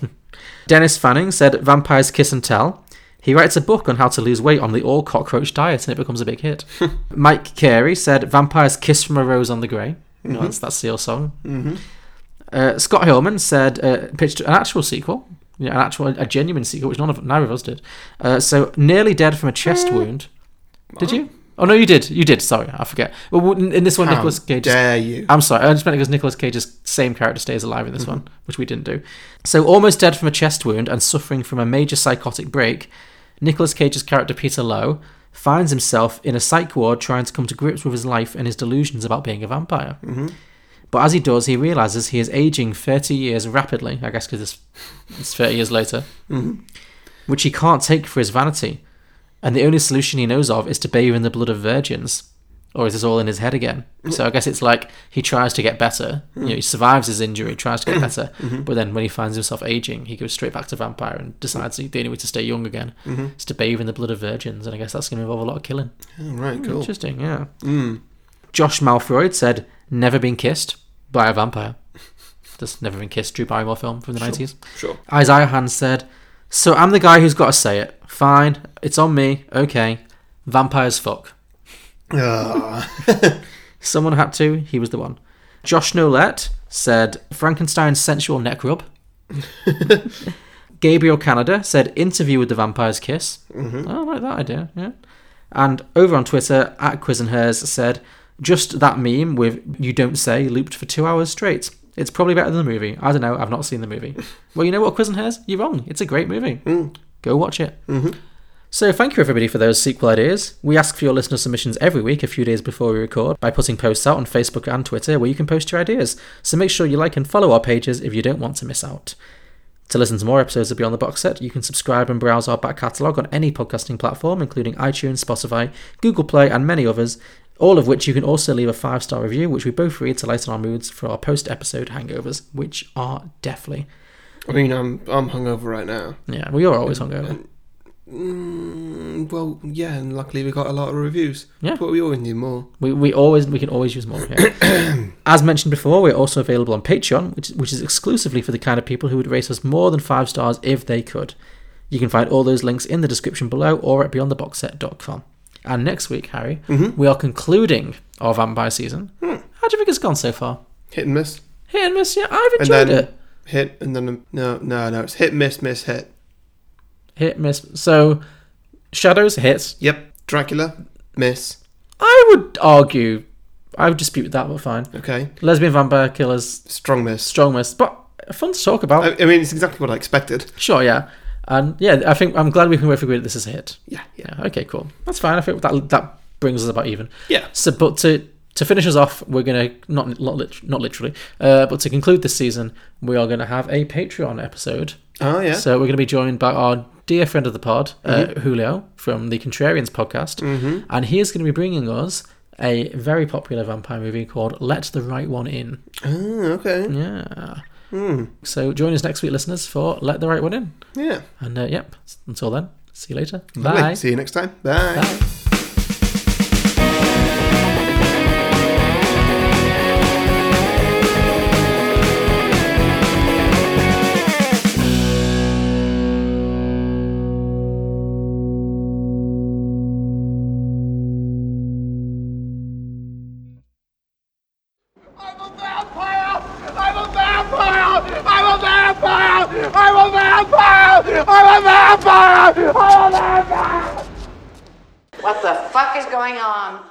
Speaker 2: Dennis Fanning said Vampires Kiss and Tell. He writes a book on how to lose weight on the all cockroach diet and it becomes a
Speaker 1: [LAUGHS]
Speaker 2: big hit. Mike Carey said Vampires Kiss from a Rose on the Grey.
Speaker 1: Mm-hmm.
Speaker 2: You know, that's that Seal song. Uh, Scott Hillman said uh, pitched an actual sequel, you know, an actual a genuine sequel, which none of neither of us did. Uh, so nearly dead from a
Speaker 1: Mm.
Speaker 2: chest wound. Did you? Oh no, you did. You did. Sorry, I forget. Well, w- in this one,
Speaker 1: How
Speaker 2: Nicholas Cage.
Speaker 1: dare you?
Speaker 2: I'm sorry, I just meant because Nicolas Cage's same character stays alive in this one, which we didn't do. So, almost dead from a chest wound and suffering from a major psychotic break, Nicolas Cage's character Peter Lowe finds himself in a psych ward trying to come to grips with his life and his delusions about being a vampire. But as he does, he realizes he is aging 30 years rapidly, I guess because it's, it's 30 years later, which he can't take for his vanity. And the only solution he knows of is to bathe in the blood of virgins or is this all in his head again? So I guess it's like he tries to get better. You know, he survives his injury, tries to get better, but then when he finds himself aging, he goes straight back to vampire and decides the only way to stay young again is to bathe in the blood of virgins. And I guess that's going to involve a lot of killing.
Speaker 1: All right. Cool.
Speaker 2: Hmm, [LAUGHS]
Speaker 1: Hmm.
Speaker 2: Interesting, yeah. Josh Malfroid said, "Never been kissed by a vampire." [LAUGHS] Just never been kissed. Drew Barrymore film from the nineties.
Speaker 1: Sure.
Speaker 2: Isaiah Han said, "So I'm the guy who's got to say it. Fine, it's on me. Okay, vampires fuck."
Speaker 1: Ah.
Speaker 2: Someone had to. He was the one. Josh Nolette said Frankenstein's sensual neck rub. Gabriel Canada said interview with the vampire's kiss. Mm-hmm. I like that idea. Yeah. And over on Twitter, at Quiz and Hers said just that meme with you don't say looped for two hours straight. It's probably better than the movie. I don't know. I've not seen the movie. well, you know what, Quiz and Hers, you're wrong. It's a great movie. Go watch it. So, thank you everybody for those sequel ideas. We ask for your listener submissions every week, a few days before we record, by putting posts out on Facebook and Twitter where you can post your ideas. So, make sure you like and follow our pages if you don't want to miss out. To listen to more episodes of Beyond the Box Set, you can subscribe and browse our back catalogue on any podcasting platform, including iTunes, Spotify, Google Play, and many others, all of which you can also leave a five star review, which we both read to lighten our moods for our post episode hangovers, which are deathly.
Speaker 1: I mean, I'm I'm hungover right now.
Speaker 2: Yeah, we are always hungover.
Speaker 1: Mm, well, yeah, and luckily we got a lot of reviews.
Speaker 2: Yeah.
Speaker 1: but we always need more.
Speaker 2: We, we always we can always use more.
Speaker 1: [COUGHS]
Speaker 2: yeah. As mentioned before, we're also available on Patreon, which which is exclusively for the kind of people who would rate us more than five stars if they could. You can find all those links in the description below or at beyondtheboxset.com. And next week, Harry,
Speaker 1: Mm-hmm.
Speaker 2: we are concluding our vampire season.
Speaker 1: Hmm.
Speaker 2: How do you think it's gone so far?
Speaker 1: Hit and miss,
Speaker 2: Hit and miss, yeah, I've
Speaker 1: and
Speaker 2: enjoyed
Speaker 1: then
Speaker 2: it.
Speaker 1: hit, and then no, no, no. It's hit, miss, miss, hit.
Speaker 2: Hit miss. So, Shadows hits.
Speaker 1: Yep, Dracula, miss.
Speaker 2: I would argue, I would dispute that, but fine.
Speaker 1: Okay,
Speaker 2: Lesbian vampire killers,
Speaker 1: strong miss.
Speaker 2: strong miss, but fun to talk about.
Speaker 1: I, I mean, it's exactly what I expected.
Speaker 2: Sure, yeah. And yeah, I think I'm glad we can both agree that this is a hit.
Speaker 1: Yeah, yeah.
Speaker 2: Okay, cool. That's fine. I think that that brings us about even.
Speaker 1: Yeah.
Speaker 2: So, but to to finish us off, we're gonna not not, lit- not literally, uh, but to conclude this season, we are gonna have a Patreon episode.
Speaker 1: Oh yeah. Mm-hmm.
Speaker 2: So we're gonna be joined by our dear friend of the pod, uh, Julio from the Contrarians podcast, and he is gonna be bringing us a very popular vampire movie called Let the Right One In.
Speaker 1: Oh, okay.
Speaker 2: Mm. Yeah.
Speaker 1: Hmm.
Speaker 2: So join us next week, listeners, for Let the Right One In.
Speaker 1: Yeah.
Speaker 2: And uh, yep, s- until then, see you later.
Speaker 1: Lovely.
Speaker 2: Bye.
Speaker 1: See you next time. Bye.
Speaker 2: Bye.
Speaker 8: I'm a vampire! I'm a vampire! I'm a vampire! I'm a vampire! I'm a vampire! I'm a vampire!
Speaker 7: What the fuck is going on?